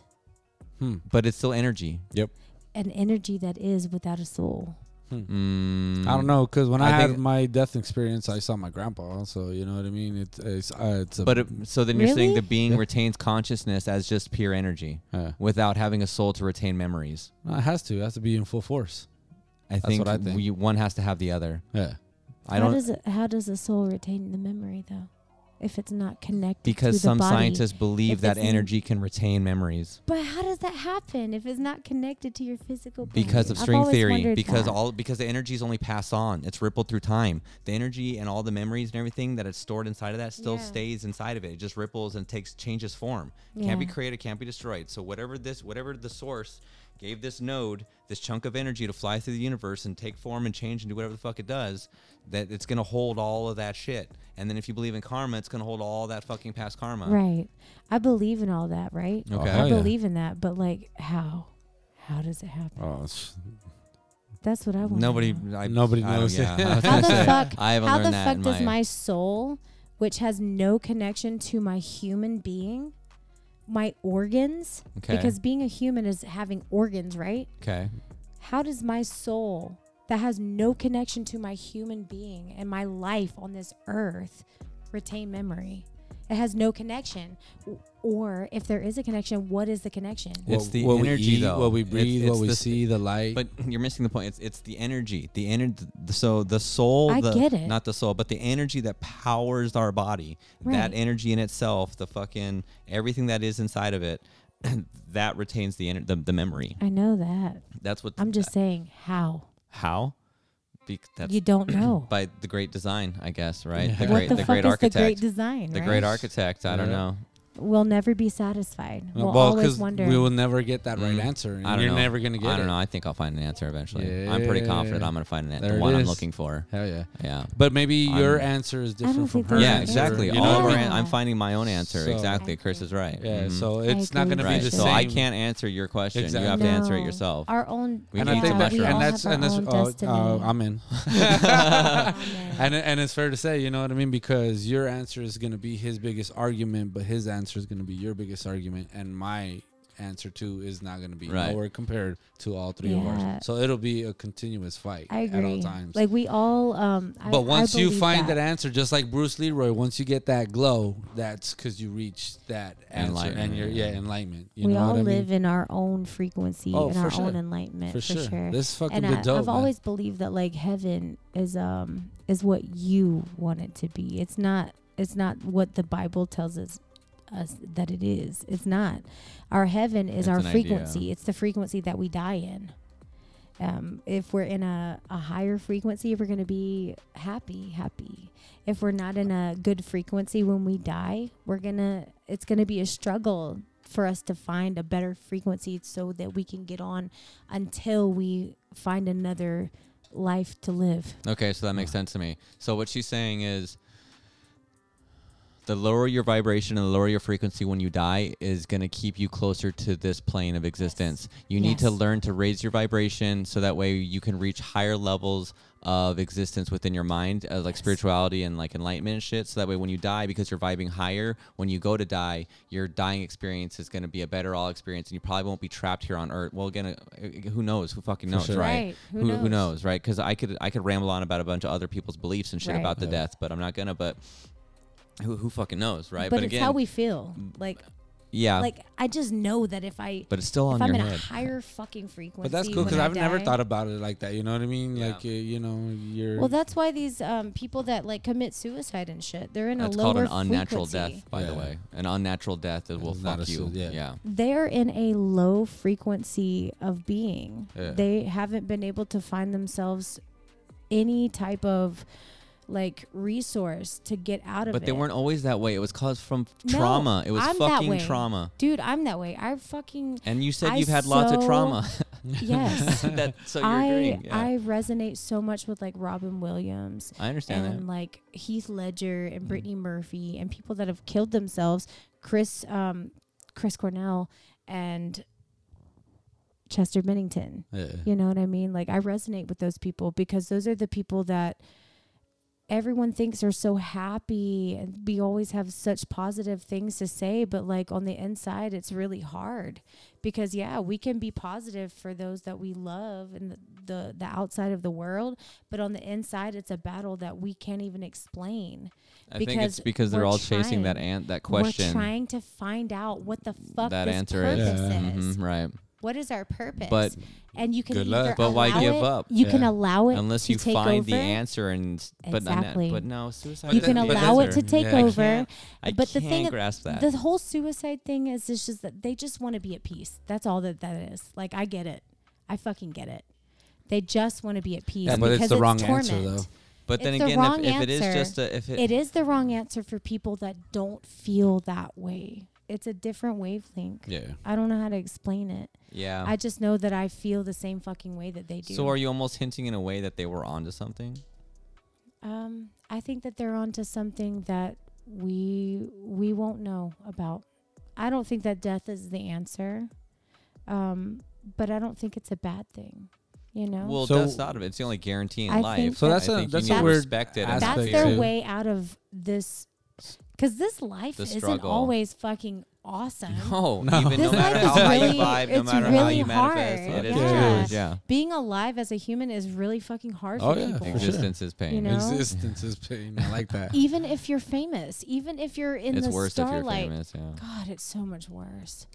F: But it's still energy.
D: Yep.
E: an energy that is without a soul.
F: Mm.
D: I don't know because when I,
F: I
D: had
F: think-
D: my death experience, I saw my grandpa. So you know what I mean. It's it's, uh, it's a
F: But it, so then you're saying the
E: Really?
F: being retains consciousness as just pure energy
D: Yeah.
F: without having a soul to retain memories.
D: No, it has to it has to be in full force.
F: I think,
D: what I think.
F: We, one has to have the other.
D: Yeah.
F: I
E: how
F: don't
E: does it, how does a soul retain the memory though, if it's not connected to
F: because
E: the
F: some
E: body?
F: scientists believe
E: If
F: that
E: it's n-
F: energy can retain memories
E: But how does that happen if it's not connected to your physical body?
F: because of
E: Mm-hmm. I've
F: string
E: always
F: theory
E: wondered
F: because
E: that.
F: all because the energy is only passed on it's rippled through time the energy and all the memories and everything that is stored inside of that still
E: Yeah.
F: stays inside of it it just ripples and takes changes form can't be
E: Yeah.
F: created can't be destroyed so whatever this whatever the source gave this node this chunk of energy to fly through the universe and take form and change and do whatever the fuck it does that it's gonna hold all of that shit and then if you believe in karma it's gonna hold all that fucking past karma
E: right. I believe in all that, right?
F: Okay.
D: Oh,
E: I
D: hell yeah.
E: believe in that, but like how? How does it happen?
D: Oh, it's-
E: That's what I want.
F: Nobody, I,
D: Nobody
F: I don't-
D: knows. (laughs)
F: (laughs) yeah, I was
E: How
F: gonna
E: the
F: say,
E: fuck?
F: I haven't
E: How
F: learned
E: the
F: that
E: fuck
F: in
E: does
F: my-
E: my soul, which has no connection to my human being, my organs?
F: Okay.
E: Because being a human is having organs, right?
F: okay.
E: How does my soul that has no connection to my human being and my life on this earth retain memory? It has no connection. W- Or if there is a connection, what is the connection?
F: It's
D: what-
F: the
D: what we
F: energy,
D: eat,
F: though.
D: What we
F: It's-
D: breathe,
F: it's
D: what we
F: the-
D: see, the light.
F: But you're missing the point. It's it's the energy, the energy. So the soul,
E: I
F: the,
E: get it.
F: not the soul, but the energy that powers our body.
E: Right.
F: That energy in itself, the fucking everything that is inside of it, (clears throat) that retains the, ener- the the memory.
E: I know that.
F: That's what
E: I'm just saying, how?
F: how. Be, Uh, that's
E: You don't
F: (clears throat)
E: know.
F: by the great design, I guess. Right. The
D: Yeah.
E: what
F: great,
E: the,
F: the
E: fuck
F: great
E: is
F: architect.
E: the great design?
F: The
E: right?
F: great architect. I don't
D: Yeah.
F: know.
E: We'll never be satisfied.
D: No,
E: We'll
D: Uh, well,
E: always wonder.
D: we will never get that right
F: Mm.
D: answer. And
F: I don't
D: you're
F: know.
D: never gonna get
F: I don't
D: it.
F: know. I think I'll find an answer eventually. I'm pretty confident
D: Yeah.
F: I'm gonna find an,
D: There
F: the
D: it
F: one I'm
D: is.
F: looking for.
D: Hell yeah.
F: Yeah.
D: But maybe your
F: I'm-
D: answer is
E: don't
D: different from
E: think
D: her.
E: that's
F: Yeah,
E: Right.
D: answer.
F: exactly.
D: You know
F: All
D: what
F: of
D: I
F: our
D: mean?
E: Yeah.
F: I'm finding my own answer.
D: So-
F: exactly. Chris is right.
D: Yeah,
F: Mhm.
D: so it's
E: I
D: not
E: agree.
D: going to
F: right.
D: be the
F: so
D: same.
F: I can't answer your question.
D: Exactly.
F: You have to answer it
E: No.
F: yourself.
E: Our own.
F: We
D: and
F: can't
D: I think
F: do
D: that,
F: that.
E: we
D: and
E: all
D: that's
E: have
D: and
E: our
D: that's
E: own
D: oh,
E: destiny.
D: uh, I'm (laughs) in.
E: Amen.
D: And it- and it's fair to say, you know what I mean, because your answer is going to be his biggest argument, but his answer is going to be your biggest argument, and my answer too is not going to be
F: Right.
D: nowhere compared to all three of
E: Yeah.
D: ours. So it'll be a continuous fight
E: (laughs) I
D: at
E: agree.
D: all times.
E: Like we all. Um, I-
D: but
E: I
D: once you
E: believe
D: find that. answer, just like Bruce Leroy, once you get that glow, that's because you reach that answer and
F: Enlightenment,
D: your yeah
F: yeah.
D: enlightenment. You
E: we
D: know
E: all
D: what I mean?
E: live in our own frequency
D: Oh,
E: and
D: for
E: our
D: sure.
E: own enlightenment
D: for, sure. This fucking
E: and
D: been
E: I,
D: dope,
E: I've
D: man.
E: always believed that like heaven is um is what you want it to be. It's not it's not what the Bible tells us us that it is. It's not. Our heaven is
F: It's
E: our
F: an idea.
E: frequency. It's the frequency that we die in. Um, if we're in a, a higher frequency, we're gonna be happy, happy. If we're not in a good frequency when we die, we're gonna it's gonna be a struggle for us to find a better frequency so that we can get on until we find another life to live.
F: Okay, so that makes sense to me. So what she's saying is the lower your vibration and the lower your frequency when you die is going to keep you closer to this plane of existence. You need to
E: Yes.
F: learn to raise your vibration so that way you can reach higher levels of existence within your mind, uh, like spirituality and like enlightenment and shit. So that way when you die, because you're vibing higher, when you go to die, your dying experience is going to be a better all experience and you probably won't be trapped here on earth. Well, again, uh, uh, who knows? Who fucking knows,
D: sure.
F: right?
E: Right,
F: Who,
E: who
F: who
E: knows?
F: knows? knows, right? Because I could I could ramble on about a bunch of other people's beliefs and shit
E: Right.
F: about the death, but I'm not gonna. But who who fucking knows, right?
E: but it's how we feel. Like
F: yeah,
E: like I just know that if I
F: but it's still on
E: if I'm
F: your
E: in
F: head.
E: a higher fucking frequency.
D: But that's cool
E: when
D: because
E: I
D: I've never
E: die-
D: thought about it like that. You know what I mean?
F: Yeah.
D: Like uh, you know, you're
E: Well, that's why these um, people that like commit suicide and shit, they're in
F: That's
E: a lower
F: called an unnatural
E: frequency.
F: death, by the
D: Yeah.
F: way. An unnatural death that will
D: It's not
F: fuck
D: a
F: you.
D: su- yeah.
F: yeah.
E: They're in a low frequency of being.
D: Yeah.
E: They haven't been able to find themselves any type of like resource to get out of it.
F: But they weren't always that way. It was caused from
E: No,
F: trauma. It was
E: I'm that
F: fucking
E: way.
F: trauma.
E: Dude, I'm that way. I fucking
F: (laughs) And you said
E: I
F: you've had lots of
E: so- (laughs)
F: trauma. (laughs)
E: Yes.
F: that, so you're
E: I
F: agreeing. Yeah.
E: I resonate so much with like Robin Williams
F: I understand
E: and like Heath Ledger and Brittany Murphy and people that have killed themselves, Chris um Chris Cornell and Chester Bennington.
D: Yeah.
E: You know what I mean? Like I resonate with those people because those are the people that everyone thinks are so happy and we always have such positive things to say, but like on the inside it's really hard because yeah, we can be positive for those that we love and the the, the outside of the world, but on the inside it's a battle that we can't even explain.
F: that. I think it's because they're
E: we're
F: all chasing that
E: trying-
F: an- that question.
E: We're trying to find out what the fuck
F: that
E: this
F: answer is.
E: purpose
D: Yeah.
E: is.
F: Mhm, right.
E: What is our purpose?
F: But
E: and you can
D: Good
E: either
D: luck.
F: But why
E: allow
F: give
E: it-
F: up?
E: You can
D: Yeah.
E: allow it
F: unless
E: to
F: you
E: take
F: find the
E: over.
F: answer and s- but
E: Exactly.
F: not, but no suicide.
E: You
F: is
E: can
F: not the
E: allow it
F: answer.
E: to take
D: Yeah, I
E: over.
F: can't- I
E: but the thing
F: can't grasp that.
E: the whole suicide thing is it's just that they just want to be at peace. That's all that that is. Like I get it. I fucking get it. They just want to be at peace.
D: Yeah, but
E: because
D: it's the wrong
E: torment.
D: answer though.
F: but then
E: it's the
F: again,
E: wrong
F: if, if it is
E: answer.
F: just a, if it,
E: It is the wrong answer for people that don't feel that way. It's a different wavelength.
D: Yeah.
E: I don't know how to explain it.
F: yeah.
E: I just know that I feel the same fucking way that they do.
F: so are you almost hinting in a way that they were onto something?
E: Um, I think that they're onto something that we we won't know about. I don't think that death is the answer, um, but I don't think it's a bad thing. You know,
F: Well,
D: So-
F: that's not of it. It's the only guarantee in
E: I
F: life.
E: think
D: So
E: that-
D: that's
F: I
D: a-
F: think
D: that's
F: you
E: a
F: need to
E: weird
F: respect it. and
E: that's
D: aspect
E: their
D: too.
E: way out of this, because this life
F: The
E: isn't
F: struggle.
E: always fucking awesome.
F: No,
D: No.
F: even no
E: This
F: matter
E: life
F: how
E: is
F: high
E: really-
F: you vibe, no
E: it's
F: matter how
E: really
F: you manifest,
E: hard.
F: it is
D: Yeah.
F: what it
D: Yeah.
F: is. Yeah,
E: Being alive as a human is really fucking hard
D: Oh,
E: for
D: yeah,
E: people.
D: for sure.
F: existence is pain.
E: You know?
D: Existence is (laughs) pain. I like
E: (laughs)
D: that.
E: Even if you're famous, even if you're in
F: It's
E: the
F: worse if you're
E: starlight,
F: famous. Yeah.
E: God, it's so much worse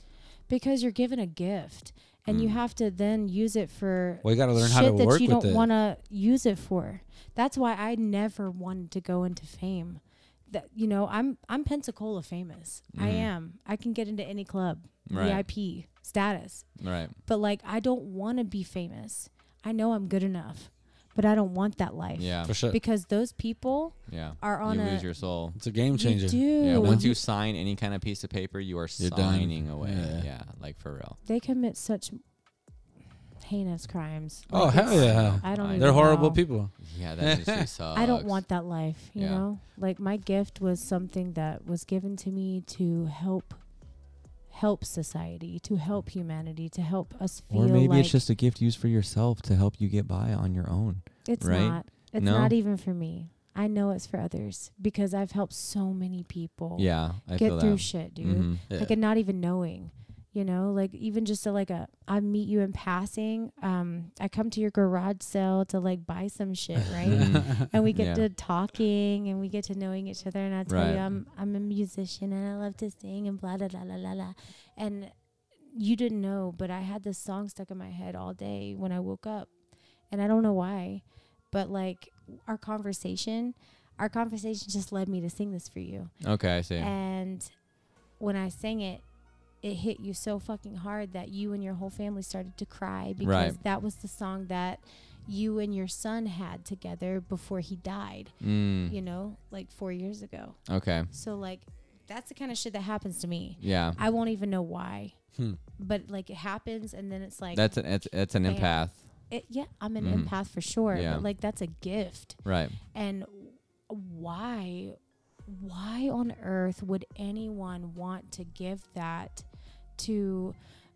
E: because you're given a gift and you have to then use it for
D: Well, you got to learn
E: shit
D: how to
E: that
D: work
E: you
D: with
E: don't
D: it.
E: want to use it for. That's why I never wanted to go into fame. That you know, I'm I'm Pensacola famous. I am. I can get into any club,
F: Right.
E: VIP status.
F: Right.
E: But like, I don't want to be famous. I know I'm good enough, but I don't want that life.
F: Yeah.
D: for sure.
E: Because those people
F: Yeah.
E: are on
F: you
E: a
F: lose your soul.
D: It's a game
E: you
D: changer.
E: do.
F: Yeah. Once you sign any kind of piece of paper, you are
D: You're done.
F: signing away.
D: Yeah.
F: Yeah. Like for real.
E: they commit such heinous crimes.
D: Oh,
E: Like,
D: hell
E: it's-
D: yeah.
E: I don't.
F: They're
E: even
D: They're horrible
E: know.
D: people. (laughs)
F: Yeah. That industry sucks.
E: I don't want that life. You
F: Yeah.
E: know, like my gift was something that was given to me to help, help society, to help humanity, to help us feel.
F: Or maybe
E: like
F: it's just a gift used for yourself to help you get by on your own.
E: It's
F: right?
E: not. It's
F: No?
E: not even for me. I know it's for others because I've helped so many people.
F: Yeah. I
E: get
F: feel
E: through
F: that.
E: shit, dude.
F: Mhm.
E: Like and not even knowing, you know, like even just to like a I meet you in passing. Um, I come to your garage sale to like buy some
F: (laughs)
E: shit, right?
F: Mhm.
E: and we get
F: Yeah.
E: to talking and we get to knowing each other. And I tell
F: Right.
E: you, I'm I'm a musician and I love to sing and blah blah blah blah blah. blah. And you didn't know, but I had this song stuck in my head all day when I woke up, and I don't know why, but like our conversation. Our conversation just led me to sing this for you.
F: (laughs) Okay. I see.
E: And when I sang it, it hit you so fucking hard that you and your whole family started to cry because
F: Right.
E: that was the song that you and your son had together before he died,
F: Mm.
E: you know, like four years ago.
F: Okay.
E: So, like, that's the kind of shit that happens to me.
F: Yeah.
E: I won't even know why,
D: Hmm.
E: but like, it happens, and then it's like,
F: That's an it's, it's an
E: Bam.
F: empath.
E: it, yeah, I'm an
F: Mhm.
E: empath for sure,
F: Yeah.
E: but like, that's a gift.
F: Right.
E: And w- why, why on earth would anyone want to give that to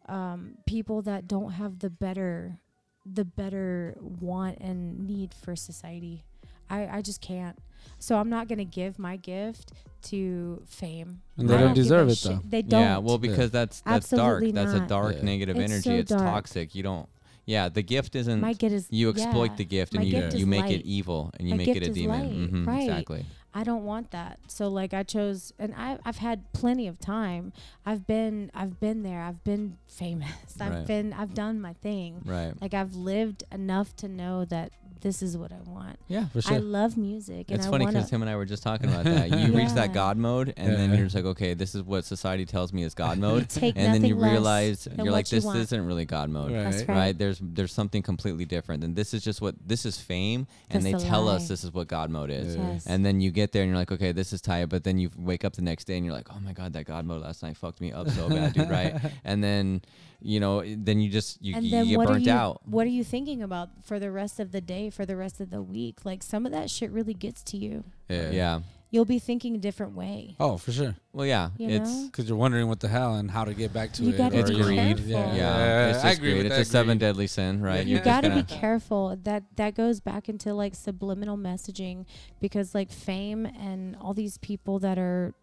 E: um, people that don't have the better, the better want and need for society? I, I just can't. So I'm not gonna give my gift to fame.
D: And they
E: I
D: don't
E: give
D: deserve
E: a
D: it, though.
E: They don't.
F: Yeah, well, because
D: Yeah.
F: that's that's
E: Absolutely
F: dark. That's a
E: not.
F: dark
D: Yeah.
F: negative
E: It's
F: energy.
E: so
F: it's
E: dark.
F: toxic. You don't. Yeah, the gift isn't.
E: my gift is
F: you exploit
E: yeah.
F: the gift
E: My
F: and you
E: gift
F: you
E: is
F: make
E: light.
F: it evil and you
E: My
F: make it
E: gift
F: a
E: is
F: demon.
E: light,
F: Mhm,
E: right.
F: Exactly.
E: I don't want that. So like I chose and I I've had plenty of time. I've been I've been there. I've been famous. I've
F: Right.
E: been I've done my thing.
F: Right.
E: Like I've lived enough to know that this is what I want.
D: Yeah, for
E: I
D: sure.
E: love music. and
F: It's
E: I
F: funny
E: wanna-
F: because him and I were just talking
E: (laughs)
F: about that. You reach that
E: Yeah.
F: God mode, and then
D: Yeah.
F: you're just like, okay, this is what society tells me is God mode,
E: (laughs) Take
F: and then
E: nothing
F: you
E: less
F: realize
E: than
F: you're like,
E: what you
F: this
E: want.
F: isn't really God mode,
D: Right.
E: That's
D: right?
E: right.
F: There's there's something completely different, and this is just what this is fame,
E: That's
F: and they
E: a
F: tell
E: lie.
F: us this is what God mode is,
D: Yeah.
E: Yes.
F: and then you get there and you're like, okay, this is tight, but then you wake up the next day and you're like, oh my God, that God mode last night fucked me up so bad,
D: (laughs)
F: dude, right? And then you know, then you just you,
E: and
F: you
E: then
F: get
E: what
F: burnt
E: are you,
F: out.
E: What are you thinking about for the rest of the day, for the rest of the week? Like some of that shit really gets to you.
D: Yeah.
F: Yeah.
E: You'll be thinking a different way.
D: Oh, for sure.
F: Well, yeah,
E: You
F: it's.
E: know?
D: Because you're wondering what the hell and how to get back to
E: You
D: it.
E: gotta
D: or
F: be
D: you know,
F: careful.
D: Yeah,
F: Yeah,
D: yeah,
F: it's just
D: I agree
F: great.
D: with
F: it's
D: that.
F: a seven deadly sin, right?
D: Yeah.
E: You
D: You're
E: got to be
F: gonna-
E: careful. That that goes back into like subliminal messaging because like fame and all these people that are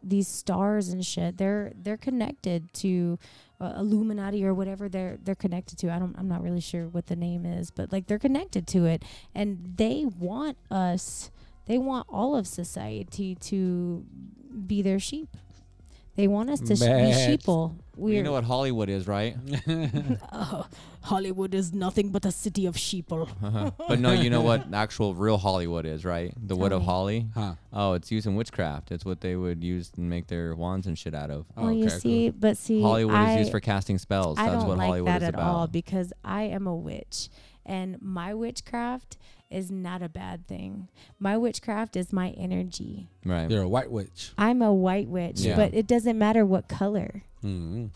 E: these stars and shit, they're they're connected to uh, Illuminati or whatever they're they're connected to. I don't I'm not really sure what the name is, but like they're connected to it and they want us they want all of society to be their sheep. They want us to sh- be
D: Mad.
E: sheeple. We're
F: You know what Hollywood is, right?
A: Hollywood is nothing but a city of
F: (laughs)
A: sheeple.
F: but no, you
E: (laughs)
F: know what actual real Hollywood is, right? The wood of holly.
D: Huh.
F: Oh, it's using witchcraft. It's what they would use and make their wands and shit out of.
E: well, you
D: Okay, cool.
E: see, but see,
F: Hollywood
E: I,
F: is used for casting spells.
E: I
F: That's
E: don't
F: what
E: like
F: Hollywood
E: that
F: is
E: at
F: about.
E: all because I am a witch, and my witchcraft is not a bad thing. My witchcraft is my energy.
F: Right.
D: You're a white witch.
E: I'm a white witch,
F: Yeah.
E: but it doesn't matter what color.
D: Mm-hmm.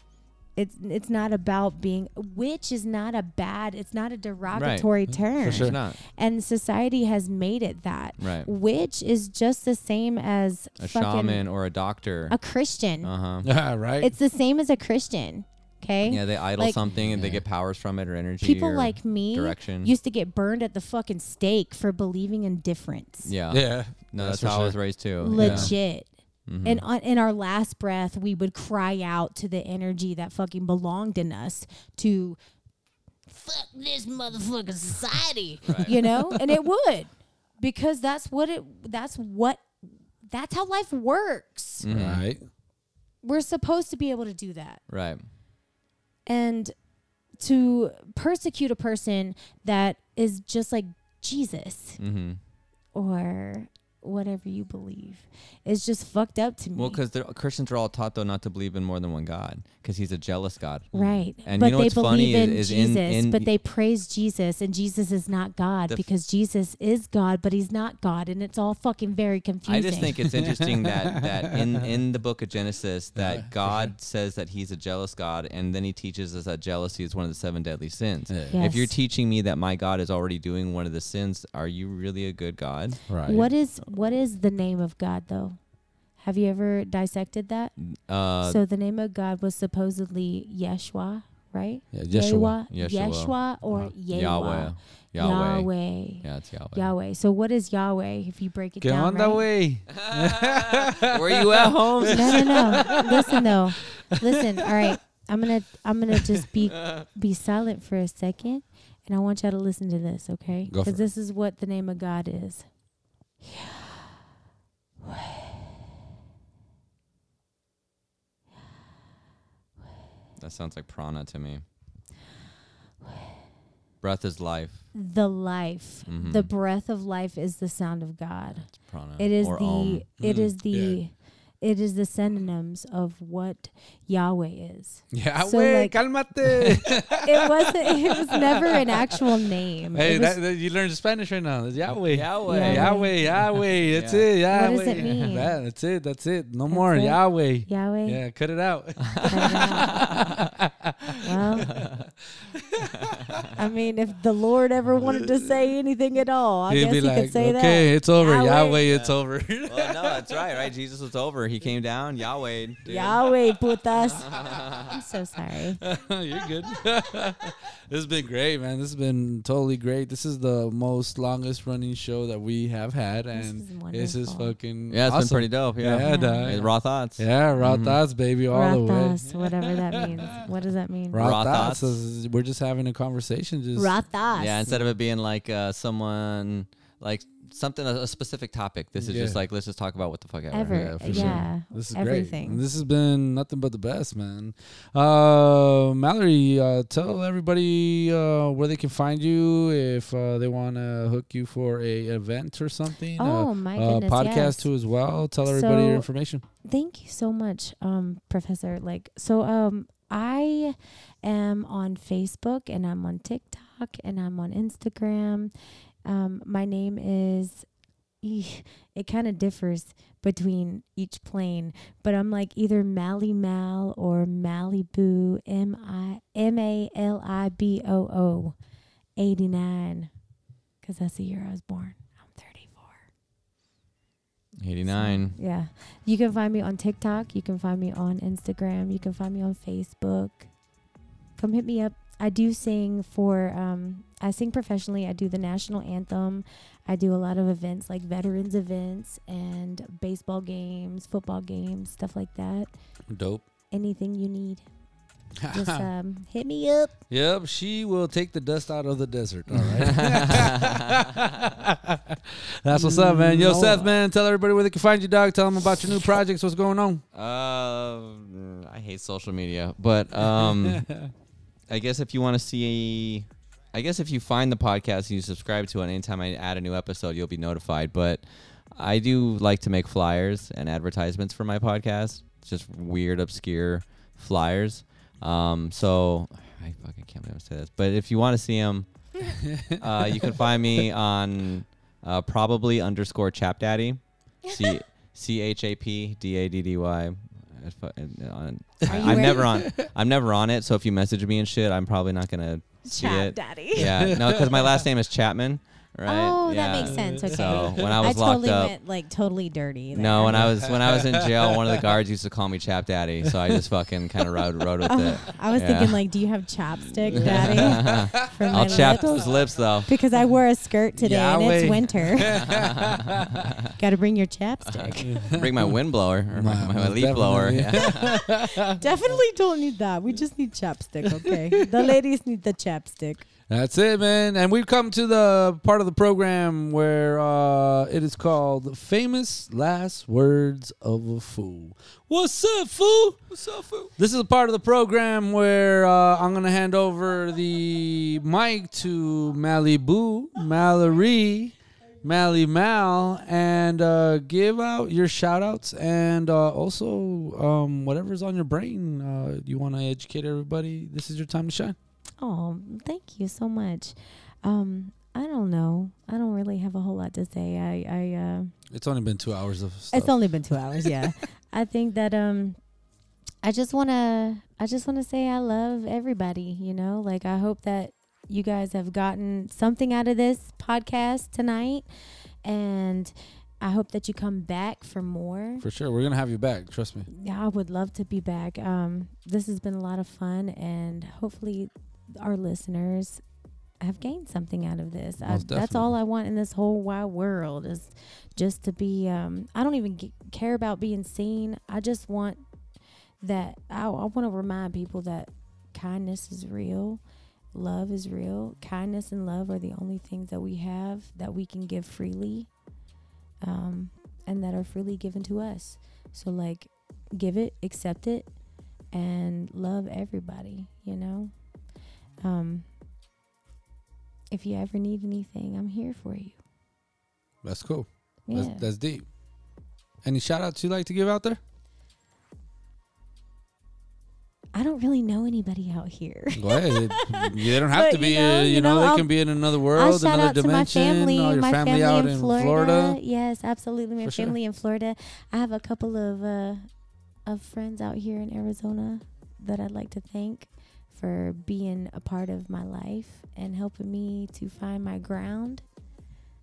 E: It's it's not about being witch is not a bad. It's not a derogatory
F: Mm-hmm.
E: term.
F: It's not.
E: And society has made it that.
F: Right.
E: Witch is just the same as
F: A
E: fucking
F: shaman or a doctor.
E: a Christian.
F: Uh huh.
D: (laughs) right?
E: It's the same as a Christian. Okay.
F: Yeah, they idol
E: Like-
F: something and they get powers from it or energy.
E: people
F: or
E: like me
F: direction.
E: used to get burned at the fucking stake for believing in difference.
F: yeah.
D: yeah.
F: No, that's,
D: for
F: how I was
D: sure.
F: raised too.
E: Legit.
F: Mm-hmm.
E: And on, in our last breath, we would cry out to the energy that fucking belonged in us to fuck this motherfucking
F: (laughs)
E: society, you know? And it would because that's what it, that's what, that's how life works.
F: Mm.
D: Right.
E: We're supposed to be able to do that.
F: Mm-hmm. Right.
E: and to persecute a person that is just like Jesus
F: Mm-hmm.
E: or whatever you believe is just fucked up to me.
F: Well, because Christians are all taught though not to believe in more than one God, because he's a jealous God.
E: right,
F: And
E: but
F: you know
E: they
F: what's
E: believe
F: funny
E: in
F: is, is in-
E: Jesus,
F: in-
E: but they praise Jesus, and Jesus is not God
F: The f-
E: because Jesus is God, but he's not God, and it's all fucking very confusing.
F: I just think it's interesting that that
E: (laughs)
F: in in the book of Genesis that God says that He's a jealous God, and then He teaches us that jealousy is one of the seven deadly sins. If you're
E: Yes.
F: teaching me that my God is already doing one of the sins, are you really a good God?
D: Right.
E: what is what is the name of God though? Have you ever dissected that?
F: Uh,
E: so the name of God was supposedly Yeshua, right?
D: Yeah, Yeshua.
E: Yahweh,
F: Yeshua. Uh-huh.
E: Yeshua or
F: Yahweh,
E: Yahweh.
F: Yahweh,
E: Yahweh.
F: Yeah, it's Yahweh.
E: Yahweh. So what is Yahweh if you break it
D: Get
E: down?
D: on that
E: right?
D: way.
F: Were
E: (laughs)
F: you at home?
E: No, no, no. Listen though. Listen. All right. I'm gonna I'm gonna just be be silent for a second, and I want y'all to listen to this, okay?
D: Go for
E: Because
D: it.
E: this is what the name of God is.
F: That sounds like prana to me. Breath is life.
E: The life,
D: Mm-hmm.
E: the breath of life, is the sound of God.
D: Uh,
F: Prana.
E: It is
F: or
E: the
F: Om.
D: um,
E: it is
D: mm,
E: the it is the synonyms of what Yahweh is.
D: Yeah,
E: So,
D: way.
E: like-
D: calmate.
E: It wasn't it was never an actual
D: (laughs)
E: name.
D: hey,
E: It
D: that,
E: was-
D: that- you learned Spanish right now. It's Yahweh.
F: Yahweh.
D: Yahweh.
F: (laughs)
D: Yahweh. That's it. Yahweh. (laughs)
E: does it mean?
D: That- that's it. That's it. No more.
E: it?
D: Yahweh.
E: Yahweh.
D: Yeah, cut it out.
E: cut it out. well, I mean, if the Lord ever wanted to say anything at all,
D: (laughs)
E: I
D: He'd
E: guess
D: be
E: he
D: like,
E: could say
D: okay,
E: that.
D: it's over. Yahweh,
E: Yahweh.
D: it's over. (laughs)
F: Well, no, that's right, right? Jesus was over. He came down. Yahweh. Dude.
E: Yahweh put us. I'm so sorry.
D: You're good. (laughs) this has been great, man. This has been totally great. This is the most longest running show that we have had, and
E: is
D: this is
E: wonderful.
D: fucking
F: Yeah, it's
D: awesome.
F: been pretty Mm-hmm. dope. Yeah.
D: Yeah, duh.
F: It's Raw thoughts.
D: Yeah, raw thoughts, baby, all the way.
E: Rathas, whatever that means. What does that mean?
D: Raw,
F: Raw
D: thoughts.
F: thoughts.
D: is- We're just having a conversation. Just
E: Rathas.
F: Yeah, instead of it being like uh, someone like something a, a specific topic. This is just
D: Yeah.
F: like let's just talk about what the fuck ever.
E: Ever.
D: Yeah, for sure.
E: Yeah,
D: This is
E: everything.
D: great. This has been nothing but the best, man. Uh, Mallory, uh, tell everybody uh, where they can find you if uh, they want to hook you for a event or something.
E: Oh,
D: a,
E: my
D: a
E: goodness,
D: uh, podcast
E: yes.
D: too as well. Tell everybody your
E: So-
D: information.
E: Thank you so much, um, Professor. Like, so um, I am on Facebook and I'm on TikTok and I'm on Instagram. Um, my name is. Eeh, It kind of differs between each plane, but I'm like either Mally Mal or Malibu M I M A L I B O O, eighty nine, because that's the year I was born. I'm thirty four.
F: Eighty nine.
E: Yeah. You can find me on TikTok. You can find me on Instagram. You can find me on Facebook. Come hit me up. I do sing for, um, I sing professionally. I do the national anthem. I do a lot of events like veterans events and baseball games, football games, stuff like that.
D: Dope.
E: Anything you need, just um, hit me up.
D: Yep, she will take the dust out of the desert. All
F: (laughs)
D: right. (laughs) That's what's up, man. Yo, Seth, man, tell everybody where they can find you, dog. Tell them about your new projects. What's going on?
F: Uh, I hate social media,
D: (laughs)
F: but um, I guess if you want to see, I guess if you find the podcast and you subscribe to it, anytime I add a new episode, you'll be notified. But I do like to make flyers and advertisements for my podcast, just weird, obscure flyers. Um, so I fucking can't believe I said this, but if you want to see them, uh, you can find me on uh, probably underscore chapdaddy. C C H A P D A D D Y. I fu- I- on- I- I'm
E: ready?
F: never on. I'm never on it. So if you message me and shit, I'm probably not gonna see it. (laughs)
A: daddy.
F: Yeah, no, because my last name is Chapman, right?
A: Oh,
F: Yeah.
A: that makes sense. Okay.
F: So when I was locked
A: totally
F: up,
A: went like totally dirty. there.
F: no, when I was when I was in jail, one of the guards used to call me Chap Daddy. So I just fucking kind of rode rode with
A: (laughs)
F: it.
A: I was
F: Yeah.
A: thinking like, do you have chapstick, daddy? For my
F: I'll chap
A: lips?
F: those lips though.
A: Because I wore a skirt today and
D: Yahweh.
F: (laughs)
A: it's winter. (laughs) Got to bring your chapstick.
F: Bring my wind blower or my,
D: My-
F: my leaf (laughs) blower.
D: definitely.
F: (laughs) Yeah.
A: Definitely don't need that. We just need chapstick, okay? the ladies need the chapstick.
D: That's it, man. And we've come to the part of the program where uh, it is called Famous Last Words of a Fool. What's up, fool? What's up, fool? This is a part of the program where uh, I'm going to hand over the mic to Malibu, Mallory, Mally Mal, and uh, give out your shout outs and uh, also um, whatever's on your brain. Uh, you want to educate everybody? This is your time to shine.
E: Oh, thank you so much. Um, I don't know. I don't really have a whole lot to say. I, I, uh,
D: It's only been two hours of stuff.
A: It's only been two hours, yeah.
E: (laughs) I think that um I just want to I just want to say I love everybody, you know? Like I hope that you guys have gotten something out of this podcast tonight and I hope that you come back for more.
D: For sure, we're gonna have you back. Trust me.
E: Yeah, I would love to be back. Um this has been a lot of fun and hopefully our listeners have gained something out of this. I,
D: Most
E: that's all I want in this whole wide world is just to be. Um, I don't even g- care about being seen. I just want that. I, I want to remind people that kindness is real, love is real. Kindness and love are the only things that we have that we can give freely, um, and that are freely given to us. So like, give it, accept it, and love everybody. You know. Um, if you ever need anything, I'm here for you.
D: That's cool.
E: Yeah.
D: That's, that's deep. Any shout outs you like to give out there?
E: I don't really know anybody out here. (laughs)
D: Go ahead. they don't have
E: But,
D: to be.
E: you
D: You know,
E: know,
D: you
E: you
D: know,
E: know,
D: they
E: I'll-
D: can be in another
E: I
D: world,
E: shout
D: another
E: out to my
D: dimension.
E: family,
D: all your
E: my family,
D: out
E: in Florida. Yes, absolutely, my
D: For sure.
E: family in Florida. I have a couple of uh, of friends out here in Arizona that I'd like to thank for being a part of my life and helping me to find my ground.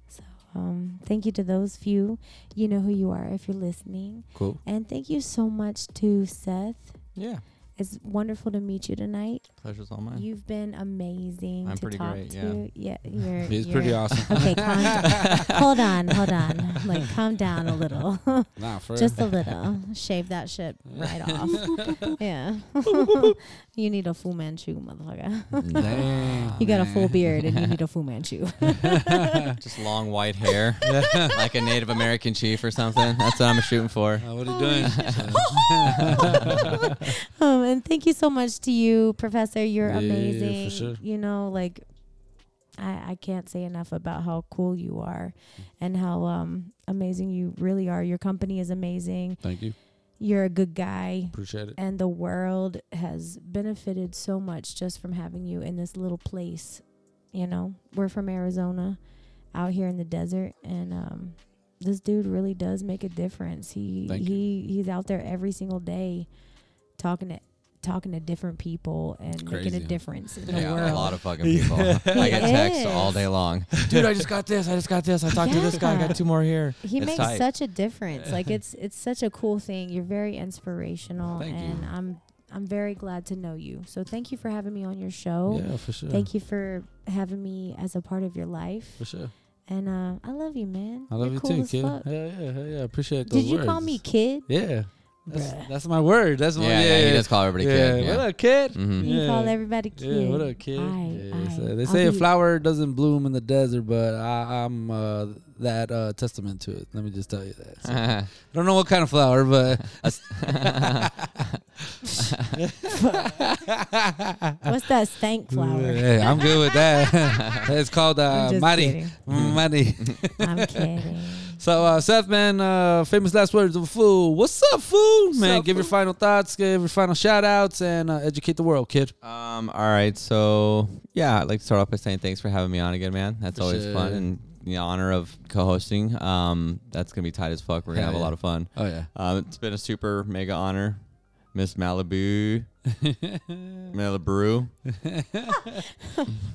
E: So, um, thank you to those few. You know who you are if you're listening,
D: Cool.
E: and thank you so much to Seth
D: Yeah.
E: It's wonderful to meet you tonight.
F: Pleasure's all mine.
E: You've been amazing
F: I'm
E: to
F: pretty
E: talk
F: great, yeah.
E: to. Yeah, you're,
D: (laughs) He's
E: you're-
D: pretty awesome.
E: Okay, calm down.
D: (laughs)
E: hold on, hold on. Like, calm down a little,
D: nah, for real.
E: just a little. Shave that shit right
D: (laughs)
E: off. yeah, (laughs) you need a Fu Manchu, motherfucker.
D: Damn.
E: You got a full beard and you need a
D: (laughs)
E: Fu Manchu.
F: (laughs) Just long white (laughs) hair, like a Native American chief or something. That's what I'm shooting for.
D: Uh, what are you doing?
E: um, and thank you so much to you, Professor. You're
D: Yeah, for
E: amazing.
D: sure.
E: You know, like I, I can't say enough about how cool you are and how um amazing you really are. Your company is amazing.
D: Thank you.
E: You're a good guy.
D: Appreciate it.
E: And the world has benefited so much just from having you in this little place. You know, we're from Arizona out here in the desert and um this dude really does make a difference. He
D: Thank you.
E: he he's out there every single day talking to talking to different people and making
D: crazy.
E: a difference in the
F: Yeah,
E: world.
F: a lot of fucking people. (laughs) I get texts
E: is.
F: all day long. Dude, I just got this. I just got this. I talked to this guy. I
E: Yeah.
F: got two more here.
E: he
F: It's
E: makes
F: tight.
E: such a
D: (laughs)
E: difference. like it's it's such a cool thing. You're very inspirational
D: Thank you.
E: and I'm I'm very glad to know you. So thank you for having me on your show.
D: Yeah, for sure.
E: Thank you for having me as a part of your life.
D: For sure.
E: And uh, I love you, man.
D: I love
E: You're
D: you
E: cool
D: too,
E: as
D: kid.
E: fuck.
D: Hell yeah, hell yeah. Appreciate those
E: Did you call
D: words.
E: me kid?
D: Yeah. That's,
E: Bruh.
D: that's my word. That's my
F: Yeah,
D: yeah.
F: yeah, he does call everybody kid.
D: What
F: Yeah.
D: up, kid?
F: Mhm.
E: You
D: Yeah.
E: call everybody
D: Yeah,
E: kid.
D: what up, kid?
E: Aye,
D: Mm. Yeah,
E: aye.
D: so they
E: I'll
D: say a
E: be-
D: flower doesn't bloom in the desert, but I, I'm uh, that uh, testament to it. Let me just tell you that. So, I
F: Mm-hmm. (laughs)
D: don't know what kind of flower, but
E: What's that
D: (laughs)
E: stank (laughs) flower?
D: Yeah, uh, I'm good with that.
E: (laughs)
D: it's called uh,
E: I'm just
D: Mighty.
E: kidding.
D: Mm, Mighty.
E: I'm kidding.
D: So, uh, Seth, man, uh, famous last words of a fool. What's up, fool? Man, give your final thoughts, give your final shout outs, and uh, educate the world, kid.
F: Um. All right. So yeah, I'd like to start off by saying thanks for having me on again, man. That's
D: For
F: always
D: sure.
F: fun and the honor of co-hosting. Um. That's gonna be tight as fuck. We're gonna
D: Hell
F: have a
D: yeah.
F: lot of fun.
D: Oh, yeah.
F: Um. It's been a super mega honor, Miss Malibu. Malibu.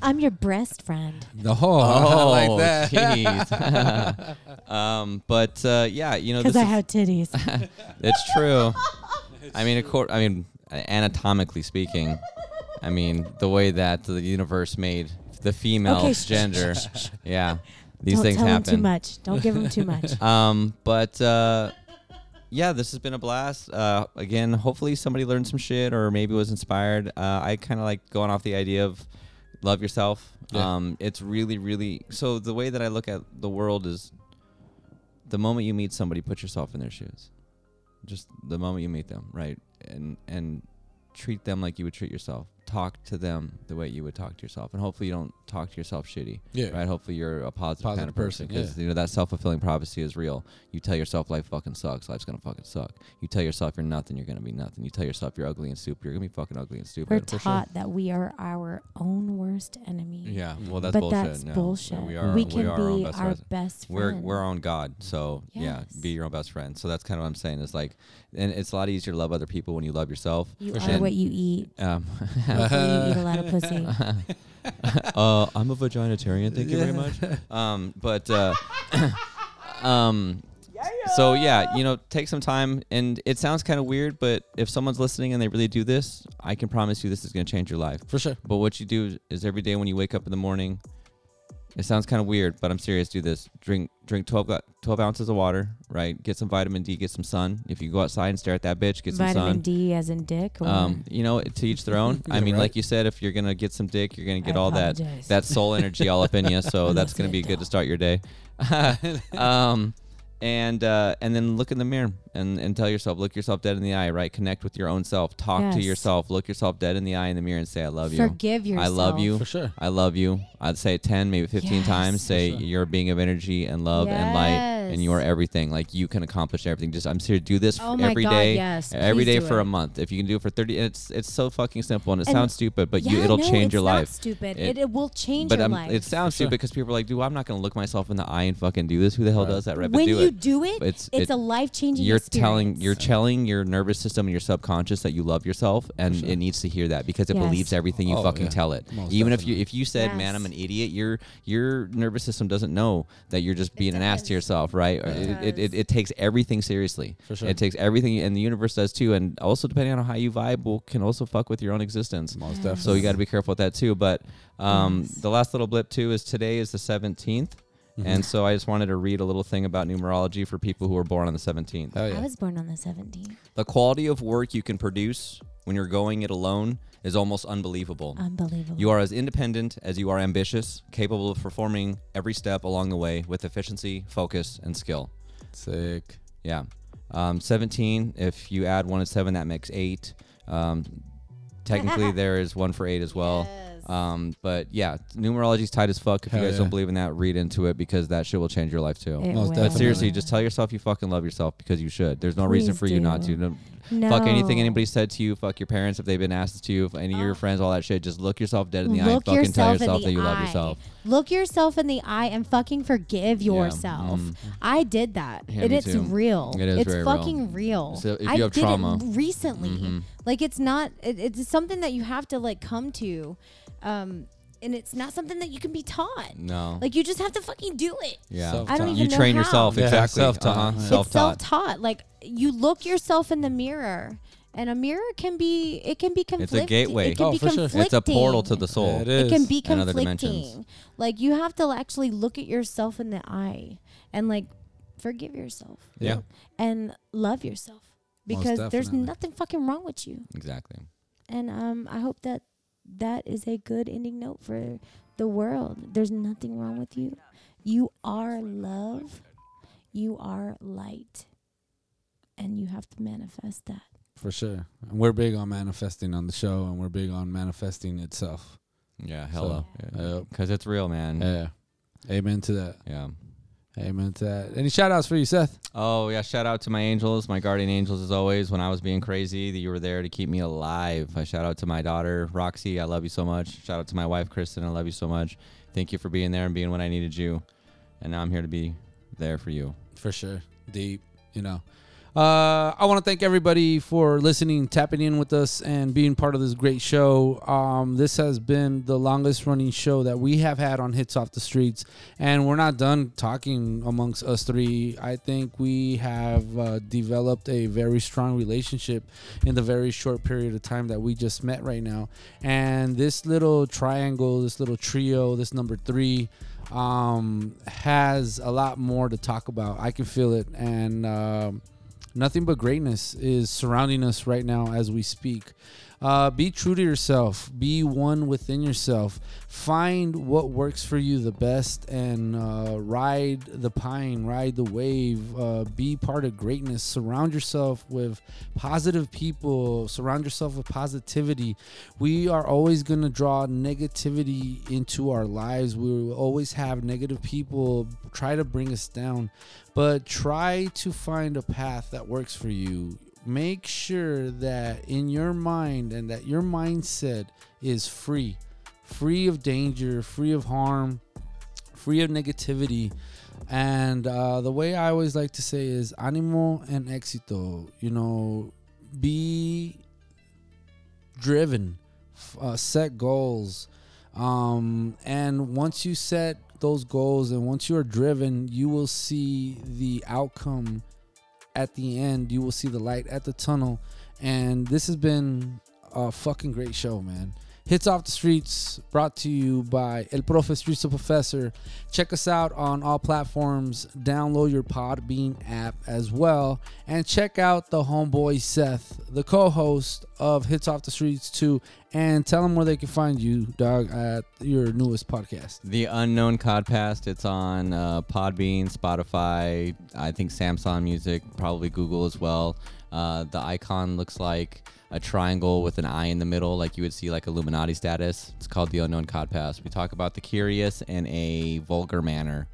E: I'm your breast friend.
D: The
F: (laughs)
D: whole. Oh, I like that.
F: jeez. (laughs) um. But uh, yeah, you know, this
E: Because I
F: is-
E: have titties.
F: It's true. I mean, accord, I mean, anatomically speaking, I mean, the way that the universe made the female
E: Okay, shh,
F: gender, yeah, (laughs) these
E: Don't
F: things
E: tell
F: happen.
E: him too much. Don't give him
F: (laughs)
D: (laughs)
E: too much.
F: Um, but uh, yeah, this has been a blast. Uh, again, hopefully somebody learned some shit or maybe was inspired. Uh, I kind of like going off the idea of love yourself.
D: Yeah.
F: Um, it's really, really. So the way that I look at the world is, the moment you meet somebody, put yourself in their shoes. Just the moment you meet them, right? And and treat them like you would treat yourself. Talk to them the way you would talk to yourself, and hopefully you don't talk to yourself shitty.
D: Yeah.
F: Right. Hopefully you're a positive positive kind
D: Positive
F: of person
D: person,
F: because you know that self-fulfilling prophecy is real. You tell yourself life fucking sucks, life's gonna fucking suck. You tell yourself you're nothing, you're gonna be nothing. You tell yourself you're ugly and stupid, you're gonna be fucking ugly
E: We're
F: and stupid.
E: taught that we are our own worst enemy.
F: Yeah, well that's
E: but
F: bullshit.
E: that's
F: no.
E: bullshit.
F: We are
E: we can
F: we are our own
E: be
F: best
E: our
F: friends.
E: best friend.
F: We're we're our own God. So
E: Yes.
F: yeah, be your own best friend. So that's kind of what I'm saying. Is like, and it's a lot easier to love other people when you love yourself.
E: you
D: for
E: are
D: sure.
E: what you eat.
F: (laughs) Um,
E: Hopefully you eat a lot of pussy.
F: (laughs) uh, I'm a vaginitarian. Thank you very much. Um, but uh, (laughs) um, so yeah, you know, take some time, and it sounds kind of weird, but if someone's listening and they really do this, I can promise you this is going to change your life.
D: For sure.
F: But what you do is every day when you wake up in the morning, it sounds kind of weird, but I'm serious. Do this. Drink drink 12, gla- 12 ounces of water, right? Get some vitamin D, get some sun. If you go outside and stare at that bitch, get some sun.
E: Vitamin D as in dick. Or
F: Um, you know, to each
E: (laughs)
F: their own. I
D: Yeah,
F: mean,
D: right.
F: like you said, if you're gonna get some dick, you're gonna get
E: I
F: all
E: apologize.
F: that that soul energy all up in you.
E: (laughs)
F: So that's gonna be good to start your day. (laughs) um, and uh, and then look in the mirror and and tell yourself, look yourself dead in the eye, right? Connect with your own self. Talk to
E: Yes.
F: yourself. Look yourself dead in the eye in the mirror and say, I love you.
E: Forgive
F: I love
E: yourself.
F: you.
D: For sure.
F: I love you. I'd say it 10, maybe 15
E: Yes.
F: times.
E: For
F: Say
D: sure.
F: you're a being of energy and love and light and you are
E: Yes.
F: everything. Like you can accomplish everything. Just I'm serious. Do this
E: Oh
F: for
E: my
F: every
E: God,
F: day,
E: yes.
F: every
E: Please
F: day
E: do
F: for
E: it.
F: a month. If you can do it for 30, it's it's so fucking simple and it
E: And-
F: sounds stupid, but you,
E: Yeah,
F: it'll
E: no,
F: change your
E: it's not
F: life.
E: Stupid.
F: It-
E: It, it, will change
F: but
E: your
F: um,
E: life.
F: it sounds stupid because people are like, dude, I'm not gonna look myself in the eye and fucking do this. Who the hell does that? Right? But
E: when
F: do
E: you
F: it.
E: do it,
F: It's-
E: it's,
F: it-
E: a life changing.
F: You're telling
A: experience.
F: you're telling your nervous system and your subconscious that you love yourself, and it needs to hear that because it
A: Yes.
F: believes everything you
D: Oh,
F: fucking
D: yeah.
F: tell it.
D: Most
F: Even if you if you said, "Man,
A: Yes.
F: I'm an idiot," your your nervous system doesn't know that you're just being an ass
E: does.
F: to yourself, right? Or It, it, it, it takes everything seriously. For
D: sure.
F: It takes everything, and the universe does too. And also, depending on how you vibe, will can also fuck with your own existence.
D: Most definitely.
F: So you got to be careful with that too. But um, the last little blip too is today is the 17th. And so I just wanted to read a little thing about numerology for people who were born on the 17th.
D: Hell
E: I
D: oh, yeah.
E: was born on the 17th.
F: The quality of work you can produce when you're going it alone is almost unbelievable.
E: Oh. Unbelievable.
F: You are as independent as you are ambitious, capable of performing every step along the way with efficiency, focus, and skill.
D: Sick.
F: Yeah. Um, 17, if you add one and seven, that makes eight. Um, technically, there is one for eight as well. Um, but yeah, numerology is tight as fuck. If
D: Hell
F: you guys
D: yeah.
F: don't believe in that, read into it because that shit will change your life too.
A: It
D: Most
A: will.
D: definitely.
F: Seriously, just tell yourself you fucking love yourself because you should. There's no reason
A: Please
F: for you not to.
A: do.
F: No,
A: No.
F: Fuck anything anybody said to you. Fuck your parents if they've been asked to you. if Any of your friends, all that shit. Just look yourself dead in the eye and
A: Ah. Look
F: fucking tell
A: yourself in
F: yourself
A: the
F: that you
A: eye.
F: love yourself.
A: Look yourself in the eye and fucking forgive yourself. I did that,
F: mm-hmm. Yeah,
A: and
F: me
A: it's
F: too.
A: real.
F: It is
A: it's
F: very real.
A: fucking real.
F: So if
A: I
F: you have
A: did
F: trauma- mm-hmm.
A: it recently, like it's not. It, it's something that you have to like come to, um, and it's not something that you can be taught.
F: No.
A: Like you just have to fucking do it.
F: Yeah.
A: I don't
D: Self-taught.
A: even
F: you
A: know
F: train
A: how.
F: yourself
D: Yeah,
F: exactly.
D: self-taught. Yeah.
F: Uh-huh.
D: It's
A: It's
F: Self-taught.
A: self-taught. Like you look yourself in the mirror, and a mirror can be it can be
F: It's
A: conflicting.
F: a gateway.
A: It can
D: Oh,
A: be
D: for sure.
A: conflicting.
F: It's a portal to the soul.
D: It
A: It can
D: is.
A: be
F: and other dimensions.
A: conflicting. Like you have to actually look at yourself in the eye and like forgive yourself
F: Yeah.
A: and love yourself
D: Most
A: because there's
D: definitely.
A: nothing fucking wrong with you.
F: Exactly.
A: And um, I hope that that is a good ending note for the world. There's nothing wrong with you. You are love. You are light. And you have to manifest that.
D: For sure. And we're big on manifesting on the show, and we're big on manifesting itself.
F: Yeah. Hello.
D: Yep.
F: Because it's real, man.
D: Yeah. Amen to that.
F: yeah.
D: Amen to that. Any shout outs for you, Seth?
F: Oh yeah, shout out to my angels, my guardian angels as always. When I was being crazy, that you were there to keep me alive. I shout out to my daughter Roxy, I love you so much. Shout out to my wife Kristen, I love you so much. Thank you for being there and being when I needed you, and now I'm here to be there for you.
D: For sure. Deep, you know. Uh, I want to thank everybody for listening, tapping in with us, and being part of this great show. Um, this has been the longest running show that we have had on Hits Off the Streets, and we're not done talking amongst us three. I think we have uh, developed a very strong relationship in the very short period of time that we just met right now. And this little triangle, this little trio, this number three, um, has a lot more to talk about. I can feel it, and um, nothing but greatness is surrounding us right now as we speak. Uh, be true to yourself. Be one within yourself. Find what works for you the best, and uh, ride the pine, ride the wave. Uh, be part of greatness. Surround yourself with positive people. Surround yourself with positivity. We are always going to draw negativity into our lives. We will always have negative people try to bring us down, but try to find a path that works for you. Make sure that in your mind and that your mindset is free, free of danger, free of harm, free of negativity. And uh, the way I always like to say is animo and éxito. You know, be driven, f- uh, set goals. Um, and once you set those goals and once you are driven, you will see the outcome at the end. You will see the light at the tunnel. And this has been a fucking great show, man. Hits Off the Streets brought to you by El Profe Streets of Professor. Check us out on all platforms. Download your Podbean app as well. And check out the homeboy Seth, the co host of Hits Off the Streets 2. And tell them where they can find you, dog, at your newest podcast.
F: The unknown Codpast. It's on uh, Podbean, Spotify, I think Samsung Music, probably Google as well. Uh, the icon looks like a triangle with an eye in the middle, like you would see like Illuminati status. It's called the unknown Codpast. We talk about the curious in a vulgar manner.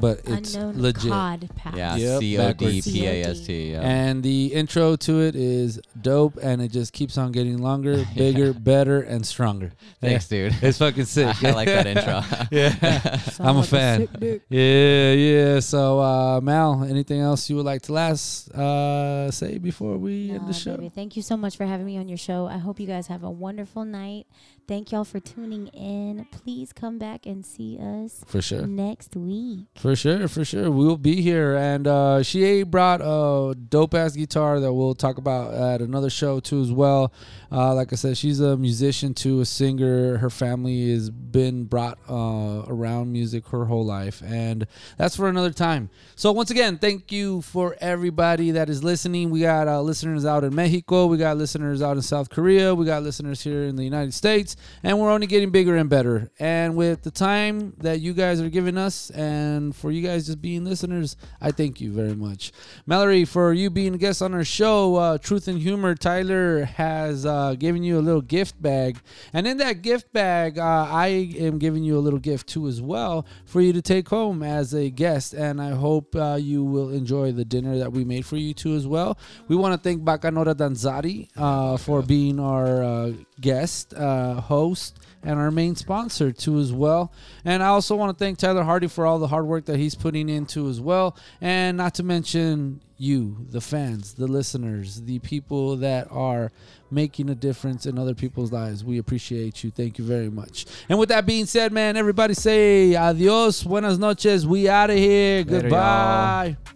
D: but it's
A: unknown
D: legit.
A: cod path.
F: Yeah,
D: Yep,
F: C O D P A S T. yeah.
D: And the intro to it is dope, and it just keeps on getting
F: (laughs)
D: longer, bigger, better, and stronger.
F: Thanks,
D: Yeah. (laughs)
F: dude.
D: It's fucking sick.
F: (laughs) I like
D: (laughs)
F: that intro. (laughs)
D: yeah, I'm a fan. Yeah, yeah. So, uh, Mal, anything else you would like to last uh, say before we end
A: No,
D: the show?
A: Uh, baby, thank you so much for having me on your show. I hope you guys have a wonderful night. Thank y'all for tuning in. Please come back and see us
D: For sure.
A: next week.
D: For sure, for sure. We'll be here. And uh, she brought a dope ass guitar that we'll talk about at another show too as well. Uh, like I said, she's a musician too, a singer. Her family has been brought uh, around music her whole life. And that's for another time. So once again, thank you for everybody that is listening. We got uh, listeners out in Mexico. We got listeners out in South Korea. We got listeners here in the United States. And we're only getting bigger and better. And with the time that you guys are giving us and for you guys just being listeners, I thank you very much. Mallory, for you being a guest on our show, uh, Truth and Humor, Tyler has uh, given you a little gift bag. And in that gift bag, uh, I am giving you a little gift too as well for you to take home as a guest. And I hope uh, you will enjoy the dinner that we made for you too as well. We want to thank Bacanora Danzari uh, for being our uh, guest uh, host and our main sponsor too as well. And I also want to thank Tyler Hardy for all the hard work that he's putting into as well. And not to mention you, the fans, the listeners, the people that are making a difference in other people's lives. We appreciate you. Thank you very much. And with that being said, man, everybody say adios, buenas noches. We out of here.
F: Later,
D: Goodbye.